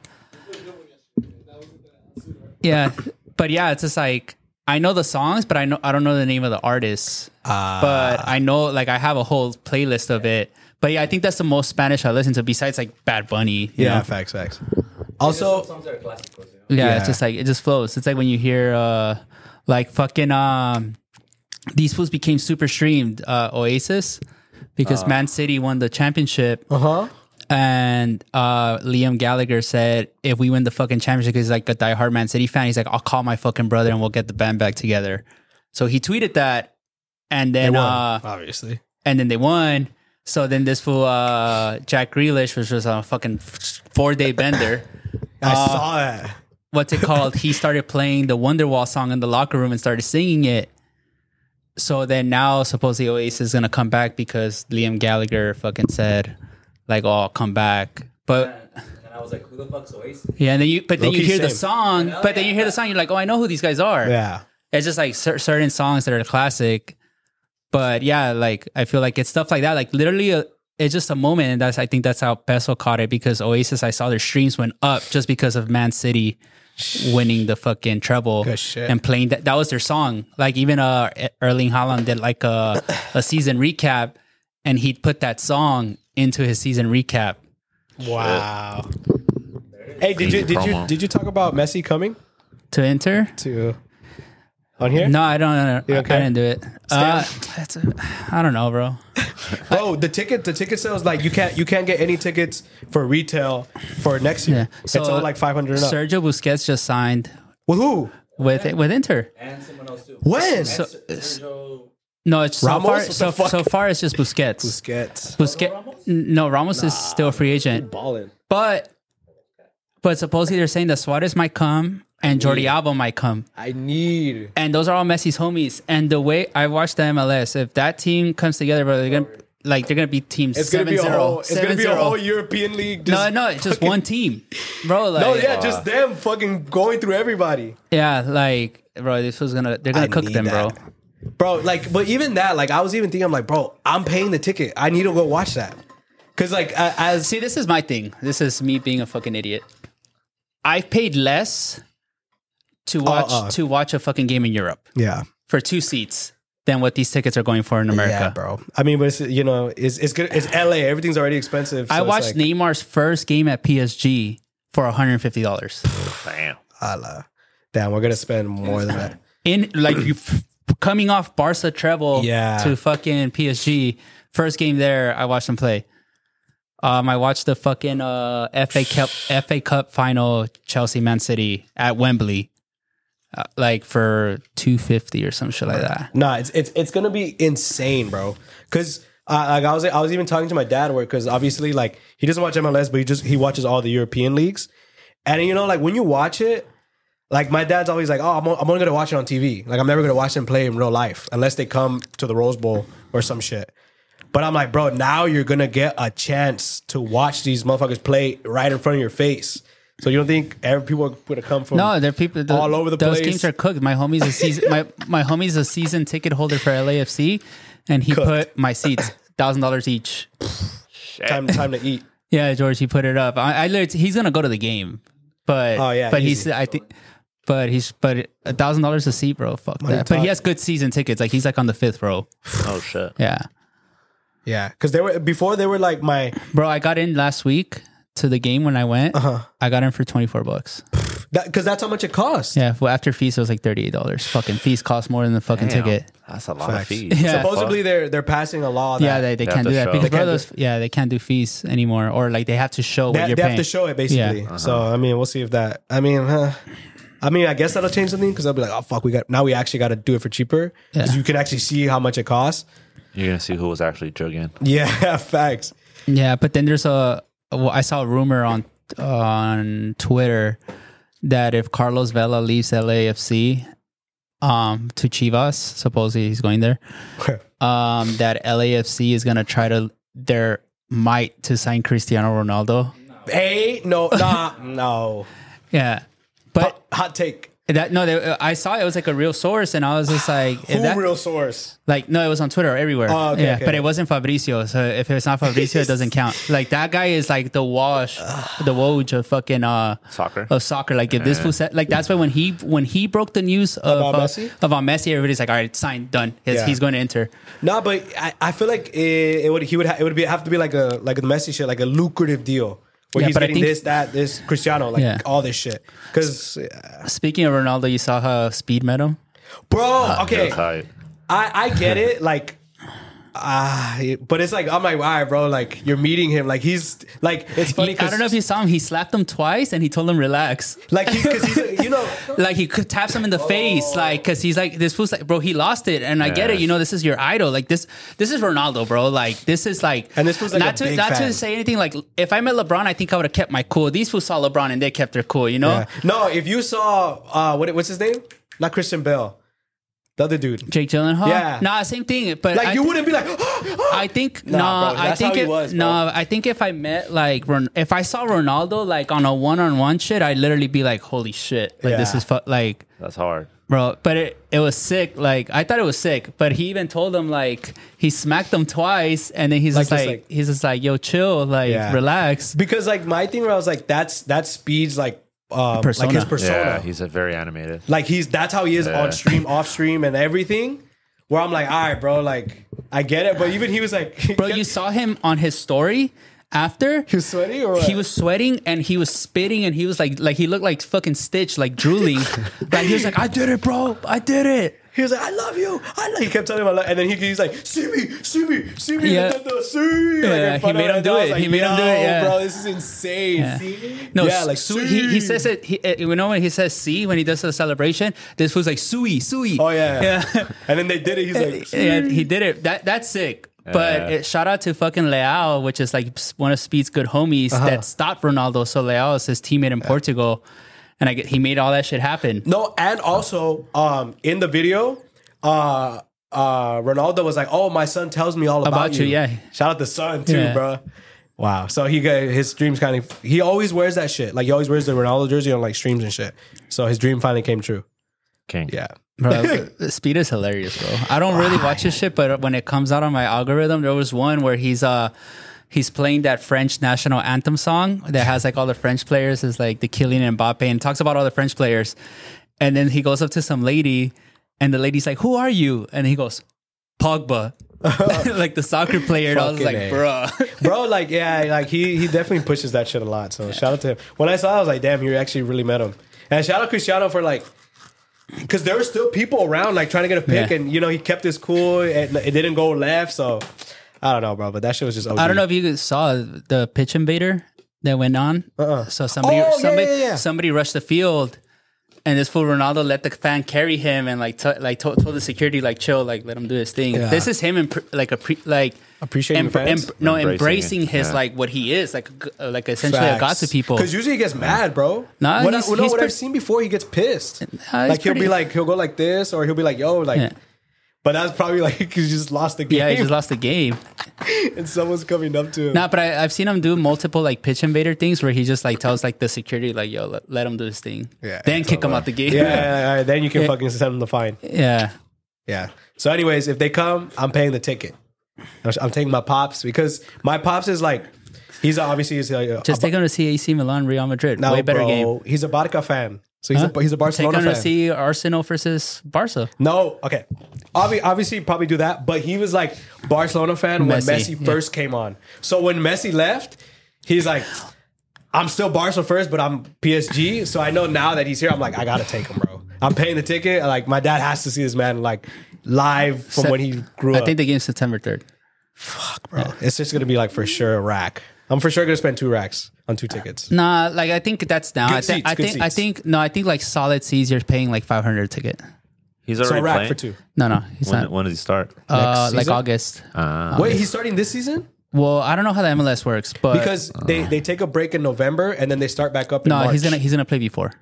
Speaker 3: yeah, but yeah, it's just like I know the songs, but I know I don't know the name of the artists.
Speaker 4: Ah.
Speaker 3: but I know like I have a whole playlist of it. But yeah, I think that's the most Spanish I listen to besides like Bad Bunny. you
Speaker 4: Yeah,
Speaker 3: know?
Speaker 4: facts, facts.
Speaker 5: Some
Speaker 4: Also,
Speaker 5: songs are classicals. You know?
Speaker 3: yeah,
Speaker 4: Yeah.
Speaker 3: it's just like it just flows. It's like when you hear uh like fucking um these fools became super streamed uh Oasis because Man City won the championship
Speaker 4: uh huh.
Speaker 3: and uh Liam Gallagher said if we win the fucking championship he's like a diehard Man City fan he's like I'll call my fucking brother and we'll get the band back together. So he tweeted that and then uh
Speaker 4: obviously.
Speaker 3: and then they won. So then this fool uh Jack Grealish which was on a fucking 4-day bender
Speaker 4: I
Speaker 3: Uh,
Speaker 4: saw that.
Speaker 3: what's it called? he started playing the Wonderwall song in the locker room and started singing it. So then now supposedly Oasis is gonna come back because Liam Gallagher fucking said like, "Oh, I'll come back." But
Speaker 5: And I was like, who the fuck's Oasis?
Speaker 3: yeah, and then you but then you
Speaker 4: Low-key
Speaker 3: hear the
Speaker 4: same.
Speaker 3: song, but then you hear the song, you're like, "Oh, I know who these guys are."
Speaker 4: Yeah.
Speaker 3: It's just like cer- certain songs that are classic. But yeah, like I feel like it's stuff like that. Like literally, uh, it's just a moment, and that's I think that's how Peso caught it because Oasis. I saw their streams went up just because of Man City winning the fucking treble
Speaker 4: Good shit.
Speaker 3: and playing that. That was their song. Like even uh Erling Haaland did like a a season recap, and he put that song into his season recap.
Speaker 4: Wow. Hey, did you did you
Speaker 2: Promo.
Speaker 4: did you talk about Messi coming
Speaker 3: To enter?
Speaker 4: to on here?
Speaker 3: No, I don't. I,
Speaker 4: You okay?
Speaker 3: I didn't do it. Uh, that's a, I don't know, bro.
Speaker 4: Bro, Oh, the ticket the ticket sales like you can't you can't get any tickets for retail for next year.
Speaker 3: Yeah. So,
Speaker 4: it's all like five hundred and up.
Speaker 3: Sergio Busquets just signed
Speaker 4: With who?
Speaker 3: with with Inter.
Speaker 5: And someone else too.
Speaker 4: When?
Speaker 5: And
Speaker 4: So,
Speaker 5: Ser- Sergio.
Speaker 3: No, it's so
Speaker 4: Ramos?
Speaker 3: far.
Speaker 4: What the
Speaker 3: So,
Speaker 4: fuck?
Speaker 3: so far, it's just Busquets.
Speaker 4: Busquets.
Speaker 3: Busquets. No, Ramos is still a free agent,
Speaker 4: Balling.
Speaker 3: but but supposedly they're saying that Suarez might come and Jordi Alba might come,
Speaker 4: I need.
Speaker 3: and those are all Messi's homies. And the way I watched the MLS, if that team comes together, bro, they're gonna like they're gonna be teams
Speaker 4: It's gonna
Speaker 3: 7
Speaker 4: be a whole. It's gonna be a
Speaker 3: 7-0.
Speaker 4: whole European league.
Speaker 3: No,
Speaker 4: Just,
Speaker 3: no, it's just one team, bro. Like,
Speaker 4: no, yeah, just them fucking going through everybody.
Speaker 3: yeah, like, bro, this was gonna they're gonna
Speaker 4: I
Speaker 3: cook
Speaker 4: need
Speaker 3: them, bro.
Speaker 4: that. bro. Like, but even that, like, I was even thinking, I'm like, bro, I'm paying the ticket. I need to go watch that. Cause like, I, as
Speaker 3: Uh, See, this is my thing. This is me being a fucking idiot. I've paid less to watch
Speaker 4: uh.
Speaker 3: to watch a fucking game in Europe
Speaker 4: yeah,
Speaker 3: for two seats than what these tickets are going for in America.
Speaker 4: yeah, bro. I mean, but it's, you know, it's it's good. It's LA. Everything's already expensive. so
Speaker 3: I
Speaker 4: it's
Speaker 3: watched
Speaker 4: like,
Speaker 3: Neymar's first game at PSG for $150
Speaker 2: Damn.
Speaker 4: ala. Damn, we're gonna spend more than that.
Speaker 3: in like you f- coming off Barca treble
Speaker 4: Yeah.
Speaker 3: to fucking PSG first game there. I watched them play. Um, I watched the fucking uh, FA Cup FA Cup final Chelsea Man City at Wembley, uh, like for two fifty or some shit like that.
Speaker 4: Nah, it's it's it's gonna be insane, bro. Cause uh, like I was I was even talking to my dad where because obviously like he doesn't watch MLS, but he just he watches all the European leagues, and you know like when you watch it. Like my dad's always like, oh, I'm, o- I'm only gonna watch it on TV. Like I'm never gonna watch them play in real life unless they come to the Rose Bowl or some shit. But I'm like, bro, now you're gonna get a chance to watch these motherfuckers play right in front of your face. So you don't think every people are gonna come from?
Speaker 3: No, there are people the-
Speaker 4: All over the
Speaker 3: those
Speaker 4: place.
Speaker 3: games are cooked. My homie's a season my my homie's a season ticket holder for LAFC, and he put my seats thousand dollars each.
Speaker 4: time time to eat.
Speaker 3: Yeah, George, he put it up. I, I literally, he's gonna go to the game, but
Speaker 4: Oh, yeah,
Speaker 3: but
Speaker 4: easy.
Speaker 3: he's I think, but he's but a thousand dollars a seat, bro. Fuck that. But
Speaker 4: talk.
Speaker 3: he has good season tickets. Like he's like on the fifth row.
Speaker 2: Oh shit.
Speaker 3: Yeah,
Speaker 4: Yeah, because they were before they were like my Uh-huh.
Speaker 3: bro. I got in last week to the game when I went. I got in for twenty four bucks.
Speaker 4: That because that's how much it costs.
Speaker 3: Yeah, well, after fees, it was like thirty eight dollars. Fucking fees cost more than the fucking
Speaker 2: Damn,
Speaker 3: ticket.
Speaker 2: That's a lot
Speaker 4: Facts.
Speaker 2: of fees.
Speaker 3: Yeah.
Speaker 4: Supposedly they're they're passing a law. That
Speaker 3: Yeah, they, they
Speaker 2: They
Speaker 3: can't
Speaker 2: have
Speaker 3: do
Speaker 2: to
Speaker 3: that
Speaker 2: show.
Speaker 3: because
Speaker 2: They
Speaker 3: bro,
Speaker 4: can't do
Speaker 3: those, yeah, they can't do fees anymore, or like they have to show
Speaker 4: they,
Speaker 3: what you're
Speaker 4: they
Speaker 3: paying.
Speaker 4: have to show it basically.
Speaker 3: Yeah. Uh-huh.
Speaker 4: So I mean, we'll see if that. I mean, huh. I mean, I guess that'll change something because I'll be like, oh fuck, we got now we actually got to do it for cheaper because
Speaker 3: Yeah.
Speaker 4: you can actually see how much it costs.
Speaker 2: You're gonna see who was actually jugging.
Speaker 4: Yeah, facts.
Speaker 3: Yeah, but then there's a well, I saw a rumor on on Twitter that if Carlos Vela leaves LAFC um to Chivas, supposedly he's going there, um that LAFC is gonna try to their might to sign Cristiano Ronaldo.
Speaker 4: Hey, no, nah, no.
Speaker 3: Yeah, but
Speaker 4: Hot, hot take.
Speaker 3: that no, they, I saw it was like a real source, and I was just like, if
Speaker 4: Who
Speaker 3: that-
Speaker 4: real source?
Speaker 3: Like no, it was on Twitter everywhere.
Speaker 4: Oh, okay,
Speaker 3: yeah,
Speaker 4: okay.
Speaker 3: but it wasn't Fabricio. So if it's not Fabricio, it doesn't count. Like that guy is like the wash, the woj of fucking uh
Speaker 2: Soccer.
Speaker 3: of soccer. Like if this was set, like that's why when he when he broke the news of
Speaker 4: About
Speaker 3: uh,
Speaker 4: Messi?
Speaker 3: of on Messi, everybody's like, all right, sign done. He's,
Speaker 4: Yeah.
Speaker 3: he's going to enter.
Speaker 4: Nah, but I, I feel like it, it would he would ha- it would be have to be like a like the messy shit, like a lucrative deal where
Speaker 3: Yeah,
Speaker 4: he's
Speaker 3: but I
Speaker 4: getting
Speaker 3: think-
Speaker 4: this, that, this Cristiano, like
Speaker 3: Yeah.
Speaker 4: all this shit. Because,
Speaker 3: Speaking of Ronaldo, you saw how Speed met him.
Speaker 4: bro, okay,
Speaker 2: That's hype.
Speaker 4: I, I get it, like, ah, but it's like I'm like, all right, bro, like you're meeting him, like he's like it's funny.
Speaker 3: He- I don't know if you saw him. He slapped him twice and he told him relax.
Speaker 4: like because he's you know
Speaker 3: like he could taps him in the
Speaker 4: Oh.
Speaker 3: face, like because he's like this fool's like, bro, he lost it, and I get it.
Speaker 2: Yeah.
Speaker 3: You know, this is your idol. Like this, this is Ronaldo, bro. Like this is like,
Speaker 4: And this fool's, like,
Speaker 3: not to
Speaker 4: a big
Speaker 3: not
Speaker 4: fan.
Speaker 3: to say anything. Like if I met LeBron, I think I would have kept my cool. These fools saw LeBron and they kept their cool. You know,
Speaker 4: yeah. no, if you saw uh what what's his name? Not Christian Bell, the other dude.
Speaker 3: Jake Gyllenhaal.
Speaker 4: Yeah.
Speaker 3: nah, same thing. But
Speaker 4: Like
Speaker 3: I
Speaker 4: you
Speaker 3: thi-
Speaker 4: wouldn't be like,
Speaker 3: I think no.
Speaker 4: Nah, bro,
Speaker 3: I
Speaker 4: that's how
Speaker 3: think
Speaker 4: he
Speaker 3: if,
Speaker 4: was,
Speaker 3: no.
Speaker 4: bro.
Speaker 3: I think if I met like Ron, if I saw Ronaldo like on a one-on-one shit, I'd literally be like, "Holy shit! Like this
Speaker 4: Yeah.
Speaker 3: is fu- like
Speaker 2: That's hard.
Speaker 3: bro but it, it was sick like i thought it was sick but he even told him like he smacked him twice and then he's
Speaker 4: Like,
Speaker 3: just
Speaker 4: just
Speaker 3: like,
Speaker 4: like-
Speaker 3: he's just like yo chill like
Speaker 4: Yeah.
Speaker 3: relax
Speaker 4: because like my thing where I was like, that's that's speeds like um, like
Speaker 3: Persona.
Speaker 4: his persona.
Speaker 2: Yeah, he's a very animated.
Speaker 4: like he's that's how he is
Speaker 2: Yeah.
Speaker 4: on stream, off stream, and everything. Where I'm like, all right, bro, like I get it, but even he was like,
Speaker 3: bro you saw him on his story after
Speaker 4: he was sweaty or what?
Speaker 3: he was sweating and he was spitting and he was like like he looked like fucking stitch like drooling like he was like i did it bro i did it
Speaker 4: He was like, I love you. I love. He kept telling him, I love, and then he, he's like, see me, see me, see me.
Speaker 3: Yeah.
Speaker 4: the- the- see. Like,
Speaker 3: Yeah,
Speaker 4: in
Speaker 3: he
Speaker 4: front of
Speaker 3: made him
Speaker 4: and
Speaker 3: do
Speaker 4: I was
Speaker 3: it. He made him do it,
Speaker 4: yo,
Speaker 3: yeah.
Speaker 4: bro. This is insane.
Speaker 3: No,
Speaker 4: yeah, like
Speaker 3: like Sui. He, he says it. He, uh, you know when he says "see" when he does the celebration. This was like "sui, sui."
Speaker 4: Oh yeah,
Speaker 3: yeah.
Speaker 4: And then they did it. He's
Speaker 3: Eh,
Speaker 4: like,
Speaker 3: yeah, he did it. That that's sick. But
Speaker 2: Yeah.
Speaker 3: it, shout out to fucking Leao, which is like one of Speed's good homies that stopped Ronaldo. So Leao is his teammate in Portugal, and I get, he made all that shit happen.
Speaker 4: No, and also um, in the video, uh, uh, Ronaldo was like, "Oh, my son tells me all about,
Speaker 3: About you, yeah.
Speaker 4: Shout out the son too,
Speaker 3: Yeah.
Speaker 4: bro. Wow. So he got his dreams kind of. He always wears that shit. Like he always wears the Ronaldo jersey on like streams and shit. So his dream finally came true.
Speaker 2: King.
Speaker 4: Yeah.
Speaker 3: Bro, Speed is hilarious, bro. I don't really watch his shit, but when it comes out on my algorithm, there was one where he's uh he's playing that French national anthem song that has like all the French players is like the Kylian Mbappe and talks about all the French players, and then he goes up to some lady, and the lady's like, "Who are you?" And he goes, "Pogba." like the soccer player, and I was
Speaker 4: Fucking
Speaker 3: like,
Speaker 4: A.
Speaker 3: "Bruh."
Speaker 4: Bro, like yeah, like he he definitely pushes that shit a lot. So shout out to him. When I saw, it, I was like, damn, he actually really met him. And shout out Cristiano for like, because there were still people around like trying to get a pick,
Speaker 3: Yeah.
Speaker 4: and you know he kept his cool and it didn't go left. So I don't know, bro, but that shit was just. OG.
Speaker 3: I don't know if you guys saw the pitch invader that went on. So somebody,
Speaker 4: Oh, yeah,
Speaker 3: somebody,
Speaker 4: yeah, yeah.
Speaker 3: somebody rushed the field, and this fool Ronaldo let the fan carry him and like, t- like told, told the security like, chill, like let him do his thing.
Speaker 4: Yeah.
Speaker 3: This is him, impr- like a pre- like
Speaker 4: Appreciating
Speaker 3: em-
Speaker 4: fans?
Speaker 3: em- no,
Speaker 2: Embracing
Speaker 3: embracing
Speaker 2: it,
Speaker 3: his
Speaker 2: yeah.
Speaker 3: like what he is, like a g- uh, like essentially a god to people.
Speaker 4: Because usually he gets mad, bro.
Speaker 3: Nah,
Speaker 4: what, I,
Speaker 3: he's-
Speaker 4: what I-
Speaker 3: he's
Speaker 4: what I've
Speaker 3: pretty-
Speaker 4: seen before, he gets pissed.
Speaker 3: Nah, he's
Speaker 4: like he'll be
Speaker 3: pretty-
Speaker 4: like, he'll go like this, or he'll be like, yo, like.
Speaker 3: Yeah.
Speaker 4: But that's probably like because he just lost the game,
Speaker 3: yeah, he just lost the game.
Speaker 4: and someone's coming up to him.
Speaker 3: Nah, but I, I've seen him do multiple like pitch invader things where he just like tells like the security like, yo, let, let him do his thing.
Speaker 4: Yeah,
Speaker 3: then
Speaker 4: it's
Speaker 3: kick him out the game.
Speaker 4: Yeah, yeah, yeah, yeah, then you can
Speaker 3: Yeah.
Speaker 4: fucking send him the fine.
Speaker 3: yeah.
Speaker 4: Yeah. So, anyways, if they come, I'm paying the ticket. I'm I'm taking my pops because my pops is like, he's obviously he's like, a-
Speaker 3: Just take him to see AC Milan, Real Madrid.
Speaker 4: no,
Speaker 3: Way better
Speaker 4: bro,
Speaker 3: game.
Speaker 4: He's a Barca fan, so he's a he's a Barcelona
Speaker 3: Take him
Speaker 4: fan.
Speaker 3: to see Arsenal versus Barca.
Speaker 4: No, okay. Obvi- obviously, probably do that, but he was like Barcelona fan when
Speaker 3: Messi,
Speaker 4: Messi
Speaker 3: yeah.
Speaker 4: first came on. So when Messi left, he's like, I'm still Barca first, but I'm PSG. So I know now that he's here, I'm like, I gotta take him, bro. I'm paying the ticket. Like my dad has to see this man like live from
Speaker 3: Sep-
Speaker 4: when he grew
Speaker 3: I
Speaker 4: up.
Speaker 3: think the game's September third.
Speaker 4: bro, it's just gonna be like for sure a rack. I'm for sure gonna spend two racks on two tickets.
Speaker 3: Nah, like I think that's now.
Speaker 4: Good
Speaker 3: I, think
Speaker 4: seats,
Speaker 3: I
Speaker 4: good
Speaker 3: think I
Speaker 4: seats.
Speaker 3: think no, I think like solid seats. You're paying like five hundred ticket.
Speaker 2: He's
Speaker 4: So
Speaker 2: already
Speaker 4: a rack
Speaker 2: playing.
Speaker 4: for two.
Speaker 3: No, no, he's
Speaker 2: When,
Speaker 3: not.
Speaker 2: when does he start?
Speaker 3: uh,
Speaker 4: next
Speaker 3: like
Speaker 4: season?
Speaker 3: August.
Speaker 2: Uh,
Speaker 4: Wait, he's starting this season
Speaker 3: Well, I don't know how the MLS works, but
Speaker 4: because
Speaker 2: Uh,
Speaker 4: they they take a break in November and then they start back up. In
Speaker 3: no,
Speaker 4: March.
Speaker 3: he's gonna he's gonna play before.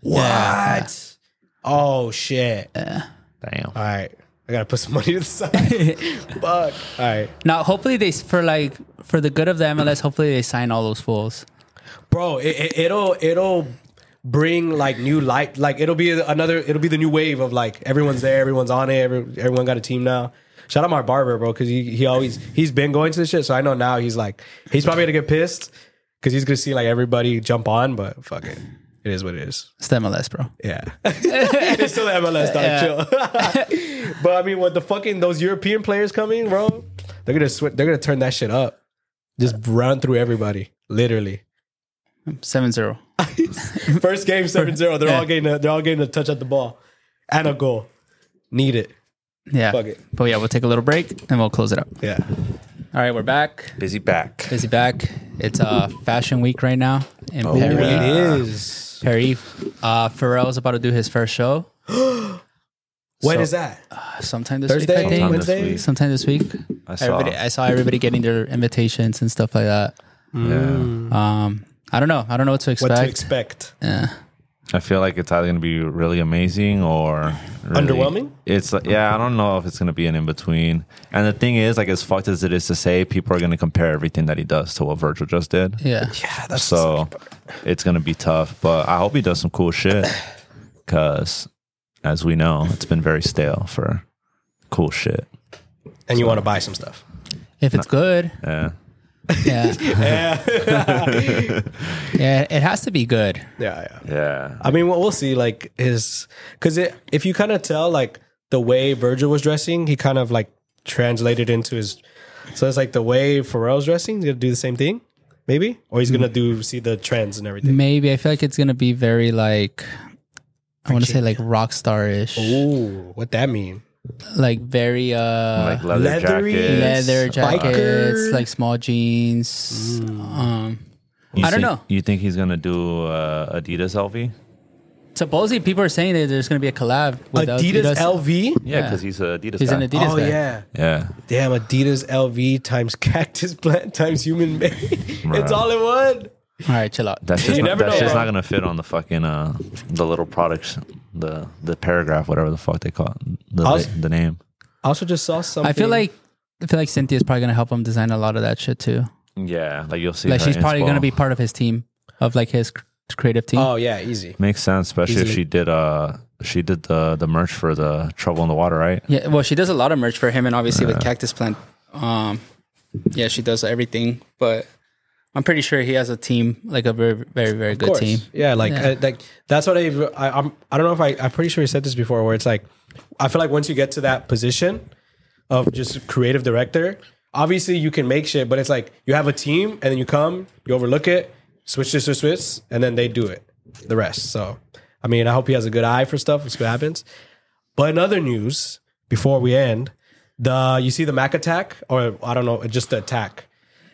Speaker 4: What? Oh shit!
Speaker 2: Damn.
Speaker 4: All right, I gotta put some money to the side. Fuck. All right,
Speaker 3: Now, hopefully they s- for like for the good of the MLS. Hopefully they sign all those fools.
Speaker 4: bro. It, it, it'll it'll bring like new light. Like it'll be another. It'll be the new wave of like everyone's there, everyone's on it, every, everyone got a team now. Shout out my barber, bro, because he, he always he's been going to this shit. So I know now he's like he's probably gonna get pissed because he's gonna see like everybody jump on, but fuck it. It is what it is.
Speaker 3: It's the MLS, bro.
Speaker 4: Yeah. it's still the MLS, dog. Chill. but I mean, with the fucking those European players coming, bro, they're gonna sw- they're gonna turn that shit up. Just run through everybody, literally.
Speaker 3: 7-0.
Speaker 4: First game 7-0. They're all getting a, they're all getting a touch at the ball and a goal. Need it.
Speaker 3: Yeah.
Speaker 4: Fuck it.
Speaker 3: But yeah, we'll take a little break and we'll close it up.
Speaker 4: Yeah.
Speaker 3: All right, we're back.
Speaker 2: Busy back.
Speaker 3: Busy back. It's uh fashion week right now in Paris.
Speaker 4: It is.
Speaker 3: Paris. Uh, Pharrell's about to do his first show
Speaker 4: When
Speaker 3: So-
Speaker 4: is that?
Speaker 3: sometime this
Speaker 4: Thursday,
Speaker 3: week. I think.
Speaker 2: Sometime this
Speaker 4: Wednesday.
Speaker 2: week.
Speaker 3: Sometime this week.
Speaker 2: I saw.
Speaker 3: Everybody, I saw everybody getting their invitations and stuff like that.
Speaker 2: yeah.
Speaker 3: Um, I don't know. I don't know what to
Speaker 4: What
Speaker 3: expect.
Speaker 4: to expect?
Speaker 2: I feel like it's either gonna be really amazing or really-
Speaker 4: Underwhelming?
Speaker 2: It's like, yeah, I don't know if it's gonna be an in between. And the thing is, like as fucked as it is to say, people are gonna compare everything that he does to what Virgil just did.
Speaker 3: Yeah.
Speaker 4: Yeah, that's
Speaker 2: so it's gonna be tough. But I hope he does some cool shit because, as we know, it's been very stale for cool shit.
Speaker 4: and you want to buy some stuff.
Speaker 3: If it's good,
Speaker 2: Yeah.
Speaker 3: yeah, yeah, it has to be good.
Speaker 4: Yeah, yeah.
Speaker 2: Yeah.
Speaker 4: I mean, we'll, we'll see. Like his, because it, if you kind of tell like the way Virgil was dressing, he kind of like translated into his. So it's like the way Pharrell's dressing. He's gonna do the same thing, maybe, or he's gonna do see the trends and everything.
Speaker 3: Maybe I feel like it's gonna be very like I want to say like rock star ish,
Speaker 4: Ooh, what that mean?
Speaker 3: like very uh
Speaker 2: like leather
Speaker 4: leathery
Speaker 2: jackets.
Speaker 3: leather jackets,
Speaker 4: Biker.
Speaker 3: like small jeans. Um,
Speaker 2: You
Speaker 3: I don't
Speaker 2: think-
Speaker 3: know.
Speaker 2: You think he's gonna do uh, Adidas LV?
Speaker 3: supposedly people are saying that there's gonna be a collab with
Speaker 4: Adidas, Oh, LV.
Speaker 2: Yeah, because he's an Adidas.
Speaker 3: He's
Speaker 2: guy.
Speaker 3: an Adidas guy.
Speaker 2: Yeah.
Speaker 4: damn Adidas LV times cactus plant times human made. it's all in one.
Speaker 3: All right, chill out.
Speaker 2: That's just
Speaker 4: You
Speaker 2: not,
Speaker 4: never
Speaker 2: that's
Speaker 4: know,
Speaker 2: just
Speaker 4: bro.
Speaker 2: not gonna fit on the fucking uh the little products the the paragraph whatever the fuck they call it, the
Speaker 4: I'll s-
Speaker 2: the name.
Speaker 4: I also just saw something.
Speaker 3: I feel like I feel like Cynthia's probably gonna help him design a lot of that shit too.
Speaker 2: Yeah, like you'll see.
Speaker 3: Like
Speaker 2: her
Speaker 3: she's probably
Speaker 2: inspo.
Speaker 3: gonna be part of his team of like his cr- creative team.
Speaker 4: Oh yeah, easy.
Speaker 2: makes sense, especially if
Speaker 4: Easily.
Speaker 2: she did uh she did the the merch for the Trouble in the Water, right?
Speaker 3: Yeah, well, she does a lot of merch for him, and obviously with Cactus Plant, um, yeah, she does everything. But I'm pretty sure he has a team, like a very, very, very good
Speaker 4: course.
Speaker 3: team.
Speaker 4: Yeah, like
Speaker 3: Yeah.
Speaker 4: uh, like that's what I, I I'm I don't know if I I'm pretty sure I said this before where it's like I feel like once you get to that position of just creative director, obviously you can make shit, but it's like you have a team and then you come, you overlook it, switch this or switch, and then they do it the rest. So I mean, I hope he has a good eye for stuff. Let's see what happens. But in other news, before we end, the you see the Mac attack or I don't know, just the attack.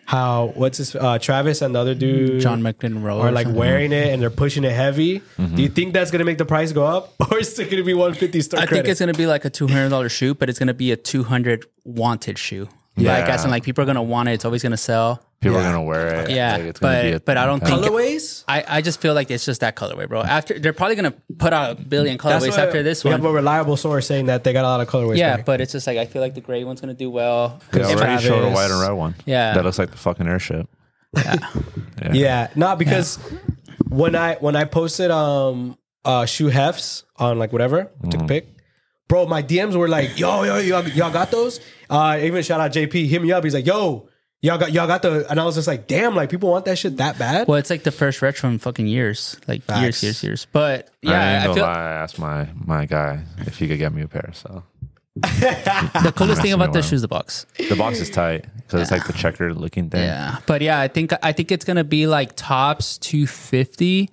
Speaker 4: How what's this? Uh, Travis and the other dude,
Speaker 3: John McEnroe
Speaker 4: are
Speaker 3: or
Speaker 4: like
Speaker 3: something.
Speaker 4: wearing it and they're pushing it heavy. Do you think that's gonna make the price go up, or is it gonna be one fifty store
Speaker 3: I
Speaker 4: credit?
Speaker 3: think it's gonna be like a two hundred dollar shoe, but it's gonna be a two hundred wanted shoe. Like
Speaker 2: Yeah.
Speaker 3: as in like people are gonna want it. It's always gonna sell.
Speaker 2: People
Speaker 4: Yeah.
Speaker 2: are gonna wear it.
Speaker 3: Yeah,
Speaker 2: Like, it's
Speaker 3: but
Speaker 2: gonna be a
Speaker 3: but I don't think.
Speaker 4: colorways.
Speaker 3: I, I just feel like it's just that colorway, bro. After they're probably gonna put out a billion
Speaker 4: That's
Speaker 3: colorways
Speaker 4: what-
Speaker 3: after this
Speaker 4: we
Speaker 3: one.
Speaker 4: have a reliable source saying that they got a lot of colorways.
Speaker 3: yeah,
Speaker 4: coming.
Speaker 3: but it's just like I feel like the gray one's gonna do well.
Speaker 2: They already
Speaker 4: Travis.
Speaker 2: showed a white and red one.
Speaker 3: Yeah.
Speaker 2: that looks like the fucking airship.
Speaker 4: yeah, not because when I when I posted um uh shoe hefts on like whatever took a pic, bro. My DMs were like, yo yo y'all, y'all got those? Uh, even shout out JP, hit me up. He's like, yo. Y'all got y'all got the and I was just like, damn, like people want that shit that bad.
Speaker 3: Well, it's like the first retro in fucking years, like years,
Speaker 4: Facts.
Speaker 3: years, years. But
Speaker 2: I
Speaker 3: yeah, I,
Speaker 2: ain't gonna
Speaker 3: feel
Speaker 2: lie, I asked my my guy if he could get me a pair. So
Speaker 3: the coolest thing
Speaker 2: messing
Speaker 3: about the
Speaker 2: around.
Speaker 3: shoes, the box.
Speaker 2: the box is tight. because it's like the checker looking thing.
Speaker 3: Yeah, but yeah, I think I think it's gonna be like tops two fifty,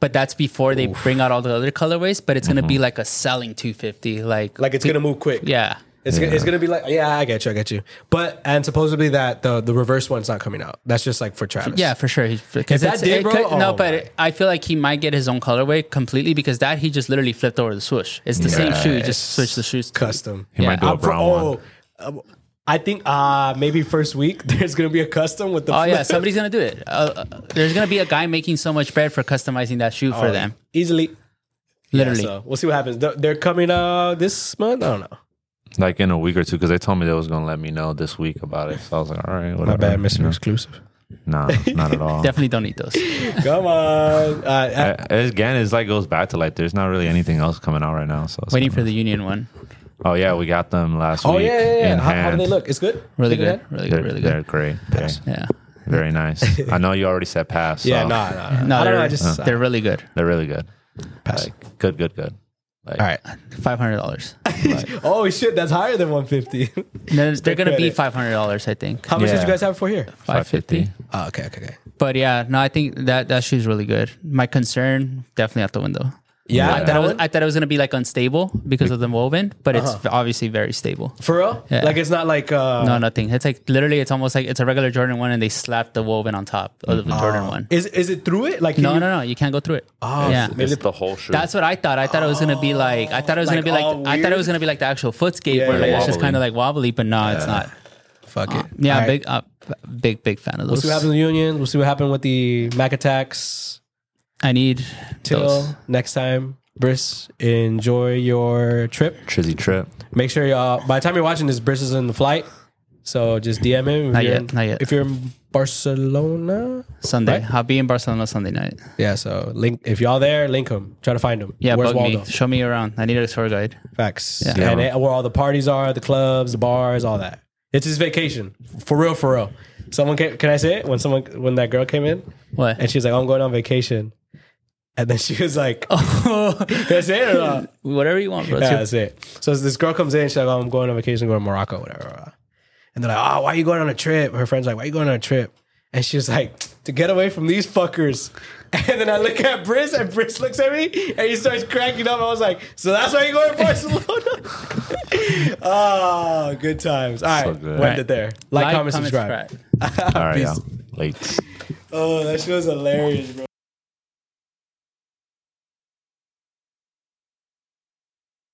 Speaker 3: but that's before they bring out all the other colorways. But it's gonna be like a selling two fifty, like
Speaker 4: Like it's gonna move quick.
Speaker 3: yeah.
Speaker 4: It's, gonna it's gonna be like yeah, I get you, I get you. But and supposedly that the the reverse one's not coming out. That's just like for Travis.
Speaker 3: Yeah, for sure. He's because
Speaker 4: that did, bro,
Speaker 3: no,
Speaker 4: oh
Speaker 3: but
Speaker 4: my.
Speaker 3: it- I feel like he might get his own colorway completely because that he just literally flipped over the swoosh. It's the same shoe, he just switched the shoes.
Speaker 4: custom.
Speaker 2: He might do a
Speaker 4: I'm for-
Speaker 2: brown one.
Speaker 4: um, I think uh maybe first week there's gonna be a custom with the.
Speaker 3: Oh yeah,
Speaker 4: flip.
Speaker 3: somebody's gonna do it. Uh, uh, there's gonna be a guy making so much bread for customizing that shoe for them.
Speaker 4: easily.
Speaker 3: Literally,
Speaker 4: Oh, So we'll see what happens. They're, they're coming uh this month. I don't know.
Speaker 2: Like in a week or two, because they told me they was gonna let me know this week about it. So I was like, all right, whatever. You know?
Speaker 4: Exclusive.
Speaker 2: Nah, not at all.
Speaker 3: definitely don't need those.
Speaker 4: Come on. Uh,
Speaker 2: I- again, it's like goes back to like there's not really anything else coming out right now. So it's
Speaker 3: Waiting
Speaker 2: kinda-
Speaker 3: for the union one.
Speaker 2: Oh yeah, we got them last
Speaker 4: oh
Speaker 2: week.
Speaker 4: yeah, yeah. yeah.
Speaker 2: in
Speaker 4: How, how do
Speaker 2: hand.
Speaker 4: they look? It's good.
Speaker 3: Really
Speaker 4: Think
Speaker 3: good,
Speaker 4: of that?
Speaker 3: really
Speaker 2: They're,
Speaker 3: good, really
Speaker 2: they're
Speaker 3: good.
Speaker 2: great. They're
Speaker 3: Yeah,
Speaker 2: very nice. I know you already said pass.
Speaker 4: Yeah,
Speaker 2: so
Speaker 4: nah, nah, nah.
Speaker 3: no,
Speaker 4: I
Speaker 3: they're,
Speaker 4: don't know. I just
Speaker 3: they're really good.
Speaker 2: They're really good.
Speaker 4: pass.
Speaker 2: Like good, good, good. Like,
Speaker 4: All right.
Speaker 3: Five hundred dollars.
Speaker 4: Oh shit, that's higher than 150.
Speaker 3: They're, they're gonna be
Speaker 4: credit.
Speaker 3: five hundred dollars, I think.
Speaker 4: How much did
Speaker 2: Yeah.
Speaker 4: you guys have for here?
Speaker 3: Five fifty.
Speaker 4: Oh, okay, okay, okay.
Speaker 3: But yeah, no, I think that that shoe's really good. My concern definitely out the window.
Speaker 4: Yeah,
Speaker 3: I
Speaker 4: that
Speaker 3: thought, it was,
Speaker 4: one?
Speaker 3: I thought it was gonna be like unstable because of the woven, but it's
Speaker 4: Uh-huh.
Speaker 3: obviously very stable.
Speaker 4: For real?
Speaker 3: Yeah.
Speaker 4: Like it's not like uh
Speaker 3: No, nothing. It's like literally, it's almost like it's a regular Jordan one, and they slapped the woven on top of the Jordan one.
Speaker 4: Is is it through it? Like Mm-hmm. Ah. can
Speaker 3: No,
Speaker 4: you-
Speaker 3: no, no, you can't go through it.
Speaker 4: Oh,
Speaker 3: yeah,
Speaker 4: so
Speaker 2: Maybe the whole shoe.
Speaker 3: that's what I thought. I thought it was gonna be like I thought it was
Speaker 4: Like
Speaker 3: gonna be like
Speaker 4: all
Speaker 3: I thought it was
Speaker 4: weird?
Speaker 3: gonna be like the actual footscape
Speaker 4: Yeah,
Speaker 3: where like
Speaker 4: yeah,
Speaker 3: it's just
Speaker 2: wobbly.
Speaker 3: kind of like wobbly, but no, it's not.
Speaker 4: Fuck it.
Speaker 3: Yeah,
Speaker 4: All right.
Speaker 3: big, uh, big, big fan of
Speaker 4: We'll
Speaker 3: those.
Speaker 4: see what happens with the union. We'll see what happened with the Mac attacks.
Speaker 3: I need
Speaker 4: Till
Speaker 3: those.
Speaker 4: next time, Briss, enjoy your trip.
Speaker 2: Trizzy trip.
Speaker 4: Make sure y'all, by the time you're watching this, Briss is in the flight. So just DM him. If
Speaker 3: Not
Speaker 4: you're
Speaker 3: yet,
Speaker 4: in,
Speaker 3: not yet.
Speaker 4: If you're in Barcelona.
Speaker 3: Sunday.
Speaker 4: Right?
Speaker 3: I'll be in Barcelona Sunday night.
Speaker 4: Yeah, so link, if y'all there, link him. Try to find him.
Speaker 3: Yeah,
Speaker 4: Where's
Speaker 3: bug
Speaker 4: Waldo?
Speaker 3: me. Show me around. I need a tour guide.
Speaker 4: Facts.
Speaker 3: Yeah.
Speaker 4: And it- where all the parties are, the clubs, the bars, all that. It's his vacation. For real, for real. Someone came, can I say it? When someone when that girl came in
Speaker 3: What?
Speaker 4: and she was like, "Oh, I'm going on vacation. And then she was like, Can I say it or not?
Speaker 3: Whatever you want, bro. It's
Speaker 4: Yeah,
Speaker 3: your-
Speaker 4: that's it. So this girl comes in, she's like, oh, I'm going on vacation, going to Morocco, whatever. blah, blah. And they're like, oh, why are you going on a trip? Her friend's like, why are you going on a trip? And she's like, to get away from these fuckers. And then I look at Briz, and Briz looks at me, and he starts cracking up. I was like, so that's why you're going to Barcelona? oh, good times. All right,
Speaker 2: So
Speaker 4: so
Speaker 2: good.
Speaker 4: went it there. Like, comment, subscribe.
Speaker 2: All right, yeah. Like.
Speaker 4: Oh, that shit was hilarious, bro.